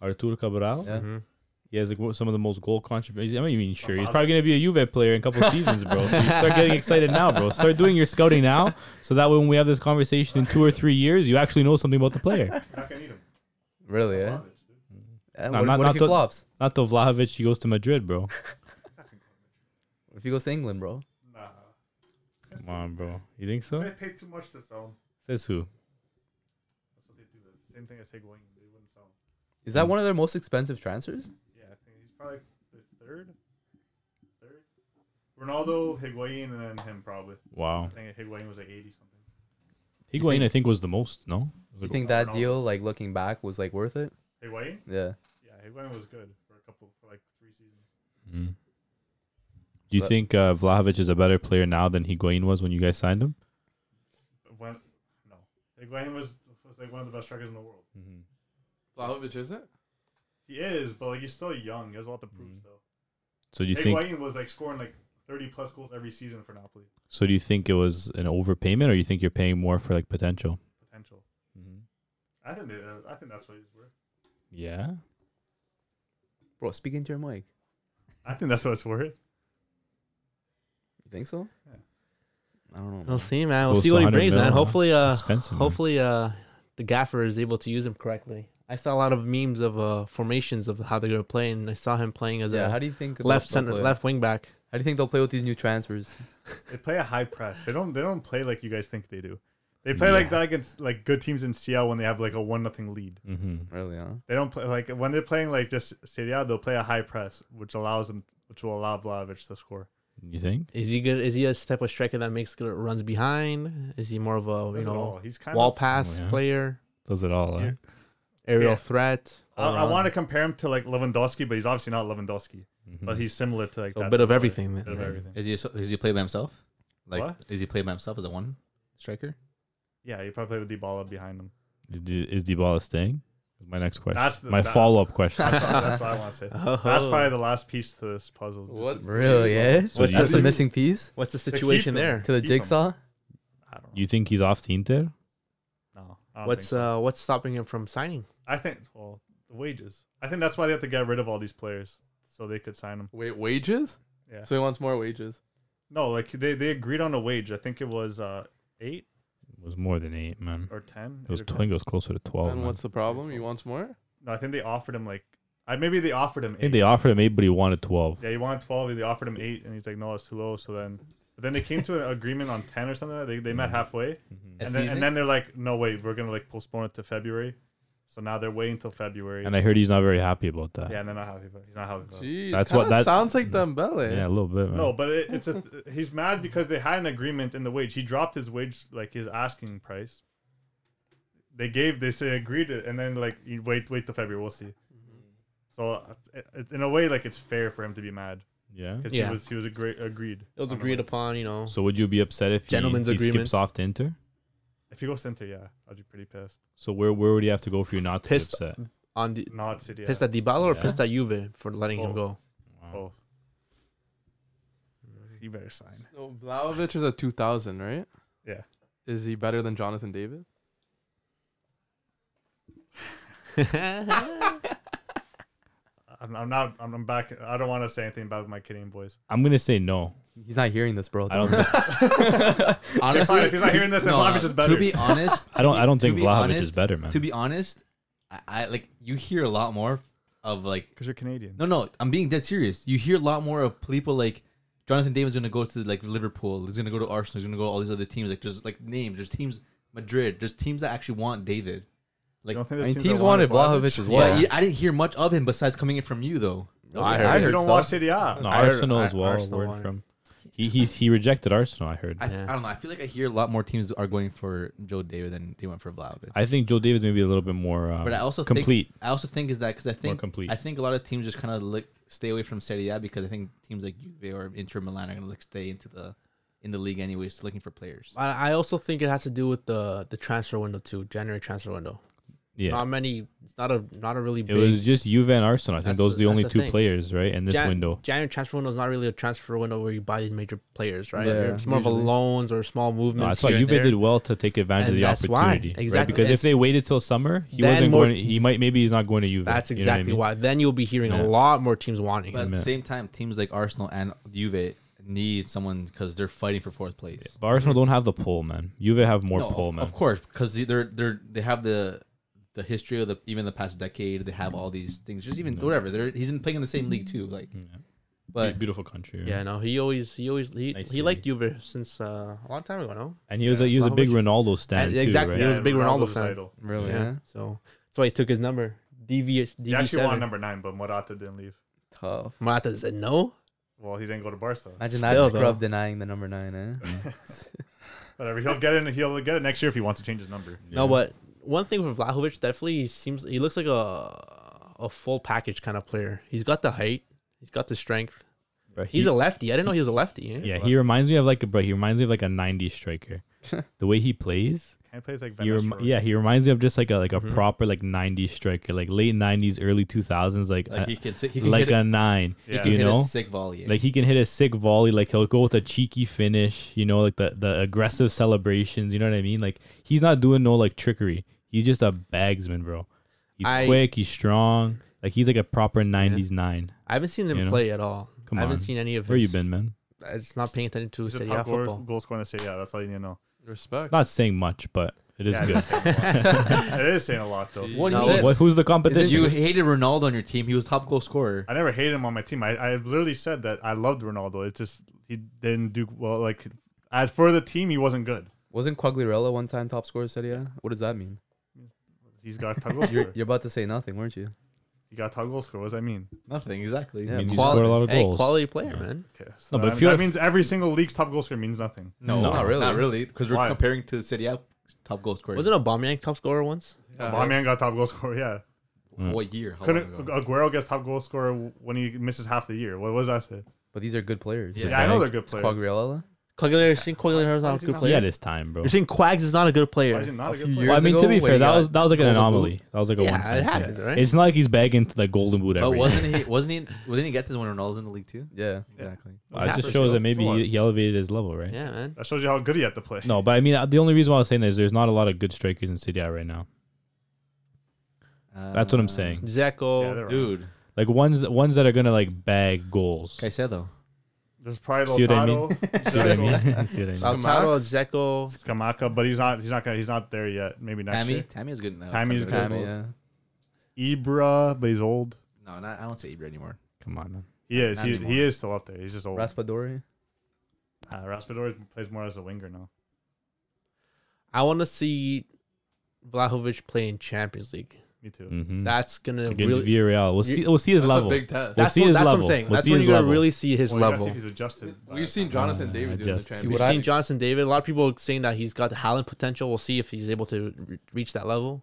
Speaker 5: Arturo Cabral,
Speaker 2: Yeah.
Speaker 1: Mhm.
Speaker 5: he has like wo- some of the most goal contributions. I mean, you mean sure, he's
Speaker 7: Babazza.
Speaker 5: probably gonna be a Juve player in a couple seasons, bro. So you start getting excited now, bro. Start doing your scouting now, so that way when we have this conversation in two or three years, you actually know something about the player.
Speaker 7: You're not gonna need him.
Speaker 2: Really? Oh, Yeah. And
Speaker 5: No,
Speaker 2: what
Speaker 5: not-
Speaker 2: what
Speaker 5: not
Speaker 2: if he
Speaker 5: to-
Speaker 2: flops?
Speaker 5: Not till Vlahovic, he goes to Madrid, bro.
Speaker 2: What if he goes to England, bro?
Speaker 7: Nah,
Speaker 5: Come on, bro. You think
Speaker 7: they
Speaker 5: so?
Speaker 7: pay too much to sell him.
Speaker 5: Says who?
Speaker 7: That's what they do. That's the same thing as Higuain. They wouldn't sell him.
Speaker 2: Is
Speaker 5: Hmm.
Speaker 2: that one of their most expensive transfers?
Speaker 7: Yeah, I think he's probably the third, third. Ronaldo, Higuain, and then him probably.
Speaker 5: Wow.
Speaker 7: I think Higuain was like eighty something.
Speaker 5: Higuain, I think, was the most. No.
Speaker 2: You think
Speaker 7: I
Speaker 2: that
Speaker 7: don't know.
Speaker 2: deal, like looking back, was like worth it?
Speaker 7: Higuain?
Speaker 2: Yeah.
Speaker 7: Yeah, Higuain was good for a couple, for like three seasons.
Speaker 5: Mm. Do you
Speaker 2: But-
Speaker 5: think uh, Vlahovic is a better player now than Higuain was when you guys signed him?
Speaker 7: But when no, Higuain was was like one of the best strikers in the world.
Speaker 4: Vlahovic isn't.
Speaker 7: He is, but like he's still young. He has a lot to prove
Speaker 5: Mhm.
Speaker 7: though.
Speaker 5: So do you think?
Speaker 7: Higuain was like scoring like thirty plus goals every season for Napoli.
Speaker 5: So do you think it was an overpayment, or you think you're paying more for like potential?
Speaker 7: Potential. I think they, I think that's what
Speaker 5: [laughs]
Speaker 7: he's worth.
Speaker 5: Yeah.
Speaker 2: Bro, speaking to your mic.
Speaker 7: I think that's what it's worth.
Speaker 2: You think so?
Speaker 7: Yeah.
Speaker 2: I don't know.
Speaker 1: We'll see, man. We'll
Speaker 5: Close
Speaker 1: see
Speaker 5: to
Speaker 1: what he
Speaker 5: 100
Speaker 1: brings, man.
Speaker 5: mil, huh?
Speaker 1: Hopefully,
Speaker 5: It's
Speaker 1: uh,
Speaker 5: expensive,
Speaker 2: Mm-hmm.
Speaker 5: man.
Speaker 1: hopefully, uh, the gaffer is able to use him correctly. I saw a lot of memes of uh formations of how they're gonna play, and I saw him playing as
Speaker 2: Yeah, how
Speaker 1: a
Speaker 2: do you think they'll-
Speaker 1: left
Speaker 2: they'll
Speaker 1: center,
Speaker 2: play?
Speaker 1: left wing back.
Speaker 2: How do you think they'll play with these new transfers?
Speaker 7: They play a high press. They don't they don't play like you guys think they do. They play like that against like good teams in CL when they have like a one nothing lead.
Speaker 5: Mm-hmm.
Speaker 2: Really, huh?
Speaker 7: They don't play like when they're playing like just Serie A, they'll play a high press, which allows them which will allow Vlahovic to score.
Speaker 5: You think?
Speaker 1: Is he good? Is he a type of striker that makes good runs behind? Is he more of a you
Speaker 7: Does it all.
Speaker 1: know
Speaker 7: he's kind
Speaker 1: wall
Speaker 7: of
Speaker 1: pass
Speaker 2: Oh,
Speaker 5: Yeah.
Speaker 1: player,
Speaker 5: Does it all? eh?
Speaker 1: aerial
Speaker 7: Yeah.
Speaker 1: threat?
Speaker 7: I, I want to compare him to like Lewandowski, but he's obviously not Lewandowski.
Speaker 5: Mm-hmm.
Speaker 7: But he's similar to
Speaker 1: Mm.
Speaker 7: like
Speaker 1: So a
Speaker 7: that
Speaker 1: bit of
Speaker 7: player.
Speaker 1: everything,
Speaker 7: Bit of
Speaker 1: man.
Speaker 7: everything.
Speaker 6: Is he a- is he played by himself? Like
Speaker 7: What?
Speaker 6: is he played by himself as a one striker?
Speaker 7: Yeah, you probably play with Dybala behind him.
Speaker 5: Is, D- is Dybala staying? Is my next question.
Speaker 7: That's the-
Speaker 5: my
Speaker 7: that-
Speaker 5: follow up question.
Speaker 7: That's, what- [laughs] that's what I want to say.
Speaker 1: [laughs] Oh.
Speaker 7: That's probably the last piece to this puzzle. just
Speaker 2: What's
Speaker 7: to-
Speaker 2: really? Yeah.
Speaker 5: So
Speaker 2: What's
Speaker 5: you
Speaker 2: that's the
Speaker 5: think-
Speaker 2: missing piece
Speaker 1: What's the
Speaker 7: keep
Speaker 1: situation
Speaker 7: them.
Speaker 1: there?
Speaker 2: to the
Speaker 7: Keep 'em.
Speaker 2: jigsaw?
Speaker 7: I don't know.
Speaker 5: you think he's off to Inter?
Speaker 7: no, I don't
Speaker 1: What's
Speaker 7: think so.
Speaker 1: uh what's stopping him from signing?
Speaker 7: I think well the wages. I think that's why they have to get rid of all these players so they could sign them.
Speaker 4: Wait, wages?
Speaker 7: Yeah.
Speaker 4: So he wants more wages.
Speaker 7: No, like they, they agreed on a wage. I think it was uh eight
Speaker 5: It was more than eight, man.
Speaker 7: or ten.
Speaker 5: It was.
Speaker 7: eight
Speaker 5: I
Speaker 7: or
Speaker 5: think it was closer to twelve.
Speaker 4: and
Speaker 5: man.
Speaker 4: what's the problem? He wants more.
Speaker 7: No, I think they offered him like I maybe they offered him
Speaker 5: I
Speaker 7: eight.
Speaker 5: think they offered him eight, but he wanted twelve.
Speaker 7: yeah, he wanted twelve. They offered him eight, and he's like, no, that's too low. So then, but then they came to an agreement on ten or something. like that. They they met
Speaker 5: Mm.
Speaker 7: halfway,
Speaker 6: A
Speaker 7: and then,
Speaker 6: season?
Speaker 7: and then they're like, no, wait, we're gonna like postpone it to February. So now they're waiting till February.
Speaker 5: And I heard he's not very happy about that.
Speaker 7: yeah, and they're not happy. But he's not happy. About it.
Speaker 4: Jeez,
Speaker 5: That's what-
Speaker 4: kinda
Speaker 5: that-
Speaker 4: sounds like Dembele.
Speaker 5: Yeah, a little bit, man.
Speaker 7: No, but it, it's a, he's mad because they had an agreement in the wage. He dropped his wage, like his asking price. They gave, they say agreed, it, and then like you wait, wait till February. We'll see. So uh, it, it- in a way, like it's fair for him to be mad
Speaker 5: Yeah.
Speaker 7: because
Speaker 1: Yeah.
Speaker 7: he was he was agree, agreed.
Speaker 1: It was
Speaker 7: on a
Speaker 1: agreed
Speaker 7: wage.
Speaker 1: upon, you know.
Speaker 5: So would you be upset if he,
Speaker 1: Gentlemen's
Speaker 5: he skips
Speaker 1: agreements.
Speaker 5: off to Inter?
Speaker 7: If he goes to Inter, yeah, I'd be pretty pissed.
Speaker 5: So where where would he have to go for you not to be
Speaker 1: Pissed.
Speaker 5: upset?
Speaker 1: On the
Speaker 7: Not City. Yeah.
Speaker 1: pissed at Dybala or
Speaker 5: Yeah.
Speaker 1: pissed at Juve for letting him
Speaker 7: Both.
Speaker 1: go?
Speaker 7: both. You better sign.
Speaker 4: So Vlahovic is a 2000, right?
Speaker 7: Yeah.
Speaker 4: Is he better than Jonathan David?
Speaker 7: I'm, I'm not. I'm, I'm back. I don't want to say anything about my Canadian boys.
Speaker 5: I'm gonna say no.
Speaker 2: He's not hearing this, bro. [laughs]
Speaker 5: I don't.
Speaker 2: Don't-
Speaker 5: think-
Speaker 6: Honestly,
Speaker 7: if he's not hearing this,
Speaker 6: [laughs]
Speaker 7: then Vlahovic is better.
Speaker 6: To be honest,
Speaker 5: [laughs] I don't. I don't
Speaker 6: to
Speaker 5: think
Speaker 6: be
Speaker 5: Vlahovic
Speaker 6: honest-
Speaker 5: is better, man.
Speaker 6: To be honest, I, I like you hear a lot more of like
Speaker 7: Because you're Canadian.
Speaker 6: No, no, I'm being dead serious. You hear a lot more of people like Jonathan David's gonna go to like Liverpool. He's gonna go to Arsenal. He's gonna go to all these other teams. Like just like names. There's teams Madrid. There's teams that actually want David.
Speaker 7: You don't think
Speaker 2: I
Speaker 7: there's
Speaker 2: mean,
Speaker 7: that
Speaker 2: teams wanted
Speaker 7: want
Speaker 2: Vlahovic as well.
Speaker 6: Yeah, I didn't hear much of him besides coming in from you though.
Speaker 2: I
Speaker 7: I
Speaker 2: heard.
Speaker 7: you don't
Speaker 2: so.
Speaker 7: watch City. A.
Speaker 5: no,
Speaker 1: I heard-
Speaker 5: Arsenal
Speaker 1: I-
Speaker 5: as well.
Speaker 1: Arsenal
Speaker 5: word
Speaker 1: wanted-
Speaker 5: from he he he rejected Arsenal. I heard.
Speaker 6: I,
Speaker 5: I,
Speaker 1: Yeah.
Speaker 6: I don't know. I feel like I hear a lot more teams are going for Joe David than they went for Vlahovic.
Speaker 5: think Joe Davis maybe a little bit more. Um,
Speaker 6: but I also
Speaker 5: complete.
Speaker 6: Think, I also think is that because I think
Speaker 5: complete.
Speaker 6: I think a lot of teams just kind of look stay away from Serie A because I think teams like Juve or Inter Milan are gonna like stay into the in the league anyways, looking for players.
Speaker 1: I I also think it has to do with the the transfer window too, January transfer window.
Speaker 5: Yeah.
Speaker 1: Not many. It's not a not a really.
Speaker 5: it
Speaker 1: big,
Speaker 5: was just Juve and Arsenal. I think
Speaker 1: That's
Speaker 5: those are
Speaker 1: the-
Speaker 5: the
Speaker 1: that's
Speaker 5: only
Speaker 1: the
Speaker 5: two
Speaker 1: thing.
Speaker 5: players, right? In this
Speaker 1: Jan-
Speaker 5: window.
Speaker 1: January transfer window is not really a transfer window where you buy these major players, right?
Speaker 2: Yeah,
Speaker 1: it's more of
Speaker 2: usually.
Speaker 1: a loans or small
Speaker 5: No,
Speaker 1: movements.
Speaker 5: that's why
Speaker 1: here and
Speaker 5: Juve
Speaker 1: there.
Speaker 5: did well to take advantage of
Speaker 1: And
Speaker 5: the
Speaker 1: that's why.
Speaker 5: opportunity. Right?
Speaker 1: Exactly.
Speaker 5: Because
Speaker 1: That's-
Speaker 5: if they waited till summer, he
Speaker 1: Then
Speaker 5: wasn't
Speaker 1: more-
Speaker 5: going. He might maybe he's not going to Juve.
Speaker 1: That's
Speaker 5: you know what I
Speaker 1: exactly
Speaker 5: mean?
Speaker 1: why. Then you'll be hearing
Speaker 5: Yeah.
Speaker 1: a lot more teams wanting.
Speaker 6: But at
Speaker 1: him.
Speaker 6: the
Speaker 5: Yeah.
Speaker 6: same time, teams like Arsenal and Juve need someone because they're fighting for fourth place.
Speaker 5: But
Speaker 1: Mm-hmm.
Speaker 5: Arsenal don't have the pull, man. Juve have more
Speaker 6: No,
Speaker 5: pull,
Speaker 6: of,
Speaker 5: man.
Speaker 6: of course, because they're they're they have the the history of the even the past decade. They have all these things. Just even whatever. They're he's in playing in the same league too. Like, but
Speaker 5: Be- Beautiful country.
Speaker 1: Yeah, no, he always he always he,
Speaker 5: Nice
Speaker 1: he
Speaker 5: city.
Speaker 1: liked Juve since uh, a long time ago, no?
Speaker 5: And he was
Speaker 1: Yeah.
Speaker 5: a, he was a
Speaker 1: Well,
Speaker 5: big
Speaker 1: which-
Speaker 5: Ronaldo stand
Speaker 1: Yeah,
Speaker 5: too,
Speaker 1: exactly.
Speaker 5: right?
Speaker 1: He was a big Ronaldo
Speaker 7: was his
Speaker 1: fan.
Speaker 7: idol.
Speaker 2: Really? eh?
Speaker 1: yeah.
Speaker 2: Oh, Yeah.
Speaker 1: So that's why he took his number. DV
Speaker 7: He actually
Speaker 1: DV7.
Speaker 7: wanted number nine, but Morata didn't leave.
Speaker 2: Tough.
Speaker 1: Morata said no.
Speaker 7: Well, he didn't go to Barca.
Speaker 2: Imagine
Speaker 1: Still,
Speaker 2: that
Speaker 1: though.
Speaker 2: scrub denying the number nine, eh?
Speaker 7: Whatever. He'll get in. He'll get it next year if he wants to change his number.
Speaker 1: No, but one thing with Vlahovic, definitely he seems he looks like a a full package kind of player. He's got the height, he's got the strength.
Speaker 5: Bro,
Speaker 1: He's
Speaker 5: he-
Speaker 1: a lefty. I didn't know he was a lefty. eh?
Speaker 5: yeah. He reminds me of like a bro. He reminds me of like a '90s striker.
Speaker 1: [laughs]
Speaker 5: the way he plays,
Speaker 7: Can I play like Van
Speaker 5: he rem-
Speaker 7: Nistelrooy.
Speaker 5: yeah, he reminds me of just like a like a proper like '90s striker, like late '90s, early 2000s, like
Speaker 6: like
Speaker 5: a-
Speaker 6: he can sit- he can
Speaker 5: Uh, like
Speaker 6: hit,
Speaker 5: a nine.
Speaker 7: Yeah.
Speaker 6: a,
Speaker 5: You
Speaker 6: hit a
Speaker 5: know,
Speaker 6: sick volley. yeah.
Speaker 5: Like he can hit a sick volley, like he'll go with a cheeky finish, you know, like the, the aggressive celebrations, you know what I mean? Like he's not doing no like trickery. He's just a bagsman, bro. He's
Speaker 1: I-
Speaker 5: quick, he's strong. Like he's like a proper nineties nine.
Speaker 1: I haven't seen him
Speaker 5: You know?
Speaker 1: play at all.
Speaker 5: Come
Speaker 1: I haven't
Speaker 5: on.
Speaker 1: seen any of his.
Speaker 5: Where you been, man?
Speaker 1: I just not paying attention to
Speaker 7: He's a
Speaker 1: Serie A
Speaker 7: top goal, [laughs]
Speaker 1: football. [laughs]
Speaker 7: goal scorer in the Serie A. That's all you need to know.
Speaker 4: Respect.
Speaker 5: Not saying much, but it is
Speaker 7: Yeah, [laughs]
Speaker 5: good. [laughs]
Speaker 7: it is saying a lot though.
Speaker 6: what
Speaker 1: No,
Speaker 6: do you
Speaker 1: it's-
Speaker 5: What, who's the
Speaker 6: But
Speaker 5: competition?
Speaker 6: you hated Ronaldo on your team. He was top goal scorer.
Speaker 7: I never hated him on my team. I, I literally said that I loved Ronaldo. It just he didn't do well. Like as for the team, he wasn't good.
Speaker 2: Wasn't Quagliarella one time top scorer Serie A? What does that mean?
Speaker 7: He's got a
Speaker 5: [laughs]
Speaker 7: top goal
Speaker 2: You're,
Speaker 7: scorer.
Speaker 2: you're about to say nothing, weren't you?
Speaker 7: He got a top goal scorer. What does that mean?
Speaker 6: Nothing exactly.
Speaker 2: Yeah.
Speaker 5: I mean, he
Speaker 2: Quali-
Speaker 5: scored a lot of
Speaker 1: Hey,
Speaker 5: goals.
Speaker 1: quality player,
Speaker 5: Yeah.
Speaker 1: man.
Speaker 7: Okay, so
Speaker 5: No, but
Speaker 7: that,
Speaker 5: if you're
Speaker 7: that
Speaker 5: a-
Speaker 7: means every single league's top goal scorer means nothing.
Speaker 6: No,
Speaker 5: No.
Speaker 6: not really. Not really, because we're
Speaker 7: Why?
Speaker 6: comparing to Serie A top goal scorer.
Speaker 1: Wasn't Aubameyang top scorer once?
Speaker 4: Yeah.
Speaker 7: Aubameyang got top goal scorer. Yeah,
Speaker 5: Mm.
Speaker 6: what year? How
Speaker 7: couldn't
Speaker 6: long ago?
Speaker 7: Aguero gets top goal scorer when he misses half the year? What was that say?
Speaker 2: But these are good players.
Speaker 7: Yeah, I know they're good players.
Speaker 2: Quagliarella?
Speaker 1: Quagliarella, you're saying Quagliarella is not a good
Speaker 5: He
Speaker 1: player.
Speaker 5: had his time, bro.
Speaker 1: You're saying Quags is not a good
Speaker 7: Why
Speaker 1: player.
Speaker 7: is he not a,
Speaker 2: A
Speaker 7: good
Speaker 2: few
Speaker 7: player?
Speaker 2: years
Speaker 5: Well, I mean, to
Speaker 2: ago
Speaker 5: be
Speaker 2: when
Speaker 5: fair,
Speaker 2: he
Speaker 5: that
Speaker 2: got
Speaker 5: was that was like an
Speaker 2: golden boot?
Speaker 5: anomaly. That was like a
Speaker 1: Yeah,
Speaker 5: one
Speaker 1: it
Speaker 5: time.
Speaker 1: happens, right?
Speaker 5: It's not like he's bagging like golden boot every
Speaker 6: But
Speaker 5: year.
Speaker 6: wasn't he? Wasn't he? Didn't he get this when Ronaldo's in the league too?
Speaker 2: Yeah.
Speaker 6: Exactly.
Speaker 5: Well, it
Speaker 1: Yeah,
Speaker 5: just
Speaker 1: for
Speaker 5: shows
Speaker 1: sure.
Speaker 5: that maybe
Speaker 7: So what?
Speaker 5: he, he elevated his level, right?
Speaker 1: Yeah, man.
Speaker 7: That shows you how good he had to play.
Speaker 5: No, but I mean, uh, the only reason why I was saying that is there's not a lot of good strikers in City right now. That's
Speaker 6: Uh,
Speaker 5: what I'm saying.
Speaker 7: Yeah,
Speaker 1: Zeko.
Speaker 7: they're wrong.
Speaker 6: dude.
Speaker 5: Like ones that ones that are gonna like bag goals.
Speaker 6: Caicedo.
Speaker 7: There's probably
Speaker 5: See what I [laughs]
Speaker 7: Lautaro,
Speaker 5: See what I mean?
Speaker 7: Dzeko,
Speaker 5: See what I mean?
Speaker 1: Lautaro, Zeko.
Speaker 7: Skamaka, but he's not. He's not. Gonna, he's not there yet. Maybe next
Speaker 6: Tammy.
Speaker 7: year.
Speaker 6: Tammy is good now.
Speaker 7: Tammy's
Speaker 6: Compared to
Speaker 7: good.
Speaker 2: Tammy,
Speaker 6: goals.
Speaker 2: yeah.
Speaker 7: Ibra, but he's old.
Speaker 6: No, not, I don't say Ibra anymore.
Speaker 5: Come on, man.
Speaker 7: He is.
Speaker 6: Not
Speaker 7: He,
Speaker 6: anymore.
Speaker 7: he is still up there. He's just old.
Speaker 2: Raspadori?
Speaker 7: Uh, Raspadori plays more as a winger now.
Speaker 1: I want to see Vlahovic play in Champions League.
Speaker 7: Me too.
Speaker 6: Mm,
Speaker 5: hmm
Speaker 1: That's gonna
Speaker 5: Against
Speaker 1: really.
Speaker 5: Villarreal, we'll see.
Speaker 1: You-
Speaker 5: We'll see his
Speaker 4: That's
Speaker 5: level.
Speaker 4: a big test.
Speaker 5: We'll
Speaker 1: That's,
Speaker 5: see
Speaker 1: what,
Speaker 5: his
Speaker 1: that's what I'm
Speaker 5: level.
Speaker 1: saying.
Speaker 5: We'll
Speaker 1: that's
Speaker 5: see
Speaker 1: when
Speaker 5: his
Speaker 1: you're gonna
Speaker 5: level.
Speaker 1: really see his
Speaker 7: Well, you gotta see
Speaker 1: level.
Speaker 7: if he's adjusted.
Speaker 4: We've seen
Speaker 5: Uh,
Speaker 6: Mm.
Speaker 4: Jonathan David do it in the
Speaker 5: adjust.
Speaker 4: Champions
Speaker 2: See
Speaker 1: We've
Speaker 2: what
Speaker 4: League.
Speaker 2: I-
Speaker 1: seen Jonathan David. A lot of people saying that he's got the talent potential. We'll see if he's able to re- reach that level.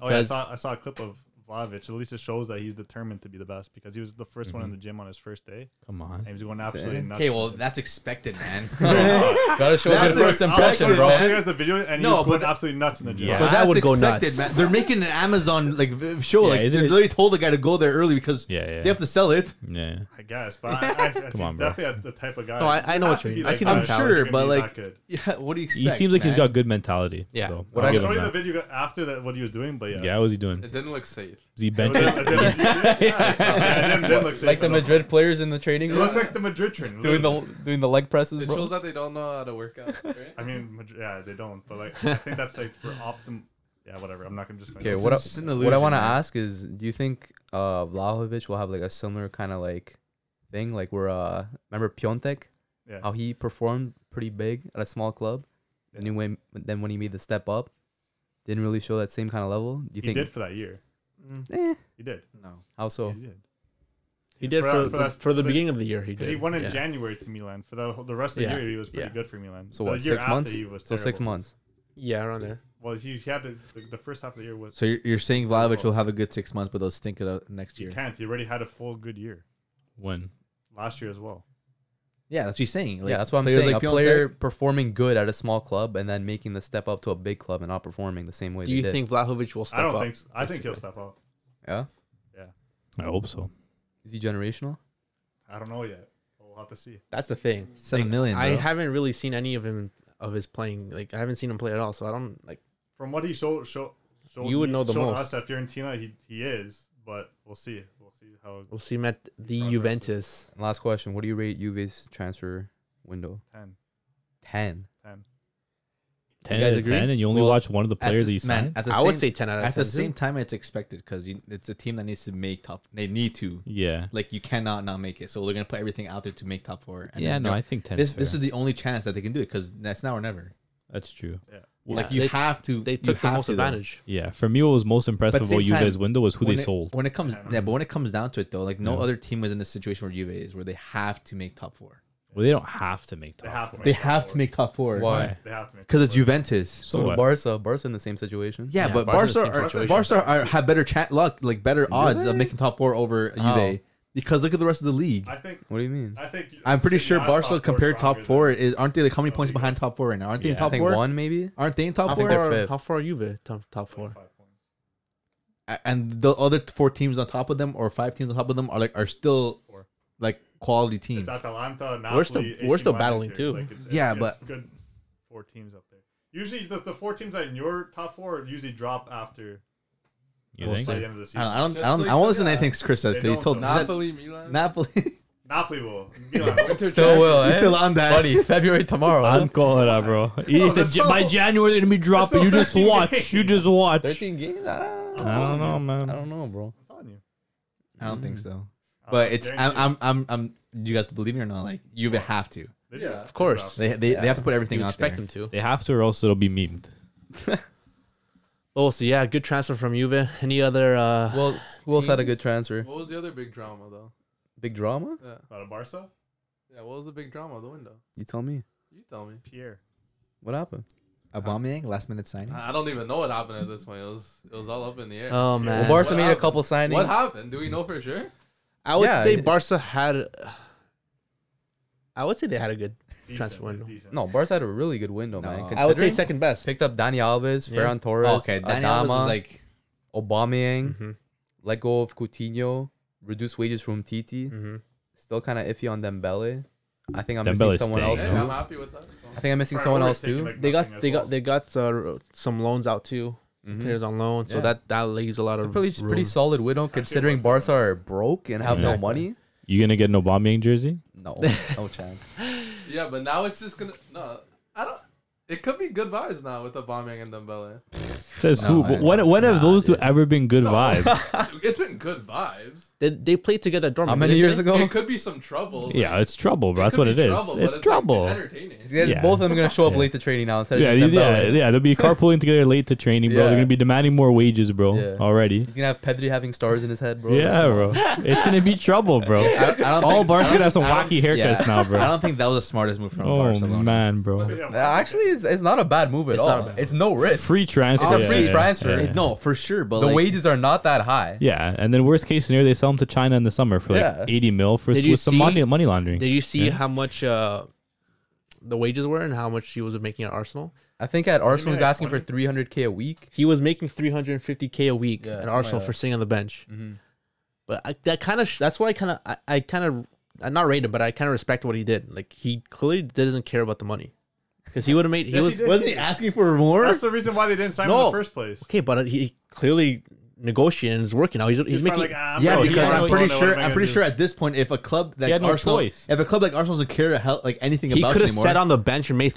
Speaker 7: Oh, yeah, I
Speaker 1: Because-
Speaker 7: saw I saw a clip of Vlahovic. At least it shows that he's determined to be the best because he was the 1st one
Speaker 6: Mm-hmm.
Speaker 7: in the gym on his first day.
Speaker 5: Come on.
Speaker 7: And he was going absolutely nuts.
Speaker 6: Okay, well,
Speaker 7: [laughs]
Speaker 6: [laughs] that's expected, man.
Speaker 2: Gotta show
Speaker 6: [laughs] That's
Speaker 2: good first
Speaker 6: a-
Speaker 2: impression,
Speaker 6: that's
Speaker 2: bro.
Speaker 7: I'll show you guys the video, and he was
Speaker 6: No, but
Speaker 7: going
Speaker 6: that-
Speaker 7: absolutely nuts in the gym.
Speaker 5: Yeah.
Speaker 6: So
Speaker 1: That
Speaker 6: that's
Speaker 1: would go
Speaker 6: expected,
Speaker 1: nuts.
Speaker 6: man. They're making an Amazon like v- show.
Speaker 5: Yeah,
Speaker 6: like
Speaker 5: isn't
Speaker 6: they
Speaker 5: it-
Speaker 6: literally told the guy to go there early because
Speaker 5: Yeah, yeah.
Speaker 6: they have to sell it.
Speaker 5: Yeah.
Speaker 7: I guess, but I,
Speaker 6: [laughs]
Speaker 7: I, I think
Speaker 5: on, bro.
Speaker 7: definitely a- the type of guy.
Speaker 1: No, I- I
Speaker 7: He
Speaker 1: know
Speaker 7: has
Speaker 1: what
Speaker 7: to
Speaker 1: you
Speaker 7: be
Speaker 1: mean. I
Speaker 7: like
Speaker 1: see
Speaker 7: that
Speaker 1: the
Speaker 7: if
Speaker 6: I'm
Speaker 1: talent.
Speaker 7: you're
Speaker 6: sure,
Speaker 7: gonna
Speaker 6: but
Speaker 7: be
Speaker 6: like,
Speaker 7: that good.
Speaker 6: yeah, what do you
Speaker 5: He
Speaker 6: expect?
Speaker 5: seems like he's
Speaker 6: man?
Speaker 5: got good mentality.
Speaker 1: Yeah.
Speaker 5: So,
Speaker 2: What
Speaker 5: I'll
Speaker 2: I
Speaker 5: give him
Speaker 7: I'll show you the
Speaker 5: that.
Speaker 7: video after that what he was doing, but yeah,
Speaker 5: Yeah, what was he doing?
Speaker 4: It didn't look safe.
Speaker 5: Is he
Speaker 7: It
Speaker 5: benching?
Speaker 7: didn't- it didn't- [laughs] yeah, it didn't- it didn't look safe
Speaker 2: Like the
Speaker 7: at all.
Speaker 2: Madrid players in the training
Speaker 7: It
Speaker 2: room
Speaker 7: [laughs] looked like the Madrid
Speaker 2: [laughs]
Speaker 7: train.
Speaker 2: doing the doing the leg presses,
Speaker 4: It
Speaker 2: bro.
Speaker 4: shows that they don't know how to work out,
Speaker 5: [laughs]
Speaker 4: right?
Speaker 7: I mean, Madrid, yeah, they don't, but like I think that's like for optim. Yeah, whatever. I'm not gonna just.
Speaker 2: Okay, what I,
Speaker 6: It's an
Speaker 2: what I
Speaker 6: illusion,
Speaker 2: want to
Speaker 6: man.
Speaker 2: ask is, do you think uh Vlahovic will have like a similar kind of like thing, like where uh remember Piontek,
Speaker 7: Yeah.
Speaker 2: how he performed pretty big at a small club, and then when then when he made the step up, didn't really show that same kind of level. Do you
Speaker 7: He
Speaker 2: think?
Speaker 7: did for that year.
Speaker 2: Eh,
Speaker 7: He did.
Speaker 6: Mm, No.
Speaker 2: how so?
Speaker 7: He did.
Speaker 1: He did
Speaker 7: For-
Speaker 1: for,
Speaker 7: for
Speaker 1: for,
Speaker 7: that-
Speaker 1: the
Speaker 7: but-
Speaker 1: beginning of the year. He did.
Speaker 7: Because he won in
Speaker 1: yeah.
Speaker 7: January to Milan. For the whole- the rest of the
Speaker 1: Yeah,
Speaker 7: year, he was pretty
Speaker 1: yeah.
Speaker 7: good for Milan.
Speaker 2: So
Speaker 7: The
Speaker 2: what?
Speaker 7: year
Speaker 2: Six
Speaker 7: after,
Speaker 2: months.
Speaker 7: he was
Speaker 2: So six
Speaker 7: terrible.
Speaker 2: months.
Speaker 1: Yeah, around there.
Speaker 7: Well, he had to, the, the first half of the year was
Speaker 6: So you're, you're saying Vlahovic will have a good six months, but they'll stink it out next
Speaker 7: you
Speaker 6: year.
Speaker 7: can't. He already had a full good year
Speaker 5: When?
Speaker 7: last year as well.
Speaker 6: Yeah, that's what he's saying. Like,
Speaker 2: yeah, that's what I'm
Speaker 6: players
Speaker 2: saying.
Speaker 6: like
Speaker 2: a
Speaker 6: Piontek-
Speaker 2: player performing good at a small club and then making the step up to a big club and not performing the same way.
Speaker 1: Do
Speaker 2: they
Speaker 1: you
Speaker 2: did.
Speaker 1: think Vlahovic will step
Speaker 7: I don't
Speaker 1: up?
Speaker 7: think. So. I think he'll
Speaker 1: basically?
Speaker 7: step up.
Speaker 2: Yeah,
Speaker 5: I hope so.
Speaker 2: is he generational?
Speaker 7: I don't know yet. We'll have to see.
Speaker 1: That's the thing.
Speaker 6: Seven
Speaker 1: Like,
Speaker 6: million,
Speaker 1: I
Speaker 6: bro.
Speaker 1: haven't really seen any of him of his playing. Like I haven't seen him play at all. So I don't like.
Speaker 7: From what he showed, show, showed
Speaker 1: You would
Speaker 7: me-
Speaker 1: know the
Speaker 7: showed
Speaker 1: most.
Speaker 7: us at Fiorentina, he he is. But we'll see. We'll see how
Speaker 1: We'll see him at the
Speaker 7: Progress.
Speaker 1: Juventus.
Speaker 2: And last question: What do you rate Juve's transfer window?
Speaker 7: ten.
Speaker 2: Ten.
Speaker 5: Ten
Speaker 1: guys
Speaker 5: out of
Speaker 1: agree?
Speaker 5: ten, and you only
Speaker 6: Well,
Speaker 5: watch one of the
Speaker 6: at
Speaker 5: players
Speaker 6: the-
Speaker 5: that you
Speaker 6: man,
Speaker 5: signed.
Speaker 6: At the
Speaker 1: I
Speaker 6: same,
Speaker 1: would say ten out of
Speaker 6: at
Speaker 1: ten.
Speaker 6: the same time, it's expected because it's a team that needs to make top. They need to.
Speaker 5: Yeah,
Speaker 6: Like you cannot not make it. So they're gonna put everything out there to make top four.
Speaker 5: yeah.
Speaker 6: this is
Speaker 5: No,
Speaker 6: their-
Speaker 5: I think ten.
Speaker 6: this
Speaker 5: is
Speaker 6: this
Speaker 5: fair.
Speaker 6: is the only chance that they can do it because that's now or never.
Speaker 5: that's true.
Speaker 6: like
Speaker 1: Yeah,
Speaker 6: you
Speaker 1: they-
Speaker 6: have to.
Speaker 1: they
Speaker 6: you
Speaker 1: took the
Speaker 6: have
Speaker 1: most
Speaker 6: to, though.
Speaker 1: advantage.
Speaker 5: Yeah, for me, what was most impressive about
Speaker 6: same time,
Speaker 5: Juve's window was who they
Speaker 6: When it-
Speaker 5: sold.
Speaker 6: When it comes, yeah, but when it comes down to it though, like no
Speaker 5: Yeah.
Speaker 6: other team was in a situation where Juve is, where they have to make top four.
Speaker 5: Well, they don't have to make
Speaker 7: They
Speaker 5: top.
Speaker 7: have to. Make
Speaker 6: They
Speaker 7: top
Speaker 6: have
Speaker 7: four.
Speaker 6: to make top four.
Speaker 2: Why?
Speaker 7: They have to make.
Speaker 6: Because it's
Speaker 7: top four.
Speaker 6: Juventus.
Speaker 2: So
Speaker 5: what?
Speaker 2: did Barca. Barca in the same situation.
Speaker 6: Yeah, but
Speaker 1: Barca's
Speaker 6: Barca
Speaker 1: in the same
Speaker 6: are,
Speaker 1: situation.
Speaker 6: Barca are, have better cha- luck, like better odds of making top four over
Speaker 2: Oh.
Speaker 6: Juve because look at the rest of the league.
Speaker 7: I think.
Speaker 2: What do you mean?
Speaker 7: I think.
Speaker 6: I'm pretty
Speaker 7: City
Speaker 6: sure
Speaker 7: has
Speaker 6: Barca
Speaker 7: four
Speaker 6: compared top
Speaker 7: stronger
Speaker 6: four
Speaker 7: than-
Speaker 6: is aren't they like how many
Speaker 7: Oh,
Speaker 6: points
Speaker 7: yeah.
Speaker 6: behind top four right now? Aren't they in
Speaker 5: Yeah.
Speaker 2: I
Speaker 6: top
Speaker 2: think
Speaker 6: four?
Speaker 2: one maybe.
Speaker 6: Aren't they in
Speaker 1: How
Speaker 6: top
Speaker 2: think
Speaker 1: far,
Speaker 2: they're
Speaker 6: four?
Speaker 2: fifth.
Speaker 1: how far are Juve? Top top four.
Speaker 7: Five points.
Speaker 6: A- And the other t- four teams on top of them, or five teams on top of them, are like are still
Speaker 7: Four.
Speaker 6: like quality teams.
Speaker 7: It's Atalanta, Napoli,
Speaker 1: We're still-
Speaker 7: AC
Speaker 1: we're still
Speaker 7: Milan
Speaker 1: battling,
Speaker 7: tier.
Speaker 1: too.
Speaker 7: Like, it's-
Speaker 6: Yeah,
Speaker 7: it's- it's
Speaker 6: but-
Speaker 7: good four teams up there. Usually, the, the four teams that are in your top four usually drop after
Speaker 5: You
Speaker 1: We'll
Speaker 5: think?
Speaker 1: see.
Speaker 7: by the end of the
Speaker 6: I don't,
Speaker 7: season.
Speaker 6: I don't, I
Speaker 4: Just
Speaker 6: don't,
Speaker 4: like
Speaker 6: I won't listen
Speaker 4: Sevilla.
Speaker 6: to anything Chris says
Speaker 7: They
Speaker 6: because he
Speaker 7: don't
Speaker 6: told
Speaker 7: know.
Speaker 6: Napoli.
Speaker 4: Napoli, Milan,
Speaker 6: Napoli.
Speaker 7: Napoli
Speaker 6: [laughs]
Speaker 7: will. Milan.
Speaker 2: [laughs] Still will.
Speaker 6: He's
Speaker 2: Eh?
Speaker 6: still on that.
Speaker 2: Buddy, it's February tomorrow.
Speaker 5: I'm calling it out, bro. He said
Speaker 7: that's
Speaker 5: "Ja- by
Speaker 7: so-
Speaker 5: January they're gonna be dropping.
Speaker 7: so
Speaker 5: You just
Speaker 7: 13
Speaker 5: watch.
Speaker 7: games.
Speaker 5: You just watch.
Speaker 2: Thirteen games. I don't know.
Speaker 5: I don't know, man.
Speaker 2: I don't know, bro.
Speaker 7: I'm telling you.
Speaker 6: I don't think so.
Speaker 5: Oh,
Speaker 7: I'm
Speaker 6: But it's I'm,
Speaker 7: guaranteed.
Speaker 6: I'm I'm I'm. Do you guys believe me or not? Like you have to.
Speaker 7: They do.
Speaker 1: Of course,
Speaker 6: They they, they have to put everything
Speaker 1: you
Speaker 6: out there.
Speaker 1: expect them to.
Speaker 5: They have to, or else it'll be memed.
Speaker 1: Oh, so yeah, good transfer from Juve. Any other? uh
Speaker 2: Well, who else had a good transfer?
Speaker 4: What was the other big drama though?
Speaker 2: Big drama?
Speaker 4: Yeah,
Speaker 7: Out of Barca,
Speaker 4: yeah. What was the big drama? of The window.
Speaker 2: You tell me.
Speaker 4: You tell me.
Speaker 7: Pierre.
Speaker 2: What happened?
Speaker 6: Aubameyang last minute signing.
Speaker 4: I I don't even know what happened at this point. It was it was all up in the
Speaker 5: Uh,
Speaker 4: air.
Speaker 1: Oh man,
Speaker 2: Well, Barca
Speaker 4: What
Speaker 2: made a
Speaker 4: happened?
Speaker 2: couple signings.
Speaker 4: what happened? Do we know for sure?
Speaker 1: I would
Speaker 2: Yeah,
Speaker 1: say
Speaker 2: it-
Speaker 1: Barca had. I would say they had a good
Speaker 7: Decent,
Speaker 1: transfer window.
Speaker 7: decent.
Speaker 2: No, Barca had a really good window, man.
Speaker 6: No.
Speaker 2: Considering
Speaker 1: I would say second best.
Speaker 2: picked up Dani Alves,
Speaker 1: Yeah.
Speaker 2: Ferran Torres,
Speaker 6: Oh, okay, Dani Alves
Speaker 2: Adama,
Speaker 6: is like
Speaker 2: Aubameyang,
Speaker 7: Mm-hmm.
Speaker 1: Mhm,
Speaker 2: let go of Coutinho, reduce wages from Titi.
Speaker 1: mhm.
Speaker 7: Mm-hmm.
Speaker 2: Still kind of iffy on Dembele. I think I'm missing
Speaker 5: Dembele's
Speaker 2: someone
Speaker 5: staying,
Speaker 2: else
Speaker 4: Hey,
Speaker 5: yeah.
Speaker 2: too.
Speaker 4: I'm happy with that. so.
Speaker 2: I think I'm missing
Speaker 7: Right,
Speaker 2: someone
Speaker 7: Orr's
Speaker 2: else
Speaker 7: taking,
Speaker 2: too.
Speaker 7: like,
Speaker 1: They
Speaker 7: nothing
Speaker 1: got
Speaker 7: as
Speaker 1: they
Speaker 7: well.
Speaker 1: got they got uh, some loans out too. Some
Speaker 2: Mhm.
Speaker 1: Players on loan, so
Speaker 2: Yeah.
Speaker 1: that that leaves a lot
Speaker 2: It's a
Speaker 1: of
Speaker 2: pretty
Speaker 1: room.
Speaker 2: pretty solid window considering Barca are broke and have no
Speaker 5: Exactly.
Speaker 2: money.
Speaker 5: You gonna get an Aubameyang jersey? [laughs]
Speaker 2: No, no chance.
Speaker 4: Yeah, but now it's just gonna no. I don't. It could be good vibes now with the bombing and
Speaker 5: [laughs]
Speaker 4: Dembele.
Speaker 5: Says
Speaker 6: No,
Speaker 5: who?
Speaker 6: I
Speaker 5: But
Speaker 6: don't
Speaker 5: when when have
Speaker 6: Nah,
Speaker 5: those two
Speaker 6: dude.
Speaker 5: ever been good vibes?
Speaker 4: it's been good vibes.
Speaker 1: They, they played together at Dortmund.
Speaker 2: How many
Speaker 1: didn't
Speaker 2: years
Speaker 1: they?
Speaker 5: [laughs]
Speaker 2: ago?
Speaker 4: It could be some trouble.
Speaker 5: yeah,
Speaker 4: like,
Speaker 5: it's trouble, bro. That's
Speaker 4: could
Speaker 5: what
Speaker 4: be
Speaker 5: it is.
Speaker 4: but
Speaker 5: it's
Speaker 4: like,
Speaker 5: trouble.
Speaker 4: it's entertaining.
Speaker 2: These guys-
Speaker 5: Yeah.
Speaker 2: Both of them are gonna show up
Speaker 5: Yeah.
Speaker 2: late to training now instead of
Speaker 5: yeah,
Speaker 2: just
Speaker 5: these- yeah,
Speaker 2: Dembele.
Speaker 5: yeah. They'll be carpooling together late to training, bro.
Speaker 2: Yeah.
Speaker 5: They're gonna be demanding more wages, bro.
Speaker 2: Yeah.
Speaker 5: Already.
Speaker 2: He's gonna have Pedri having stars in his head, bro.
Speaker 5: yeah, bro. [laughs] it's gonna be trouble, bro.
Speaker 6: I, I don't
Speaker 5: All
Speaker 6: think-
Speaker 5: Barca
Speaker 6: I don't-
Speaker 5: have some
Speaker 6: I don't-
Speaker 5: wacky haircuts now,
Speaker 6: I
Speaker 5: bro.
Speaker 6: don't think that was the smartest move from
Speaker 5: Oh
Speaker 6: [laughs] Barcelona.
Speaker 5: man, bro.
Speaker 7: Yeah,
Speaker 2: Uh, Actually, it's, it's not a bad move at
Speaker 1: It's
Speaker 2: all.
Speaker 1: not a bad
Speaker 2: It's no risk.
Speaker 5: Free transfer.
Speaker 2: It's a
Speaker 5: yeah,
Speaker 2: free
Speaker 5: yeah,
Speaker 2: transfer.
Speaker 5: yeah.
Speaker 6: It- no, for sure, but
Speaker 2: the
Speaker 6: [laughs] like,
Speaker 2: wages are not that high.
Speaker 5: Yeah, and then worst case scenario, they sell them to China in the summer for like
Speaker 2: Yeah.
Speaker 5: eighty mil for
Speaker 1: Did you
Speaker 5: with some
Speaker 1: see-
Speaker 5: money money laundering.
Speaker 1: Did you see
Speaker 5: Yeah.
Speaker 1: how much uh, the wages were and how much he was making at Arsenal?
Speaker 2: I think at Arsenal he's
Speaker 7: like
Speaker 2: asking for
Speaker 7: 20?
Speaker 2: 300k a week.
Speaker 1: He was making 350k a week
Speaker 2: Yeah,
Speaker 1: at
Speaker 2: something
Speaker 1: Arsenal
Speaker 2: like
Speaker 1: for
Speaker 2: that.
Speaker 1: sitting on the bench.
Speaker 2: Mhm.
Speaker 1: But I, that kind of sh- that's why I kind of I, I kind of I not rate him, but I kind of respect what he did. Like he clearly doesn't care about the money because he would have made he
Speaker 7: Yes,
Speaker 1: was
Speaker 7: he did.
Speaker 1: was-
Speaker 6: wasn't he asking for more?
Speaker 7: That's the reason why they didn't sign him in
Speaker 1: No.
Speaker 7: the first place.
Speaker 1: okay, but uh, he clearly negotiating and is working out. He's, he's,
Speaker 7: He was
Speaker 1: making
Speaker 7: probably like, ah, I'm
Speaker 6: yeah,
Speaker 7: not
Speaker 5: he
Speaker 6: because
Speaker 5: had
Speaker 7: going
Speaker 6: I'm
Speaker 5: no-
Speaker 7: to Barcelona, what
Speaker 6: pretty sure.
Speaker 7: am I
Speaker 6: I'm
Speaker 7: gonna
Speaker 6: pretty
Speaker 7: do?
Speaker 6: sure at this point, if a club like
Speaker 5: had no
Speaker 6: Arsenal,
Speaker 5: choice.
Speaker 6: if a club like Arsenal doesn't care hell, like anything
Speaker 1: he
Speaker 6: about
Speaker 1: could have
Speaker 6: anymore,
Speaker 1: sat on the bench and made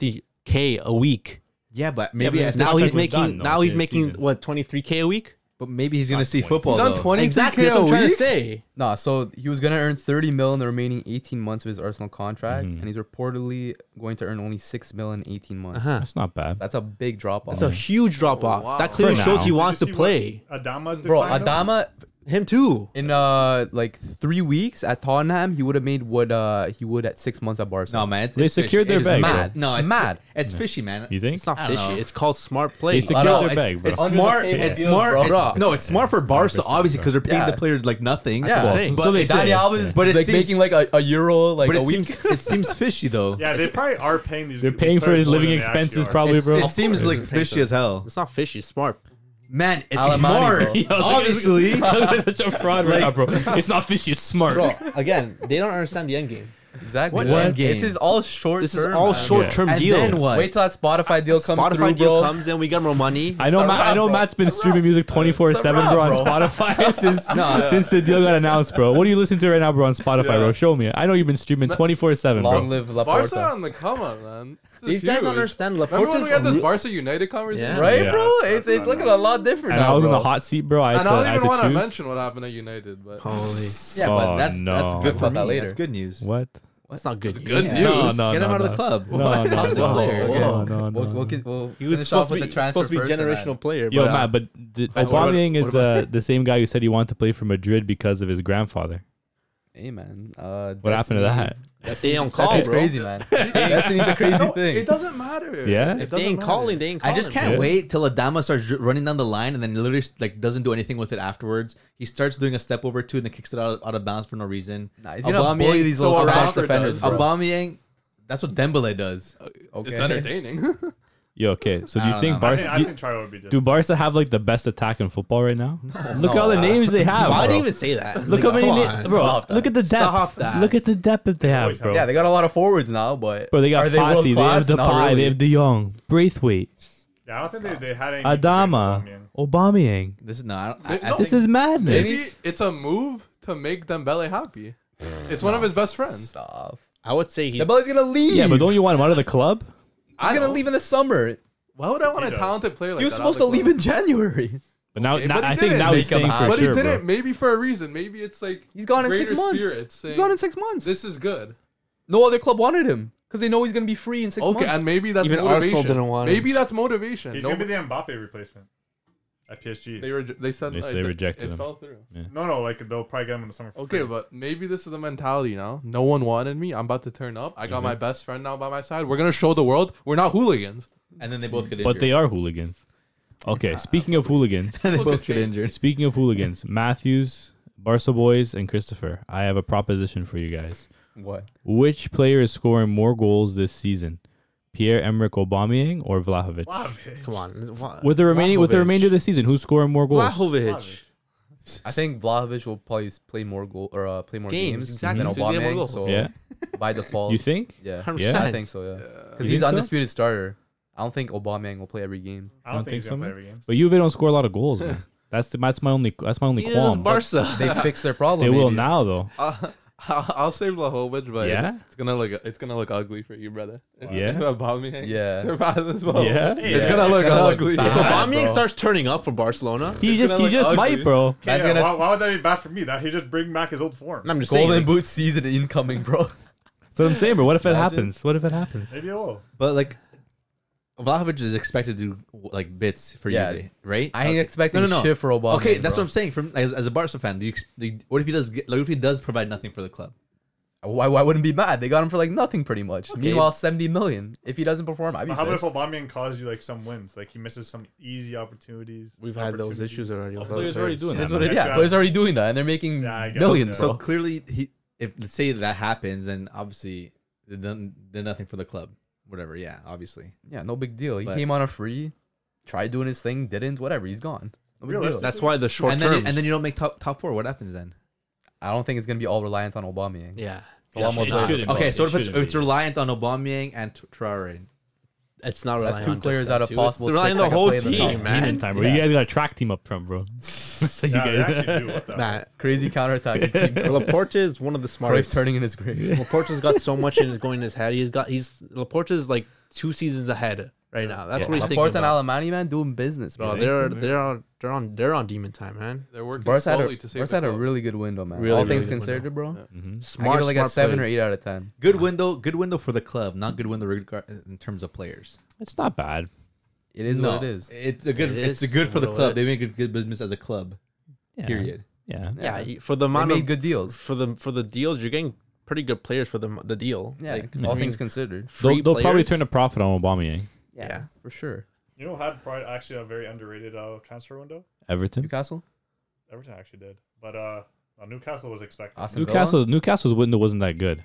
Speaker 1: 350k a week.
Speaker 6: yeah, but maybe
Speaker 5: but
Speaker 6: at
Speaker 5: his
Speaker 1: Now
Speaker 6: this
Speaker 5: contract
Speaker 1: he's
Speaker 5: was
Speaker 1: making
Speaker 5: done, though,
Speaker 1: now he's
Speaker 5: this
Speaker 1: making
Speaker 5: season.
Speaker 1: what 23k a week.
Speaker 6: but maybe he's gonna see football.
Speaker 4: He's on
Speaker 6: though.
Speaker 4: 20
Speaker 1: Exactly, that's what I'm trying to say.
Speaker 2: Nah, so he was gonna earn 30 mil in the remaining 18 months of his Arsenal contract, and he's reportedly going to earn only 6 mil in 18 months.
Speaker 1: Uh-huh.
Speaker 5: That's not bad.
Speaker 2: That's a big drop off.
Speaker 1: It's a huge drop off.
Speaker 4: wow.
Speaker 1: That clearly
Speaker 5: For
Speaker 1: shows he
Speaker 5: now.
Speaker 1: wants to
Speaker 7: Did you see
Speaker 1: play.
Speaker 7: what Adama,
Speaker 2: Bro,
Speaker 7: decided on?
Speaker 2: Adama
Speaker 1: Him too.
Speaker 2: in uh like three weeks at Tottenham, he would have made what uh he would at six months at Barcelona.
Speaker 6: No, man. It's,
Speaker 5: They
Speaker 6: it's fishy.
Speaker 5: secured their
Speaker 6: It's
Speaker 5: bag,
Speaker 6: mad.
Speaker 5: bro.
Speaker 6: No,
Speaker 2: It's
Speaker 6: it's
Speaker 2: mad.
Speaker 6: It's fishy, man.
Speaker 5: You think?
Speaker 1: It's not
Speaker 6: I
Speaker 1: fishy.
Speaker 6: don't know.
Speaker 1: It's called smart play.
Speaker 5: They
Speaker 6: I
Speaker 5: secured
Speaker 6: know,
Speaker 5: their bag, bro.
Speaker 6: it's smart.
Speaker 2: table
Speaker 6: It's
Speaker 2: deals,
Speaker 6: smart.
Speaker 2: bro.
Speaker 6: it's- no, it's smart for Barca, obviously, because they're paying
Speaker 2: Yeah.
Speaker 6: the player like nothing.
Speaker 2: Yeah. That's what I'm
Speaker 5: saying.
Speaker 6: but
Speaker 5: So they
Speaker 6: it
Speaker 5: said.
Speaker 6: seems-
Speaker 5: Alves,
Speaker 6: but it
Speaker 2: like
Speaker 6: seems,
Speaker 2: making like a, a euro like
Speaker 6: but
Speaker 2: a
Speaker 6: it
Speaker 2: week.
Speaker 6: seems, it seems fishy though.
Speaker 7: Yeah, they probably are paying these.
Speaker 5: They're
Speaker 7: these
Speaker 5: paying for
Speaker 7: players
Speaker 5: his
Speaker 7: more
Speaker 5: living
Speaker 7: than they actually
Speaker 5: expenses,
Speaker 7: are.
Speaker 5: probably,
Speaker 6: It's-
Speaker 5: bro.
Speaker 6: It
Speaker 5: [laughs]
Speaker 6: seems like fishy as hell.
Speaker 1: It's not fishy. It's smart.
Speaker 6: Man, it's
Speaker 2: Alemani,
Speaker 6: [laughs] smart.
Speaker 5: Yo, look at- [laughs]
Speaker 6: Obviously.
Speaker 5: Looks like such a fraud right now, bro. It's not fishy. It's smart.
Speaker 1: Bro, again, they don't understand the end game.
Speaker 2: exactly.
Speaker 6: What
Speaker 2: man.
Speaker 6: end game?
Speaker 2: This is all short.
Speaker 1: This is
Speaker 2: term,
Speaker 1: all
Speaker 2: man.
Speaker 1: short term
Speaker 6: And
Speaker 1: deals.
Speaker 6: then what?
Speaker 2: Wait till that Spotify deal comes
Speaker 1: Spotify
Speaker 2: through,
Speaker 1: deal
Speaker 2: bro.
Speaker 1: comes in, we get more money.
Speaker 5: I know,
Speaker 2: It's a
Speaker 5: Matt, I
Speaker 2: wrap,
Speaker 5: know
Speaker 2: bro.
Speaker 5: Matt's been streaming music 24 7, bro, on
Speaker 2: It's a
Speaker 5: Spotify [laughs] since
Speaker 6: No.
Speaker 5: since the deal got announced, bro. What are you listening to right now, bro, on Spotify,
Speaker 4: Yeah.
Speaker 5: bro? Show me. I know you've been streaming 24 7, bro.
Speaker 2: Long live La
Speaker 4: Barca
Speaker 2: Porta.
Speaker 4: on the come up, man. This
Speaker 1: These
Speaker 4: is
Speaker 1: guys don't
Speaker 4: huge.
Speaker 1: understand.
Speaker 4: Remember when we had
Speaker 1: Laporta's
Speaker 4: this
Speaker 1: re-
Speaker 4: Barca United conversation?
Speaker 1: Yeah.
Speaker 2: Right,
Speaker 5: Yeah.
Speaker 2: bro? It's, it's looking a lot different
Speaker 5: and
Speaker 2: now,
Speaker 5: I was
Speaker 2: bro.
Speaker 5: in the hot seat, bro. I had
Speaker 4: And
Speaker 5: to,
Speaker 4: I
Speaker 5: I
Speaker 4: don't
Speaker 5: had
Speaker 4: even want
Speaker 5: to
Speaker 4: to
Speaker 5: choose.
Speaker 4: mention what happened at United, but
Speaker 1: Holy,
Speaker 6: Yeah,
Speaker 5: Oh,
Speaker 6: but that's that's
Speaker 5: no.
Speaker 6: good for
Speaker 2: About that
Speaker 6: me.
Speaker 2: later.
Speaker 6: That's good news.
Speaker 5: What?
Speaker 1: that's not good.
Speaker 4: good
Speaker 1: news.
Speaker 4: news.
Speaker 5: No, no,
Speaker 6: Get him
Speaker 5: no,
Speaker 6: out of the
Speaker 5: no.
Speaker 6: club.
Speaker 5: No, no, no,
Speaker 6: Toxic
Speaker 5: no,
Speaker 6: player.
Speaker 5: no,
Speaker 6: Okay.
Speaker 5: no, no,
Speaker 2: We'll, we'll,
Speaker 5: no.
Speaker 2: get- we'll
Speaker 1: He was
Speaker 2: finish off
Speaker 1: supposed to,
Speaker 2: with
Speaker 1: be,
Speaker 2: the transfer
Speaker 1: supposed to be
Speaker 2: first and then-
Speaker 1: generational player.
Speaker 5: Yo,
Speaker 1: but, uh,
Speaker 5: Matt, but d-
Speaker 4: What about-
Speaker 5: Aubameyang
Speaker 4: what
Speaker 5: is uh, the same guy who said he wanted to play for Madrid because of his grandfather.
Speaker 2: Hey, man. Uh,
Speaker 5: What happened to that?
Speaker 1: they don't call,
Speaker 2: Destiny's
Speaker 1: bro.
Speaker 2: crazy,
Speaker 5: [laughs]
Speaker 2: man. Destiny's a [laughs] crazy
Speaker 4: [laughs] No,
Speaker 2: thing.
Speaker 4: it doesn't matter.
Speaker 5: Yeah?
Speaker 4: It
Speaker 1: If they ain't
Speaker 4: doesn't
Speaker 1: calling,
Speaker 4: matter.
Speaker 1: they ain't
Speaker 6: I
Speaker 1: calling.
Speaker 6: just can't
Speaker 5: Yeah.
Speaker 6: wait till Adama starts dr- running down the line and then literally like doesn't do anything with it afterwards. He starts doing a step over two and then kicks it out, out of bounds for no reason.
Speaker 2: Nah, he's gonna
Speaker 6: Aubameyang-
Speaker 2: bully these
Speaker 4: so
Speaker 2: little
Speaker 4: a
Speaker 2: Spanish
Speaker 4: rapper
Speaker 2: defenders,
Speaker 4: does.
Speaker 2: bro.
Speaker 6: Aubameyang, that's what Dembele does.
Speaker 2: Okay.
Speaker 4: It's entertaining.
Speaker 5: Yo, okay. So do
Speaker 6: I
Speaker 5: you
Speaker 6: don't
Speaker 5: think
Speaker 6: know.
Speaker 7: I
Speaker 5: Barca?
Speaker 7: think, I
Speaker 5: do-
Speaker 7: think Charo would be just.
Speaker 5: Do Barca have like the best attack in football right now? Look at all the names they have.
Speaker 1: Why do
Speaker 5: bro.
Speaker 1: you even say that?
Speaker 5: Look how
Speaker 1: Like,
Speaker 5: many
Speaker 1: come
Speaker 5: na-
Speaker 1: on.
Speaker 5: bro. Look at the
Speaker 1: Stop
Speaker 5: depth.
Speaker 1: that.
Speaker 5: Look at the depth that they have,
Speaker 7: always
Speaker 5: bro.
Speaker 2: Yeah, they got a lot of forwards now, but
Speaker 5: Bro, they got
Speaker 2: are
Speaker 5: Fati, they, have
Speaker 2: world-class?
Speaker 5: Depay,
Speaker 2: Not
Speaker 5: they
Speaker 2: really.
Speaker 5: have De Jong, Braithwaite,
Speaker 7: Yeah, I don't think they, they had any.
Speaker 5: Adama, Aubameyang.
Speaker 6: This is not. I,
Speaker 4: Wait, [laughs]
Speaker 6: I
Speaker 4: no.
Speaker 6: think
Speaker 5: This is madness.
Speaker 4: Maybe it's a move to make Dembele happy. It's one of his best friends.
Speaker 2: Stop.
Speaker 1: I would say he's.
Speaker 2: The Belly's gonna leave.
Speaker 5: Yeah, but don't you want him out of the club?
Speaker 2: He's gonna
Speaker 4: know.
Speaker 2: leave in the summer.
Speaker 4: Why would I want a
Speaker 7: does.
Speaker 4: talented player like
Speaker 2: He was
Speaker 4: that?
Speaker 2: supposed to leave in January.
Speaker 5: But now,
Speaker 4: Okay,
Speaker 5: now
Speaker 4: but he
Speaker 5: I think
Speaker 4: didn't.
Speaker 5: now
Speaker 4: They
Speaker 5: he's
Speaker 2: come
Speaker 5: staying
Speaker 2: out.
Speaker 5: for
Speaker 4: But
Speaker 5: sure,
Speaker 4: he didn't.
Speaker 5: bro.
Speaker 4: Maybe for a reason. Maybe it's like
Speaker 2: He's gone in six
Speaker 4: greater
Speaker 2: months.
Speaker 4: Spirit saying,
Speaker 2: He's gone in six months.
Speaker 4: This is good.
Speaker 2: No other club wanted him because they know he's gonna be free in six
Speaker 4: Okay,
Speaker 2: months.
Speaker 4: and maybe that's
Speaker 1: Even Arsenal
Speaker 4: motivation.
Speaker 1: didn't want him.
Speaker 4: maybe that's motivation.
Speaker 7: He's
Speaker 4: No,
Speaker 7: gonna be the Mbappe replacement at PSG.
Speaker 4: they were they said
Speaker 5: They
Speaker 4: like,
Speaker 5: say
Speaker 4: it-
Speaker 5: rejected
Speaker 4: it
Speaker 5: him.
Speaker 4: fell through.
Speaker 7: no, no, like they'll probably get him in the summer. for
Speaker 4: Okay,
Speaker 7: free.
Speaker 4: but maybe this is the mentality now. No one wanted me. I'm about to turn up. I got my best friend now by my side. We're gonna show the world we're not hooligans.
Speaker 6: and then they both get injured.
Speaker 5: But they are hooligans. Okay, speaking of hooligans,
Speaker 6: they
Speaker 4: Look
Speaker 6: both
Speaker 4: at
Speaker 6: get
Speaker 4: Kane.
Speaker 6: injured.
Speaker 5: Speaking of hooligans, Matthews, Barca boys, and Christopher, I have a proposition for you guys.
Speaker 2: What?
Speaker 5: Which player is scoring more goals this season, Pierre Emerick Aubameyang or Vlahovic?
Speaker 7: Vlahovic.
Speaker 1: Come on. Wha-
Speaker 5: With the remaining, with the
Speaker 1: Vlahovic.
Speaker 5: remainder of the season, who's scoring more goals?
Speaker 1: Vlahovic.
Speaker 2: I think Vlahovic will probably s- play more goal or uh, play more
Speaker 1: Games,
Speaker 2: games,
Speaker 1: exactly.
Speaker 2: than
Speaker 1: So he's gonna get more
Speaker 2: Aubameyang.
Speaker 1: goals.
Speaker 2: So
Speaker 5: Yeah,
Speaker 2: by default,
Speaker 5: you think?
Speaker 1: [laughs]
Speaker 2: yeah,
Speaker 1: 100%.
Speaker 2: I think so. Yeah, because
Speaker 5: You
Speaker 2: he's
Speaker 5: think so?
Speaker 2: undisputed starter. I don't think Aubameyang will play every game.
Speaker 7: I don't think he's gonna play every game.
Speaker 5: But Juve don't score a lot of goals. Man. That's the, that's my only that's my only
Speaker 1: Neither does
Speaker 5: qualm.
Speaker 1: Barca.
Speaker 2: They fixed their problem.
Speaker 5: They will
Speaker 2: maybe.
Speaker 5: now though.
Speaker 4: Uh, [laughs] I'll, I'll save Blahovic, but [laughs]
Speaker 5: Yeah?
Speaker 4: it's gonna look it's gonna look ugly for you, brother.
Speaker 5: [laughs] Yeah?
Speaker 4: [laughs] Aubameyang
Speaker 2: Yeah.
Speaker 4: surpasses Vlahovic.
Speaker 5: Yeah,
Speaker 4: It's gonna look
Speaker 2: gonna look
Speaker 4: ugly.
Speaker 2: bad.
Speaker 1: If Aubameyang
Speaker 2: bro.
Speaker 1: starts turning up for Barcelona,
Speaker 5: he just
Speaker 4: gonna
Speaker 5: he
Speaker 4: look
Speaker 5: just
Speaker 4: ugly.
Speaker 5: might, bro.
Speaker 7: Yeah,
Speaker 2: That's gonna-
Speaker 7: why, why would that be bad for me? That he just bring back his old form.
Speaker 1: I'm just
Speaker 2: Golden
Speaker 1: saying. like,
Speaker 2: Boot season incoming, bro.
Speaker 5: That's what I'm saying, bro. What if it happens? What if it
Speaker 7: [laughs]
Speaker 5: happens?
Speaker 7: Maybe oh. it will.
Speaker 6: But like, Vlahovic is expected to do like bits for
Speaker 2: Yeah.
Speaker 6: you, right?
Speaker 2: I ain't expecting
Speaker 6: No, no, no.
Speaker 2: shit for Aubameyang.
Speaker 6: Okay, that's
Speaker 2: bro.
Speaker 6: what I'm saying. From as, as a Barca fan, do you, ex- do you- what if he does? Get, like, what if he does provide nothing for the club?
Speaker 2: Why, why wouldn't be mad? They got him for like nothing pretty much. Meanwhile, 70 million. If he doesn't perform, I'd be
Speaker 7: But how about if
Speaker 2: pissed.
Speaker 7: Aubameyang caused you like some wins? Like he misses some easy opportunities.
Speaker 1: We've had those
Speaker 7: opportunities.
Speaker 1: issues already. with
Speaker 5: Players
Speaker 1: other
Speaker 5: already
Speaker 1: players.
Speaker 5: doing
Speaker 2: That's
Speaker 5: that.
Speaker 2: what
Speaker 5: man.
Speaker 2: it, yeah,
Speaker 7: Yeah.
Speaker 2: but he's already doing that, and they're making
Speaker 7: Yeah, I guess
Speaker 2: millions,
Speaker 7: so.
Speaker 6: So
Speaker 2: bro.
Speaker 6: clearly, he if let's say that happens, then obviously they done did nothing for the club. Whatever, yeah, obviously.
Speaker 2: yeah, no big deal. He
Speaker 6: But-
Speaker 2: came on a free, tried doing his thing, didn't, whatever. He's gone. No big deal.
Speaker 7: Realistic.
Speaker 1: That's why the short
Speaker 6: and
Speaker 1: term.
Speaker 6: then you, and then you don't make top top four. What happens then?
Speaker 2: I don't think it's gonna be all reliant on Aubameyang.
Speaker 1: yeah,
Speaker 2: It's a lot more
Speaker 5: It
Speaker 2: balance.
Speaker 5: shouldn't be.
Speaker 6: Okay, so
Speaker 5: It
Speaker 6: if it's,
Speaker 5: shouldn't
Speaker 6: if it's
Speaker 5: be.
Speaker 6: reliant on Aubameyang and T- Traore,
Speaker 1: it's not
Speaker 2: That's
Speaker 1: relying
Speaker 2: two
Speaker 1: on just
Speaker 2: players
Speaker 1: that
Speaker 2: out of
Speaker 1: too.
Speaker 2: possible
Speaker 1: It's relying
Speaker 2: six
Speaker 1: on the
Speaker 2: that can
Speaker 1: whole
Speaker 2: play in the top.
Speaker 1: team,
Speaker 5: Demon
Speaker 1: Oh, man.
Speaker 5: time, bro. You guys got a track team up front, bro. [laughs]
Speaker 1: [laughs]
Speaker 5: so you
Speaker 7: Yeah,
Speaker 5: [laughs]
Speaker 7: they
Speaker 5: guys.
Speaker 7: actually do. What the?
Speaker 1: Man,
Speaker 2: Crazy counterattack.
Speaker 1: Laporte is one of the
Speaker 2: Cruyff
Speaker 1: smartest.
Speaker 2: turning in his
Speaker 1: [laughs]
Speaker 2: grave.
Speaker 1: Laporte's got so much in his going in his head. He's got he's Laporte's like two seasons ahead right now. That's what he's thinking
Speaker 2: [laughs] Laporte and
Speaker 1: about.
Speaker 2: Alemani, man, doing business,
Speaker 1: Bro,
Speaker 2: bro.
Speaker 1: they're they're on they're on they're on demon time, man.
Speaker 4: They're working
Speaker 2: Barca had,
Speaker 4: slowly
Speaker 2: a,
Speaker 4: to save
Speaker 2: Barca
Speaker 4: the
Speaker 2: had a
Speaker 4: club.
Speaker 2: really good window, man.
Speaker 1: Really
Speaker 2: all
Speaker 1: good
Speaker 2: things
Speaker 1: window.
Speaker 2: consired, bro. I
Speaker 5: Mhm.
Speaker 1: Smart,
Speaker 2: give it like a
Speaker 1: smart
Speaker 2: seven
Speaker 1: players.
Speaker 2: or eight out of ten.
Speaker 6: good window, good window for the club, not good window regard, in terms of players.
Speaker 5: It's not bad.
Speaker 2: It is what it is.
Speaker 6: It's a good.
Speaker 1: It
Speaker 6: it's a
Speaker 1: is
Speaker 6: good for the
Speaker 1: what it
Speaker 6: club. They
Speaker 1: is.
Speaker 6: make a good business as a club.
Speaker 5: Yeah.
Speaker 6: Period.
Speaker 5: Yeah.
Speaker 1: Yeah, you- for the
Speaker 2: They
Speaker 1: amount
Speaker 2: made
Speaker 1: of,
Speaker 2: good
Speaker 1: [laughs]
Speaker 2: deals.
Speaker 1: for the for the deals, you're getting pretty good players for the the deal.
Speaker 2: Yeah,
Speaker 1: Like,
Speaker 2: all
Speaker 1: I mean,
Speaker 2: things considered.
Speaker 1: free
Speaker 5: They'll, they'll probably
Speaker 1: players.
Speaker 5: turn a profit on Aubameyang.
Speaker 1: Yeah.
Speaker 2: for sure.
Speaker 7: You know, had probably actually a very underrated uh, transfer window.
Speaker 5: Everton.
Speaker 2: Newcastle,
Speaker 7: Everton actually did, but uh, uh, Newcastle was expected.
Speaker 2: Aston Villa.
Speaker 5: Newcastle's Newcastle's window wasn't that good.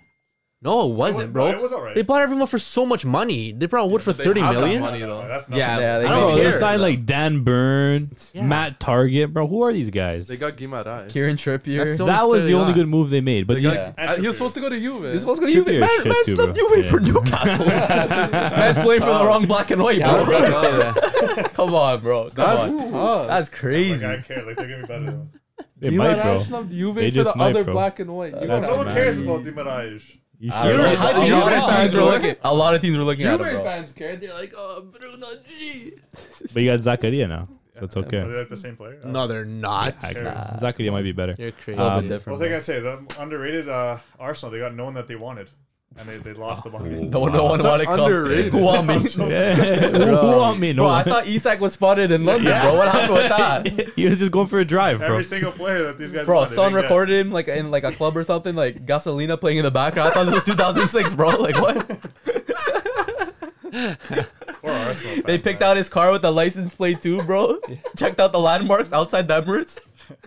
Speaker 1: No, it
Speaker 7: It
Speaker 1: wasn't,
Speaker 7: was-
Speaker 1: bro.
Speaker 7: It was alright.
Speaker 1: They bought everyone for so much money. They brought Wood for
Speaker 4: They
Speaker 1: thirty
Speaker 4: have that
Speaker 1: million.
Speaker 4: money though.
Speaker 7: That's nothing.
Speaker 2: Yeah, yeah, they
Speaker 5: I don't know.
Speaker 2: made
Speaker 5: They
Speaker 2: good.
Speaker 5: signed like Dan Byrne,
Speaker 1: Yeah.
Speaker 5: Matt Target, bro. Who are these guys?
Speaker 4: They got Guimaraes.
Speaker 2: Kieran Trippier.
Speaker 1: That's so-
Speaker 5: that was
Speaker 1: they
Speaker 5: the only
Speaker 1: got-
Speaker 5: good move they made. But
Speaker 2: They
Speaker 5: you-
Speaker 2: got-
Speaker 4: Uh, he was supposed to go to you,
Speaker 2: this
Speaker 4: man.
Speaker 2: was gonna you.
Speaker 5: Trippier
Speaker 2: Man,
Speaker 5: is shit
Speaker 2: man
Speaker 5: too,
Speaker 2: slept
Speaker 5: bro.
Speaker 2: you
Speaker 5: Yeah.
Speaker 2: for Newcastle. Man's playing for the wrong black and white, Yeah, I was bro. about to say that. Come on, bro. Come
Speaker 4: That's
Speaker 2: on.
Speaker 4: tough.
Speaker 2: That's
Speaker 7: Like,
Speaker 2: crazy.
Speaker 7: I care. Like they're gonna
Speaker 2: [laughs]
Speaker 7: be better. Though.
Speaker 5: they
Speaker 4: Guimaraes
Speaker 5: might, bro.
Speaker 4: snubbed Juve
Speaker 5: They
Speaker 4: for
Speaker 5: just
Speaker 4: the
Speaker 5: might,
Speaker 4: other
Speaker 5: bro.
Speaker 4: black and white. You
Speaker 5: That's
Speaker 4: guys-
Speaker 7: no one
Speaker 5: mad.
Speaker 7: cares about Dimaraj.
Speaker 5: You
Speaker 2: I don't
Speaker 5: should-
Speaker 2: know.
Speaker 4: hyping
Speaker 2: a, lot
Speaker 4: it
Speaker 2: of
Speaker 4: up,
Speaker 2: teams were
Speaker 4: bro.
Speaker 2: looking, a lot of teams were looking at
Speaker 4: Juve
Speaker 2: him, bro.
Speaker 4: fans care. They're like, oh, Bruno G.
Speaker 5: But you got Zakaria now, so it's
Speaker 7: Are
Speaker 5: okay.
Speaker 7: they like the same player?
Speaker 1: No, they're not.
Speaker 5: I agree.
Speaker 2: Nah.
Speaker 5: Zakaria might be better. [laughs]
Speaker 1: You're crazy.
Speaker 2: A little
Speaker 5: Um,
Speaker 2: bit
Speaker 7: Well,
Speaker 2: different.
Speaker 7: like
Speaker 2: bro.
Speaker 7: I say, the underrated uh, Arsenal. They got no one that they wanted, and they, they lost
Speaker 2: [laughs]
Speaker 7: the money.
Speaker 2: No, no one wanted Klopp.
Speaker 4: underrated.
Speaker 2: Who want [laughs] me?
Speaker 5: Yeah. Who want me? No
Speaker 2: Bro, I
Speaker 5: one.
Speaker 2: thought Isak was spotted in London, bro. What happened [laughs] with that?
Speaker 5: he was just going for a drive, bro.
Speaker 7: Every single player that these guys.
Speaker 2: Bro,
Speaker 7: wanted, they
Speaker 2: someone
Speaker 7: didn't get.
Speaker 2: recorded him like in like a club or something, like Gasolina playing in the background. I thought this was 2006, bro. Like [laughs] what?
Speaker 7: Poor Arsenal.
Speaker 2: They
Speaker 7: fans,
Speaker 2: picked
Speaker 7: man.
Speaker 2: out his car with the license plate too, bro. Checked out the landmarks outside the Emirates.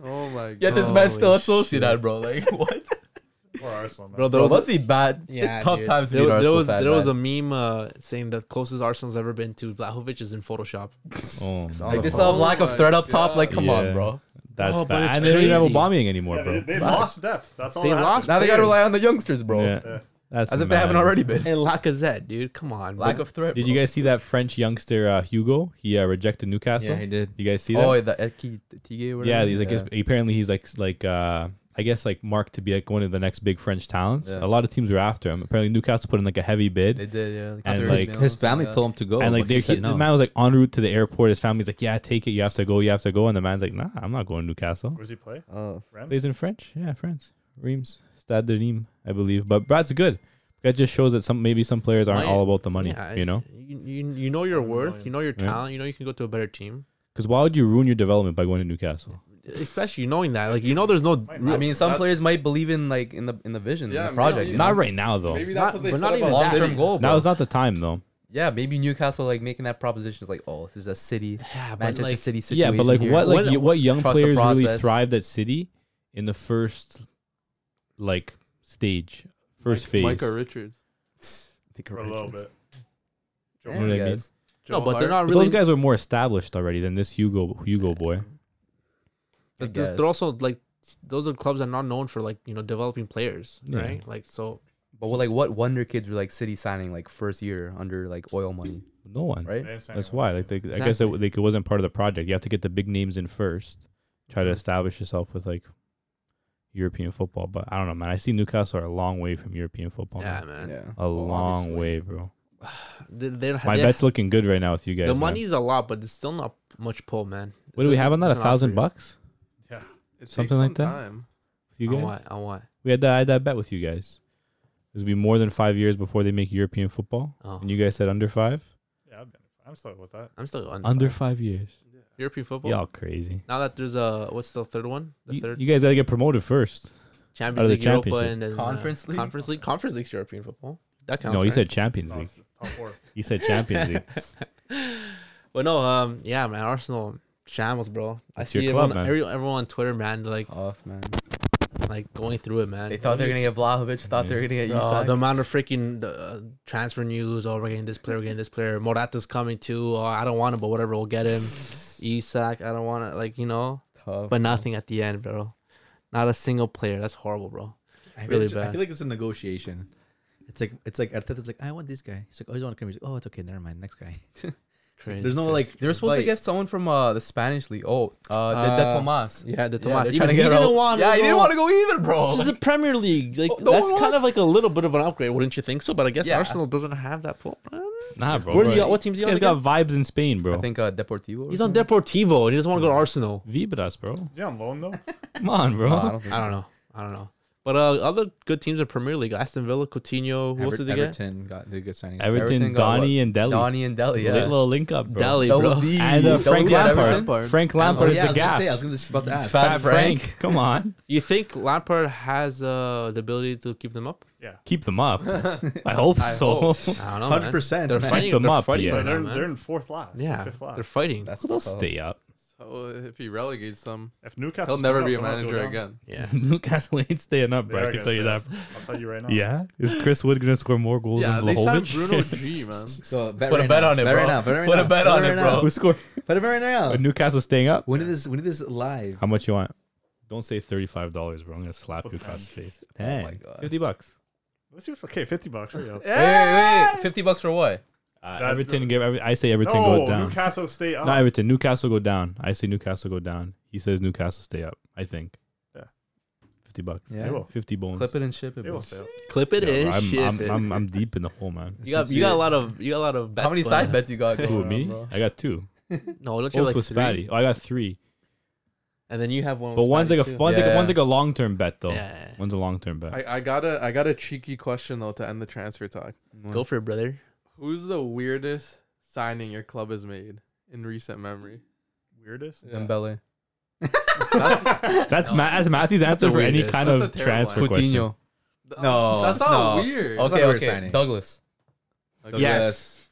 Speaker 4: Oh my god.
Speaker 2: Yet this man's still at
Speaker 1: Holy
Speaker 2: Sociedad, bro. Like [laughs] what?
Speaker 7: Poor Arsenal. Man.
Speaker 1: Bro, there
Speaker 2: Bro,
Speaker 1: was,
Speaker 2: must be bad. it's tough
Speaker 1: dude.
Speaker 2: times to
Speaker 1: There,
Speaker 2: be an
Speaker 1: there
Speaker 2: Arsenal
Speaker 1: was
Speaker 2: fan,
Speaker 1: there was a
Speaker 2: man.
Speaker 1: meme uh, saying the closest Arsenal's ever been to Vlahovic is in Photoshop.
Speaker 5: Oh,
Speaker 2: like this
Speaker 1: Oh
Speaker 2: stuff, lack of
Speaker 4: my
Speaker 2: threat up top. Like
Speaker 5: God.
Speaker 2: come on,
Speaker 5: Yeah.
Speaker 2: bro.
Speaker 5: that's
Speaker 1: Oh, but
Speaker 5: bad.
Speaker 1: it's
Speaker 5: And they don't even have
Speaker 1: crazy.
Speaker 5: Obameyang anymore,
Speaker 7: yeah, they,
Speaker 5: bro.
Speaker 7: they lost depth. That's all.
Speaker 1: They
Speaker 7: that happened.
Speaker 1: lost
Speaker 2: Now they gotta rely on the youngsters, bro.
Speaker 5: Yeah. That's
Speaker 2: As if they haven't
Speaker 5: mad.
Speaker 2: already been.
Speaker 1: and Lacazette, dude. Come on,
Speaker 2: Lack
Speaker 1: bro.
Speaker 2: of threat.
Speaker 5: Did you
Speaker 2: bro.
Speaker 5: guys see that French youngster uh, Hugo? He uh, rejected Newcastle.
Speaker 6: Yeah, he did.
Speaker 5: You guys see that?
Speaker 2: Oh, the Eki Tige. whatever.
Speaker 5: yeah, he's like apparently he's like like uh, I guess like marked to be like one of the next big French towns.
Speaker 2: Yeah.
Speaker 5: A lot of teams were after him. Apparently Newcastle put in like a heavy bid.
Speaker 2: They did, yeah. Like
Speaker 5: And,
Speaker 2: Hunter
Speaker 5: like,
Speaker 2: Ismail,
Speaker 6: His
Speaker 2: something
Speaker 6: family
Speaker 2: like
Speaker 6: told him to go.
Speaker 5: and like
Speaker 6: but he
Speaker 5: they
Speaker 6: said no.
Speaker 5: the man was like en route to the airport. His family's like, yeah, take it. You have to go. You have to go. And the man's like, nah, I'm not going to Newcastle.
Speaker 7: Where does he play?
Speaker 2: that. Oh.
Speaker 7: Rams.
Speaker 5: Plays in French, yeah, France, Reims, Stade de Reims, I believe. But that's good. That just shows that some maybe some players aren't
Speaker 1: Why-
Speaker 5: all about the money.
Speaker 1: Yeah,
Speaker 5: you
Speaker 1: it's-
Speaker 5: know,
Speaker 1: you, you you know your worth. You know your
Speaker 5: Yeah.
Speaker 1: talent. You know you can go to a better team.
Speaker 5: because why would you ruin your development by going to Newcastle?
Speaker 1: Especially knowing that, like you know, there's no.
Speaker 7: Might
Speaker 2: I
Speaker 7: not.
Speaker 2: mean, some
Speaker 4: That-
Speaker 2: players might believe in like in the in the vision,
Speaker 4: Yeah,
Speaker 2: in the project.
Speaker 4: maybe.
Speaker 2: you know?
Speaker 5: Not right now though.
Speaker 4: Maybe
Speaker 1: Not-
Speaker 4: that's what they
Speaker 1: but
Speaker 4: said
Speaker 1: not even
Speaker 4: about
Speaker 1: that.
Speaker 4: City.
Speaker 2: long-term goal. Bro.
Speaker 5: Now's not the time though.
Speaker 2: yeah, maybe Newcastle like making that proposition is like, oh, this is a city,
Speaker 1: Yeah, but
Speaker 2: Manchester
Speaker 1: like,
Speaker 2: City situation.
Speaker 5: Yeah, but like
Speaker 2: here.
Speaker 5: what like
Speaker 1: When-
Speaker 5: you, what young
Speaker 2: Trust the
Speaker 5: players really
Speaker 2: process.
Speaker 5: thrived at City in the first like stage, first
Speaker 4: Mike-
Speaker 5: phase.
Speaker 4: Micah Richards.
Speaker 2: Think of
Speaker 7: for a little
Speaker 2: Richards.
Speaker 7: bit.
Speaker 2: Yeah,
Speaker 5: You know what I mean?
Speaker 2: guys.
Speaker 1: no,
Speaker 4: Joe
Speaker 1: but they're
Speaker 4: Hart.
Speaker 1: not
Speaker 5: But
Speaker 1: really.
Speaker 5: those guys were more established already than this Hugo Hugo boy.
Speaker 2: I
Speaker 1: But this,
Speaker 2: guess.
Speaker 1: they're also like those are clubs that are not known for like you know developing players,
Speaker 5: Yeah.
Speaker 1: right? Like so,
Speaker 2: But what, like what wonder kids were like City signing like first year under like oil money,
Speaker 5: No one.
Speaker 2: right?
Speaker 7: They ain't signing
Speaker 5: That's
Speaker 7: him.
Speaker 5: why. Like they, I guess it,
Speaker 1: Exactly.
Speaker 5: like it wasn't part of the project. You have to get the big names in first. Try
Speaker 1: Mm-hmm.
Speaker 5: to establish yourself with like European football. But I don't know, man. I see Newcastle are a long way from European football.
Speaker 1: yeah,
Speaker 5: man.
Speaker 1: man,
Speaker 2: Yeah.
Speaker 5: A long
Speaker 2: obviously.
Speaker 5: way, bro.
Speaker 1: they, they don't have
Speaker 5: My
Speaker 1: they-
Speaker 5: bet's looking good right now with you guys.
Speaker 1: the
Speaker 5: man.
Speaker 1: money's a lot, but it's still not much pull, man.
Speaker 5: What do we have on that? A thousand
Speaker 1: bucks?
Speaker 5: bucks?
Speaker 7: Yeah.
Speaker 4: It takes
Speaker 5: Something like
Speaker 4: some
Speaker 5: that?
Speaker 4: time.
Speaker 5: With you
Speaker 1: I
Speaker 5: guys?
Speaker 1: want, I want.
Speaker 5: We had that, I had that bet with you guys. It would be more than five years before they make European football.
Speaker 1: Oh,
Speaker 5: And you guys said under five?
Speaker 7: Yeah, I've been- I'm still with that.
Speaker 1: I'm still under,
Speaker 5: Under
Speaker 1: five.
Speaker 5: five years.
Speaker 1: European football.
Speaker 5: Y'all crazy.
Speaker 1: Now that there's a what's the third one? The
Speaker 5: You,
Speaker 1: third
Speaker 5: you guys got to get promoted first. out
Speaker 1: Champions
Speaker 5: of the
Speaker 1: League, Europa,
Speaker 5: Championship.
Speaker 1: and then uh,
Speaker 2: Conference League?
Speaker 1: Conference League, Conference League's European football. That counts.
Speaker 5: no, you
Speaker 1: right?
Speaker 5: said Champions
Speaker 7: No,
Speaker 5: League.
Speaker 7: it's top four.
Speaker 5: You said Champions League.
Speaker 1: [laughs] But no, um, yeah, man, Arsenal shambles, bro. I
Speaker 5: It's
Speaker 1: see
Speaker 5: your club,
Speaker 1: everyone,
Speaker 5: man.
Speaker 1: every- everyone on Twitter, man, like
Speaker 2: Off man.
Speaker 1: like going through it, man.
Speaker 2: They thought they were gonna get Vlahovic. Thought they were gonna get
Speaker 1: Bro,
Speaker 2: Isak. [laughs]
Speaker 1: the amount of freaking uh, transfer news. Oh, we're getting this player, we're getting this player. Morata's coming too. Oh, I don't want him, but whatever, we'll get
Speaker 2: [sighs]
Speaker 1: him. Isak, I don't want it. Like you know,
Speaker 2: Tough.
Speaker 1: but nothing at the end, bro. Not a single player. That's horrible, bro.
Speaker 6: I feel
Speaker 1: really
Speaker 6: it's- I
Speaker 1: bad.
Speaker 6: feel like it's a negotiation. It's like it's like Arteta's like I want this guy. He's like oh, I just want to come. He's like oh, it's okay. Never mind. Next guy.
Speaker 1: Crazy.
Speaker 6: There's no like
Speaker 2: They were supposed to
Speaker 6: fight.
Speaker 2: get someone from uh, the Spanish league. Oh, uh, the, the
Speaker 1: Uh,
Speaker 2: Tomas.
Speaker 1: yeah, the
Speaker 2: Yeah,
Speaker 1: Tomas.
Speaker 2: they're
Speaker 1: Even
Speaker 2: trying to
Speaker 1: he
Speaker 2: get
Speaker 1: didn't
Speaker 2: out.
Speaker 1: want.
Speaker 2: Yeah, he didn't want to go either, bro.
Speaker 1: This is the Premier League. Like
Speaker 2: no
Speaker 1: that's
Speaker 2: one
Speaker 1: kind of
Speaker 2: wants-
Speaker 1: like a little bit of an upgrade, wouldn't you think so? But I guess
Speaker 2: Yeah.
Speaker 1: Arsenal doesn't have that. Po-
Speaker 5: Nah, bro.
Speaker 1: Where's
Speaker 5: bro.
Speaker 1: he? What team's
Speaker 5: This
Speaker 1: he
Speaker 5: guy's
Speaker 1: on?
Speaker 5: got
Speaker 1: again?
Speaker 5: vibes in Spain,
Speaker 2: I
Speaker 5: bro.
Speaker 2: think uh, Deportivo. or
Speaker 1: He's on
Speaker 2: something?
Speaker 1: Deportivo and he doesn't want to go to Arsenal.
Speaker 5: Vibras, bro.
Speaker 7: Is he on loan though?
Speaker 5: Come on, bro.
Speaker 2: Uh, I don't think.
Speaker 1: I don't know. I don't know. But uh, other good teams in Premier League: Aston Villa, Coutinho. Who else did they get?
Speaker 6: Everton got the good signing.
Speaker 5: Everton,
Speaker 2: Everton got
Speaker 5: Donnie
Speaker 2: what?
Speaker 5: and Delhi.
Speaker 2: Donny and Delhi, yeah.
Speaker 5: Little link up, bro.
Speaker 1: Delhi,
Speaker 2: Double
Speaker 1: bro.
Speaker 2: D.
Speaker 5: And uh,
Speaker 2: Double
Speaker 5: Frank
Speaker 2: D at every
Speaker 5: Lampard.
Speaker 2: Lampard.
Speaker 5: Frank
Speaker 6: Oh,
Speaker 5: Lampard is
Speaker 6: yeah, I
Speaker 5: the
Speaker 6: was gonna
Speaker 5: gap.
Speaker 6: say, I was gonna just about to ask.
Speaker 2: Fat Frank.
Speaker 5: Come on.
Speaker 1: You think Lampard has uh, the ability to keep them up?
Speaker 5: Keep them up. I hope
Speaker 1: I
Speaker 5: so.
Speaker 1: don't know. man.
Speaker 6: Hundred percent.
Speaker 1: They're fighting
Speaker 5: Keep them
Speaker 1: they're
Speaker 5: up,
Speaker 1: fighting
Speaker 5: yeah.
Speaker 1: right
Speaker 7: But they're
Speaker 1: now, man.
Speaker 7: they're in fourth last.
Speaker 1: yeah,
Speaker 7: fifth
Speaker 1: they're
Speaker 7: last.
Speaker 1: fighting.
Speaker 2: That's
Speaker 5: [laughs] They'll
Speaker 2: tough.
Speaker 5: stay up.
Speaker 4: So if he relegates them,
Speaker 7: If Newcastle,
Speaker 4: he'll never be a manager again.
Speaker 1: Yeah,
Speaker 5: [laughs] Newcastle ain't staying up,
Speaker 7: They
Speaker 5: bro.
Speaker 7: are
Speaker 5: I can
Speaker 7: gonna
Speaker 5: tell you
Speaker 7: stay
Speaker 5: that.
Speaker 7: up. I'll tell you right now.
Speaker 5: Yeah, is Chris Wood gonna score more goals
Speaker 4: Yeah,
Speaker 5: than
Speaker 4: they signed
Speaker 5: Vlahovic? [laughs]
Speaker 4: Bruno G, man.
Speaker 6: So, bet
Speaker 2: Put a
Speaker 6: right
Speaker 2: bet
Speaker 6: now.
Speaker 2: on it,
Speaker 6: Bet
Speaker 2: bro.
Speaker 6: Right now. Bet right
Speaker 2: Put a
Speaker 6: now.
Speaker 2: bet on
Speaker 6: right
Speaker 2: it,
Speaker 6: now.
Speaker 2: bro.
Speaker 5: Who scored?
Speaker 6: Bet it right now.
Speaker 5: Oh. When Newcastle staying up.
Speaker 6: When is this? When is this live?
Speaker 5: How much you want? Don't say thirty-five dollars, bro. I'm gonna slap you
Speaker 7: What
Speaker 5: across the
Speaker 7: the-
Speaker 5: face.
Speaker 2: Oh
Speaker 5: Dang,
Speaker 2: my God.
Speaker 5: fifty bucks.
Speaker 7: Let's do okay. Fifty bucks. There you go.
Speaker 2: Wait, wait, wait. 50 bucks for what?
Speaker 5: Uh,
Speaker 7: That-
Speaker 5: Everton give. Every, I say Everton
Speaker 7: No,
Speaker 5: go down.
Speaker 7: Newcastle uh, stay up.
Speaker 5: Not Everton. Newcastle go down. I say Newcastle go down. He says Newcastle stay up. I think.
Speaker 7: Yeah.
Speaker 5: Fifty bucks.
Speaker 7: They will.
Speaker 5: Fifty bones.
Speaker 2: Clip it and ship it.
Speaker 7: They
Speaker 2: bro.
Speaker 7: will stay up.
Speaker 1: clip it
Speaker 5: Yeah,
Speaker 1: in.
Speaker 5: bro, I'm,
Speaker 1: shit.
Speaker 5: I'm, I'm, I'm deep in the hole, man.
Speaker 1: you got you got a lot of you got a lot of bets.
Speaker 2: How many
Speaker 1: planned.
Speaker 2: side bets you got
Speaker 5: Who
Speaker 2: going on,
Speaker 5: me?
Speaker 2: bro?
Speaker 5: I got two.
Speaker 1: No, don't you
Speaker 5: Both
Speaker 1: have like
Speaker 5: with
Speaker 1: three?
Speaker 5: Spatty. Oh, I got three.
Speaker 1: And then you have one.
Speaker 5: But
Speaker 1: with
Speaker 5: one's
Speaker 1: Spatty
Speaker 5: like a
Speaker 1: too.
Speaker 5: one's like
Speaker 2: Yeah.
Speaker 5: a- one's like a long term bet though.
Speaker 1: Yeah.
Speaker 5: One's a long term bet.
Speaker 4: I, I got a I got a cheeky question though to end the transfer talk.
Speaker 1: Go for it, brother.
Speaker 4: Who's the weirdest signing your club has made in recent memory?
Speaker 7: Weirdest.
Speaker 4: Yeah.
Speaker 2: Dembele.
Speaker 5: That's Ma- that's Matthew's answer
Speaker 1: the
Speaker 5: for any
Speaker 1: weirdest.
Speaker 5: kind
Speaker 4: That's
Speaker 5: of
Speaker 4: a terrible
Speaker 5: transfer
Speaker 4: Good
Speaker 5: question.
Speaker 2: Coutinho.
Speaker 1: Oh,
Speaker 6: No,
Speaker 4: that's not
Speaker 6: no.
Speaker 4: weird.
Speaker 6: That's
Speaker 2: Okay,
Speaker 6: not a weird
Speaker 2: okay.
Speaker 6: signing.
Speaker 2: Douglas.
Speaker 4: Okay.
Speaker 6: Yes.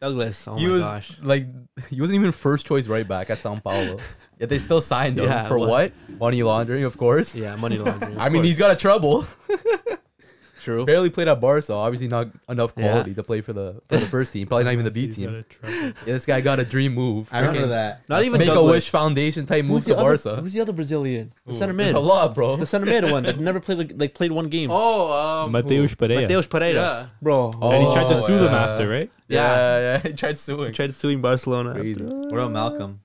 Speaker 1: Douglas. Oh
Speaker 2: he
Speaker 1: my
Speaker 2: was
Speaker 1: gosh.
Speaker 2: like, he wasn't even first choice right back at Sao Paulo. Yet they still signed him
Speaker 1: Yeah,
Speaker 2: for
Speaker 1: well-
Speaker 2: what? Money laundering, of course.
Speaker 1: Yeah, money laundering.
Speaker 2: [laughs] I mean, he's got a trouble.
Speaker 1: true.
Speaker 2: Barely played at Barca. Obviously, not enough
Speaker 1: Yeah.
Speaker 2: quality to play for the for the first team. Probably not even the B team. Yeah, this guy got a dream move.
Speaker 6: I remember
Speaker 2: Freaking
Speaker 6: that.
Speaker 1: Not even
Speaker 2: Make
Speaker 1: Douglas.
Speaker 2: a Wish Foundation type move to
Speaker 1: the other,
Speaker 2: Barca.
Speaker 1: Who's the other Brazilian? The center
Speaker 2: There's
Speaker 1: mid.
Speaker 2: a lot, bro.
Speaker 1: The center mid one that never played like played one game.
Speaker 4: Oh, um,
Speaker 5: Mateus Pereira.
Speaker 1: Mateus Pereira.
Speaker 4: yeah.
Speaker 1: Bro.
Speaker 5: and he tried to
Speaker 2: Oh,
Speaker 5: sue them
Speaker 2: yeah.
Speaker 5: after, right?
Speaker 2: Yeah, yeah, [laughs] he tried suing.
Speaker 1: Tried suing Barcelona.
Speaker 2: Crazy.
Speaker 6: What about Malcolm?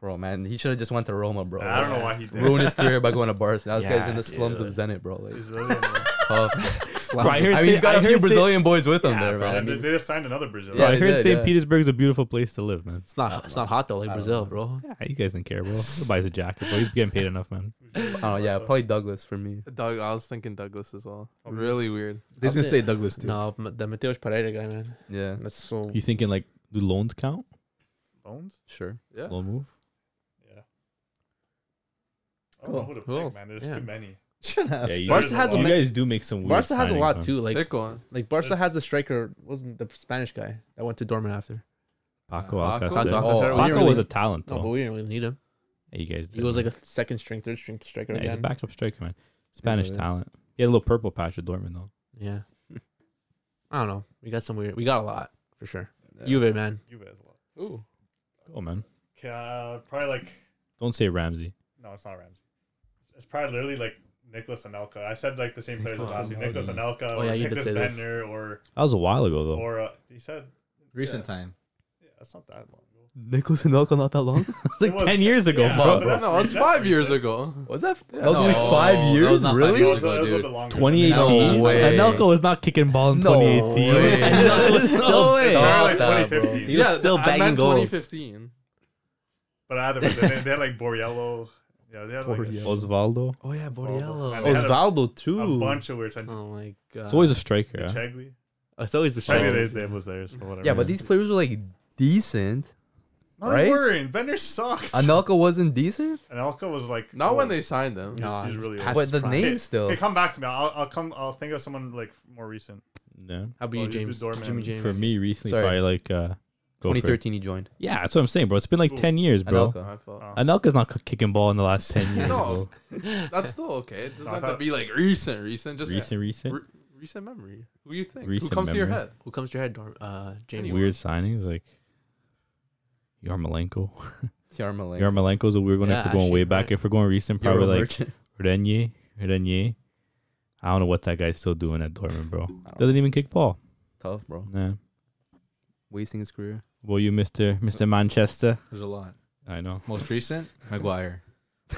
Speaker 2: Bro, man, he should have just went to Roma, bro.
Speaker 7: I don't know why he did.
Speaker 2: Ruined his career by going to Barca. Now this guy's in
Speaker 1: Yeah,
Speaker 2: the slums of
Speaker 1: dude.
Speaker 2: Zenit, bro. Like,
Speaker 7: He's really in there.
Speaker 2: tough.
Speaker 5: Bro,
Speaker 2: I
Speaker 5: I heard
Speaker 2: mean,
Speaker 5: Saint-
Speaker 2: he's got
Speaker 5: I
Speaker 2: a few
Speaker 5: heard Saint-
Speaker 2: Brazilian boys with him
Speaker 5: Yeah,
Speaker 2: there,
Speaker 5: bro.
Speaker 2: man.
Speaker 7: And they, they just signed another Brazilian.
Speaker 5: Bro, I
Speaker 2: Yeah,
Speaker 5: heard
Speaker 2: yeah,
Speaker 5: St.
Speaker 2: yeah.
Speaker 5: Petersburg's a beautiful place to live, man.
Speaker 1: It's not it's not hot though, like Brazil, bro.
Speaker 5: Yeah, you guys don't care, bro. Who buys a jacket, bro? He's getting paid enough, man.
Speaker 2: Oh yeah, probably Douglas for me.
Speaker 4: Doug, I was thinking Douglas as well. Oh, really weird.
Speaker 6: They was gonna say Douglas too.
Speaker 1: No, Ma- the Mateus Pereira guy, man.
Speaker 2: Yeah,
Speaker 1: That's so
Speaker 5: You thinking like do loans count?
Speaker 7: Bones?
Speaker 2: sure.
Speaker 4: Yeah.
Speaker 5: Loan move?
Speaker 7: Yeah. I don't know who
Speaker 6: Cool.
Speaker 7: to
Speaker 1: Who
Speaker 7: pick,
Speaker 1: else?
Speaker 7: man. There's
Speaker 1: Yeah.
Speaker 7: too many.
Speaker 6: Shut up.
Speaker 5: you,
Speaker 1: Barca
Speaker 5: guys-
Speaker 1: has a
Speaker 5: you
Speaker 1: ma-
Speaker 5: guys do make some. Weird
Speaker 1: Barca has a lot
Speaker 5: signings,
Speaker 1: too. Like
Speaker 4: Pick one.
Speaker 1: like Barca has the striker wasn't the Spanish guy that went to Dortmund after.
Speaker 5: huh? Paco
Speaker 4: Uh,
Speaker 5: Alcacer.
Speaker 4: Paco.
Speaker 1: Oh, Paco
Speaker 5: Paco,
Speaker 1: Alcacer, we didn't really-
Speaker 5: was a talent,
Speaker 1: No,
Speaker 5: though.
Speaker 1: but we didn't really need him.
Speaker 5: Yeah, you guys.
Speaker 1: He
Speaker 5: did,
Speaker 1: was
Speaker 5: man.
Speaker 1: like a second string, third string striker
Speaker 5: Yeah, he's a
Speaker 1: again.
Speaker 5: backup striker, man. Spanish
Speaker 2: he is.
Speaker 5: talent. He had a little purple patch at Dortmund, though.
Speaker 1: Yeah. [laughs] I don't know. We got some weird. We got a lot for sure.
Speaker 2: Yeah.
Speaker 1: Juve, man.
Speaker 7: You guys a lot.
Speaker 4: Ooh.
Speaker 5: Oh man,
Speaker 7: Okay, uh, probably like
Speaker 5: don't say Ramsey.
Speaker 7: no, it's not Ramsey. It's probably literally like Nicholas Anelka. I said like the same players as
Speaker 1: Nicolas
Speaker 7: last week.
Speaker 1: Anelka.
Speaker 7: Nicholas Anelka
Speaker 1: Oh,
Speaker 7: or
Speaker 1: yeah, you did
Speaker 7: Nicholas
Speaker 1: say this.
Speaker 7: Bender or
Speaker 5: That was a while ago, though.
Speaker 7: or uh, he said
Speaker 6: Recent
Speaker 7: Yeah.
Speaker 6: time.
Speaker 7: yeah, that's not that long. ago.
Speaker 2: Nicholas Anelka not that long.
Speaker 5: It's like
Speaker 7: It was-
Speaker 5: ten years ago,
Speaker 7: yeah,
Speaker 5: bro.
Speaker 7: but that's
Speaker 4: no, it's
Speaker 7: recent-
Speaker 4: five years
Speaker 7: recent.
Speaker 4: ago.
Speaker 2: Was that? That
Speaker 6: Yeah.
Speaker 2: was only
Speaker 6: No, that
Speaker 2: five
Speaker 6: was
Speaker 2: years,
Speaker 6: not five
Speaker 2: really?
Speaker 7: That
Speaker 6: years.
Speaker 7: was, that was a little bit longer. than that.
Speaker 5: 2018.
Speaker 2: No way.
Speaker 5: Anelka was not kicking ball in 2018.
Speaker 2: way.
Speaker 5: [laughs] Anelka was still
Speaker 1: way.
Speaker 7: Probably
Speaker 2: Stop that,
Speaker 7: like
Speaker 2: bro.
Speaker 7: 2015.
Speaker 1: He was still
Speaker 4: I
Speaker 1: banging
Speaker 4: meant
Speaker 1: goals.
Speaker 4: 2015.
Speaker 7: But either way, they, they had like Borriello. Yeah, they had like a,
Speaker 5: Osvaldo.
Speaker 1: Oh yeah,
Speaker 7: Borriello.
Speaker 1: Borriello.
Speaker 7: Man, they had a-
Speaker 1: Osvaldo
Speaker 7: a
Speaker 1: too.
Speaker 7: bunch of weird. Oh,
Speaker 1: Oh my god.
Speaker 5: It's always a striker. Yeah.
Speaker 7: Chegley.
Speaker 1: It's always the
Speaker 7: Chegley
Speaker 1: strongest.
Speaker 7: they- they was theirs. for whatever
Speaker 2: Yeah, but
Speaker 7: reason.
Speaker 2: these players were like decent.
Speaker 7: no,
Speaker 2: right?
Speaker 7: they weren't. Bender sucks.
Speaker 2: Anelka wasn't decent,
Speaker 7: Anelka was like
Speaker 4: Not
Speaker 7: oh,
Speaker 4: when they signed them.
Speaker 7: No.
Speaker 1: Nah,
Speaker 7: He's
Speaker 1: it's
Speaker 7: really
Speaker 1: past
Speaker 2: but
Speaker 1: his
Speaker 2: the
Speaker 1: prime.
Speaker 2: name
Speaker 7: Hey,
Speaker 2: still.
Speaker 7: Okay, come back to me. I'll, I'll come. I'll think of someone like more recent.
Speaker 5: Yeah.
Speaker 1: How about
Speaker 7: Well,
Speaker 1: you,
Speaker 7: you do
Speaker 1: James?
Speaker 7: Dortmund.
Speaker 1: Jimmy James.
Speaker 5: For me, recently,
Speaker 2: Sorry.
Speaker 5: probably like uh, go for it.
Speaker 2: 2013, he joined.
Speaker 5: Yeah, that's what I'm saying, bro. It's been like
Speaker 7: Ooh.
Speaker 5: ten years, bro.
Speaker 2: Anelka.
Speaker 4: My fault.
Speaker 7: Oh.
Speaker 5: Anelka's not c- kicking ball in the last ten years.
Speaker 4: No,
Speaker 5: bro.
Speaker 4: that's still okay. It doesn't
Speaker 7: No, I
Speaker 4: have to
Speaker 7: thought-
Speaker 4: be like recent, recent. Just
Speaker 5: Recent, recent.
Speaker 4: re- recent memory. Who you think?
Speaker 5: Recent
Speaker 4: Who comes to your
Speaker 5: memory.
Speaker 4: head?
Speaker 1: Who comes to your head, Dorm? Uh, James.
Speaker 4: Anyone.
Speaker 5: Weird signings like Yarmolenko.
Speaker 2: Yarmolenko.
Speaker 5: Yarmolenko's a weird one
Speaker 1: Yeah,
Speaker 5: if we're going
Speaker 1: actually,
Speaker 5: way back.
Speaker 1: right.
Speaker 5: If we're going recent,
Speaker 2: You're a
Speaker 5: probably like
Speaker 2: merchant.
Speaker 5: Renier. Renier. I don't know what that guy's still doing at Dortmund, bro. Doesn't even kick ball.
Speaker 2: tough, bro.
Speaker 5: Nah.
Speaker 2: Wasting his career.
Speaker 5: Well, you, Mister Mister Manchester.
Speaker 6: There's a lot.
Speaker 5: I know.
Speaker 6: Most recent, Maguire.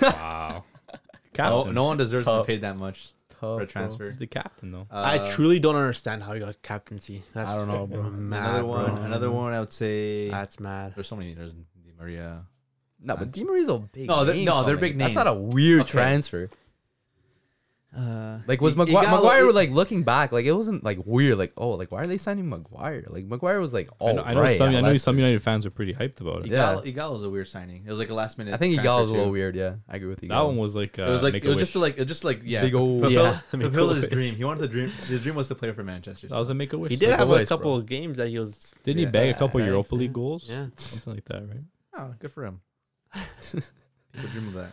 Speaker 5: Wow.
Speaker 6: No,
Speaker 5: captain.
Speaker 6: Oh, no one deserves to
Speaker 2: Tough.
Speaker 6: be paid that much
Speaker 2: Tough.
Speaker 6: for
Speaker 2: bro.
Speaker 6: a transfer.
Speaker 5: He's the captain though.
Speaker 6: Uh,
Speaker 1: I truly don't understand how he got captaincy. That's
Speaker 6: I don't know, ah, bro.
Speaker 1: Mad,
Speaker 6: Another one.
Speaker 1: bro.
Speaker 6: Another one. I would say
Speaker 1: That's mad.
Speaker 6: there's so many. There's Di Maria.
Speaker 2: No, but Di Maria's a big
Speaker 6: No, they're-
Speaker 2: name
Speaker 6: no, they're
Speaker 2: coming.
Speaker 6: big
Speaker 2: That's not a
Speaker 6: names.
Speaker 2: weird
Speaker 6: Okay.
Speaker 2: transfer.
Speaker 6: Uh,
Speaker 2: Like was
Speaker 6: he- he
Speaker 2: Maguire,
Speaker 6: got a li-
Speaker 2: Maguire
Speaker 6: it-
Speaker 2: like looking back, like it wasn't like weird, like oh, like why are they signing Maguire? Like Maguire was like all
Speaker 5: I know, I know
Speaker 2: Oh, right
Speaker 5: some.
Speaker 2: at
Speaker 5: I know
Speaker 2: Leicester.
Speaker 5: some United fans were pretty hyped about it.
Speaker 2: Yeah.
Speaker 6: Igalo, Igalo was a weird signing. It was like a last minute.
Speaker 2: I think
Speaker 6: transfer
Speaker 2: Egal was a
Speaker 6: too.
Speaker 2: little weird. Yeah, I agree with you.
Speaker 5: That one was like uh,
Speaker 6: It was like it was just to
Speaker 5: a,
Speaker 6: like it just like yeah.
Speaker 2: Big ol'
Speaker 6: fulfill,
Speaker 1: Yeah.
Speaker 6: [laughs] fulfill his
Speaker 1: Make-A-Wish.
Speaker 6: dream. He wanted the dream. His dream was to play for Manchester.
Speaker 5: that was a make a wish.
Speaker 1: He did have a
Speaker 2: always,
Speaker 1: couple of games that he was.
Speaker 5: Didn't
Speaker 6: Yeah.
Speaker 5: he bag a couple
Speaker 1: Yeah.
Speaker 5: Europa
Speaker 1: Yeah.
Speaker 5: League goals?
Speaker 1: Yeah,
Speaker 5: something like that, right?
Speaker 6: oh, good [laughs] for him. People dream of that.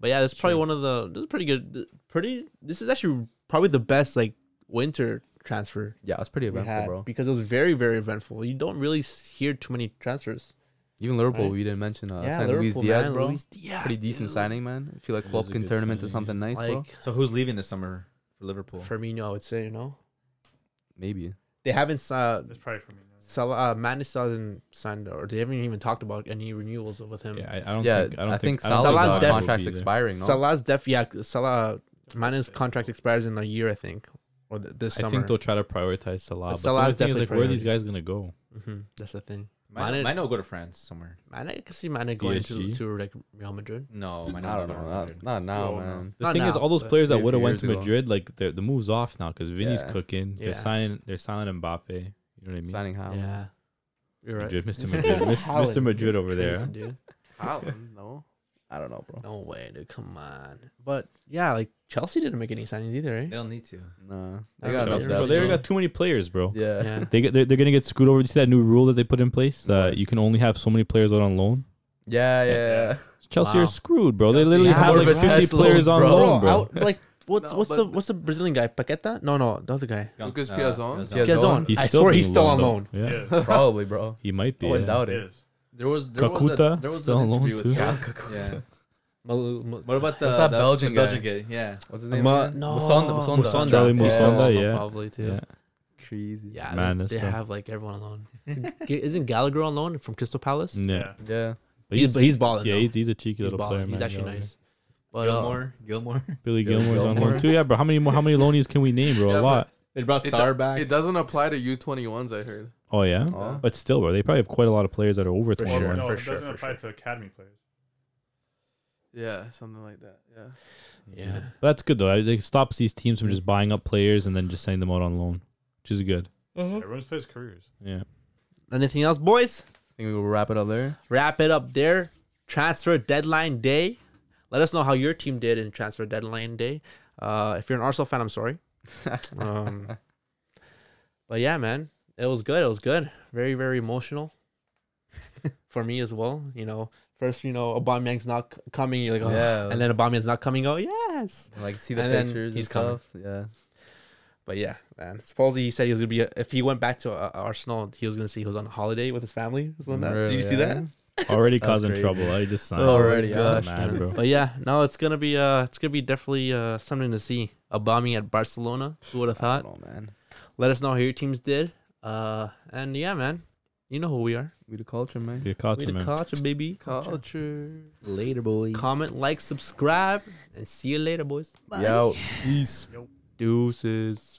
Speaker 1: but yeah, that's probably one of the. This is pretty good. th- Pretty. This is actually probably the best like winter transfer
Speaker 2: yeah, it was pretty
Speaker 1: we
Speaker 2: eventful,
Speaker 1: had
Speaker 2: bro.
Speaker 1: because it was very very eventful. You don't really s- hear too many transfers.
Speaker 2: Even Liverpool,
Speaker 1: Right.
Speaker 2: we didn't mention. Uh,
Speaker 1: yeah,
Speaker 2: signed Luis
Speaker 1: Liverpool,
Speaker 2: Diaz,
Speaker 1: man,
Speaker 2: bro.
Speaker 1: Luis Diaz,
Speaker 2: pretty decent
Speaker 1: dude.
Speaker 2: signing, man. I feel like Klopp
Speaker 5: was a
Speaker 2: can
Speaker 5: good
Speaker 2: turn him into
Speaker 5: signing,
Speaker 2: something nice, bro.
Speaker 1: Like
Speaker 6: So who's leaving this summer for Liverpool?
Speaker 1: Firmino, I would say. You know,
Speaker 2: Maybe.
Speaker 1: they haven't. Uh,
Speaker 7: It's probably for me.
Speaker 1: Salah, uh, Madness hasn't signed, or they haven't even talked about any renewals with him.
Speaker 5: Yeah, I, I don't
Speaker 2: yeah,
Speaker 5: think. I don't think, I don't
Speaker 2: Salah's,
Speaker 1: Salah's
Speaker 2: uh,
Speaker 1: definitely-
Speaker 2: contract's
Speaker 5: either.
Speaker 2: expiring. No?
Speaker 1: Salah's def, yeah, Salah, Mane's contract expires in a year, I think, or th- this
Speaker 5: I
Speaker 1: summer.
Speaker 5: think they'll try to prioritize Salah. But
Speaker 1: Salah's
Speaker 5: Salah's the only thing is like,
Speaker 1: definitely
Speaker 5: where are these guys gonna go?
Speaker 1: Mhm, That's the thing.
Speaker 6: Might,
Speaker 1: Mane-
Speaker 6: might not go to France somewhere.
Speaker 1: Mane, I can see Mane going to,
Speaker 5: PSG?
Speaker 1: to like Real Madrid.
Speaker 6: No,
Speaker 2: I
Speaker 6: might not
Speaker 2: don't
Speaker 6: go to
Speaker 2: know.
Speaker 6: Real
Speaker 2: Not,
Speaker 6: Madrid.
Speaker 2: not now,
Speaker 7: Slow,
Speaker 2: man.
Speaker 5: The
Speaker 1: Not
Speaker 5: thing is,
Speaker 1: now,
Speaker 5: all those
Speaker 1: but
Speaker 5: players that
Speaker 2: three,
Speaker 5: would have
Speaker 2: four
Speaker 5: went to
Speaker 2: years ago.
Speaker 5: Madrid, like the the move's off now because Vinny's
Speaker 2: Yeah.
Speaker 5: cooking. They're
Speaker 1: Yeah.
Speaker 5: signing. They're signing Mbappe. You know what I mean?
Speaker 2: Signing how?
Speaker 1: Yeah, you're right. [laughs]
Speaker 5: Madrid, Mr. Madrid, Mis- Mr. Madrid over
Speaker 1: Crazy,
Speaker 5: there.
Speaker 1: dude.
Speaker 4: Haaland, no.
Speaker 2: I don't know, bro.
Speaker 1: No way, dude. Come on. But yeah, like Chelsea didn't make any signings either,
Speaker 6: They
Speaker 1: right?
Speaker 6: don't need to.
Speaker 2: Nah,
Speaker 1: I
Speaker 2: they got
Speaker 1: don't
Speaker 2: enough
Speaker 1: know.
Speaker 5: Bro,
Speaker 2: depth.
Speaker 5: they already
Speaker 1: Yeah.
Speaker 5: got too many players, bro.
Speaker 2: Yeah.
Speaker 1: Yeah.
Speaker 5: They get, they're, they're gonna get screwed over. You see that new rule that they put in place that
Speaker 2: What?
Speaker 5: you can only have so many players out on loan.
Speaker 2: [laughs] Yeah, yeah, yeah.
Speaker 5: Chelsea
Speaker 1: Wow.
Speaker 5: are screwed, bro. they
Speaker 1: Chelsea
Speaker 5: literally
Speaker 1: have
Speaker 5: have
Speaker 1: more
Speaker 5: like
Speaker 1: of a
Speaker 5: fifty
Speaker 2: test
Speaker 5: players
Speaker 2: loads,
Speaker 5: on
Speaker 2: bro.
Speaker 5: loan,
Speaker 1: I
Speaker 5: bro.
Speaker 1: would- like what's
Speaker 4: No,
Speaker 1: what's
Speaker 4: but-
Speaker 1: the what's the Brazilian guy? Paqueta? No, no, the other guy.
Speaker 4: Lucas
Speaker 6: Uh,
Speaker 4: Piazon?
Speaker 2: Piazon.
Speaker 1: Piazon. I swear
Speaker 5: being
Speaker 1: he's still on
Speaker 5: loaned out.
Speaker 1: loan. Oh,
Speaker 5: Yeah.
Speaker 2: [laughs]
Speaker 7: Yeah.
Speaker 1: [laughs]
Speaker 2: Probably, bro.
Speaker 5: he might be.
Speaker 2: I wouldn't
Speaker 5: yeah.
Speaker 2: doubt
Speaker 7: It
Speaker 2: it.
Speaker 7: is.
Speaker 6: There was there was
Speaker 5: Kakuta
Speaker 6: a, there was
Speaker 5: still
Speaker 6: an
Speaker 5: on loan
Speaker 6: interview with
Speaker 5: too?
Speaker 6: him.
Speaker 2: Yeah.
Speaker 6: Yeah.
Speaker 1: Mal- Mal-
Speaker 6: What about the,
Speaker 2: What's that
Speaker 6: the-
Speaker 2: Belgian
Speaker 6: the
Speaker 2: guy?
Speaker 6: Belgian guy? Yeah.
Speaker 2: What's his name?
Speaker 1: Ma-
Speaker 2: again?
Speaker 1: no.
Speaker 2: Musonda. Musonda.
Speaker 1: Musonda.
Speaker 5: Charlie
Speaker 2: Yeah.
Speaker 5: Musonda, yeah.
Speaker 1: probably too.
Speaker 5: Yeah.
Speaker 2: Crazy.
Speaker 1: Yeah,
Speaker 5: Madness,
Speaker 1: they, they
Speaker 5: bro.
Speaker 1: have like everyone alone. Isn't Gallagher alone from Crystal Palace?
Speaker 5: Yeah.
Speaker 7: Yeah.
Speaker 2: Yeah.
Speaker 5: Mm, But
Speaker 1: He's-
Speaker 5: he's,
Speaker 1: but he's balling,
Speaker 5: Yeah,
Speaker 1: though.
Speaker 5: he's, he's a cheeky
Speaker 1: He's
Speaker 5: little
Speaker 1: balling.
Speaker 5: player.
Speaker 1: He's
Speaker 5: man,
Speaker 1: actually
Speaker 5: yeah.
Speaker 1: nice. But uh,
Speaker 2: um,
Speaker 6: Gilmore. Gilmore.
Speaker 5: Billy
Speaker 2: Billy
Speaker 5: Gilmore's on
Speaker 2: Gilmore.
Speaker 5: loan too. Yeah, bro. How many more? How many loanies can we name, bro? A
Speaker 4: Yeah,
Speaker 5: lot.
Speaker 6: They brought
Speaker 4: It,
Speaker 6: Sar
Speaker 4: do-
Speaker 6: back.
Speaker 4: it doesn't apply to U21s, I heard.
Speaker 5: Oh yeah.
Speaker 2: Oh.
Speaker 5: But still, bro, they probably have quite a lot of players that are over
Speaker 1: For
Speaker 5: 21.
Speaker 7: Well,
Speaker 1: sure.
Speaker 7: no,
Speaker 1: for
Speaker 7: it
Speaker 1: sure,
Speaker 7: doesn't
Speaker 1: for
Speaker 7: apply
Speaker 1: sure.
Speaker 7: to academy players.
Speaker 4: Yeah, something like that. Yeah.
Speaker 1: yeah,
Speaker 5: But that's good though. I- It stops these teams from just buying up players and then just sending them out on loan, which is good.
Speaker 7: Everyone's plays careers.
Speaker 5: Yeah.
Speaker 1: anything else, boys?
Speaker 2: think we will wrap it up there.
Speaker 1: Wrap it up there. Transfer deadline day. Let us know how your team did in transfer deadline day. Uh, if you're an Arsenal fan, I'm sorry.
Speaker 5: [laughs]
Speaker 1: Um, but yeah, man, it was good. It was good. Very, very
Speaker 5: [laughs]
Speaker 1: emotional for me as well. You know, first, you know, Aubameyang's not c- coming. You're like, oh.
Speaker 2: [laughs] yeah.
Speaker 1: and then Aubameyang's not coming. Oh, yes.
Speaker 2: like see the
Speaker 1: and then
Speaker 2: pictures
Speaker 1: he's
Speaker 2: and stuff. Yeah.
Speaker 1: But yeah, man. Supposedly he said he was gonna be if he went back to uh, Arsenal, he was gonna see he was on holiday with his family. or something like that. Did you see
Speaker 2: Really,
Speaker 1: that?
Speaker 5: Already
Speaker 2: That's
Speaker 5: causing
Speaker 2: crazy.
Speaker 5: trouble. I just signed.
Speaker 2: Already,
Speaker 5: I'm
Speaker 2: gosh.
Speaker 5: mad, bro.
Speaker 1: But yeah, no, it's gonna be uh, it's gonna be definitely uh, something to see. A bombing at Barcelona. Who would have
Speaker 2: I
Speaker 1: thought?
Speaker 2: don't know, man.
Speaker 1: Let us know how your teams did. Uh, and yeah, man, you know who we are.
Speaker 2: We the culture, man.
Speaker 5: You're caught,
Speaker 1: we the
Speaker 5: man.
Speaker 1: culture, baby.
Speaker 4: Culture.
Speaker 6: Later, boys.
Speaker 1: Comment, like, subscribe, and see you later, boys.
Speaker 2: Yo. Peace.
Speaker 1: Deuces.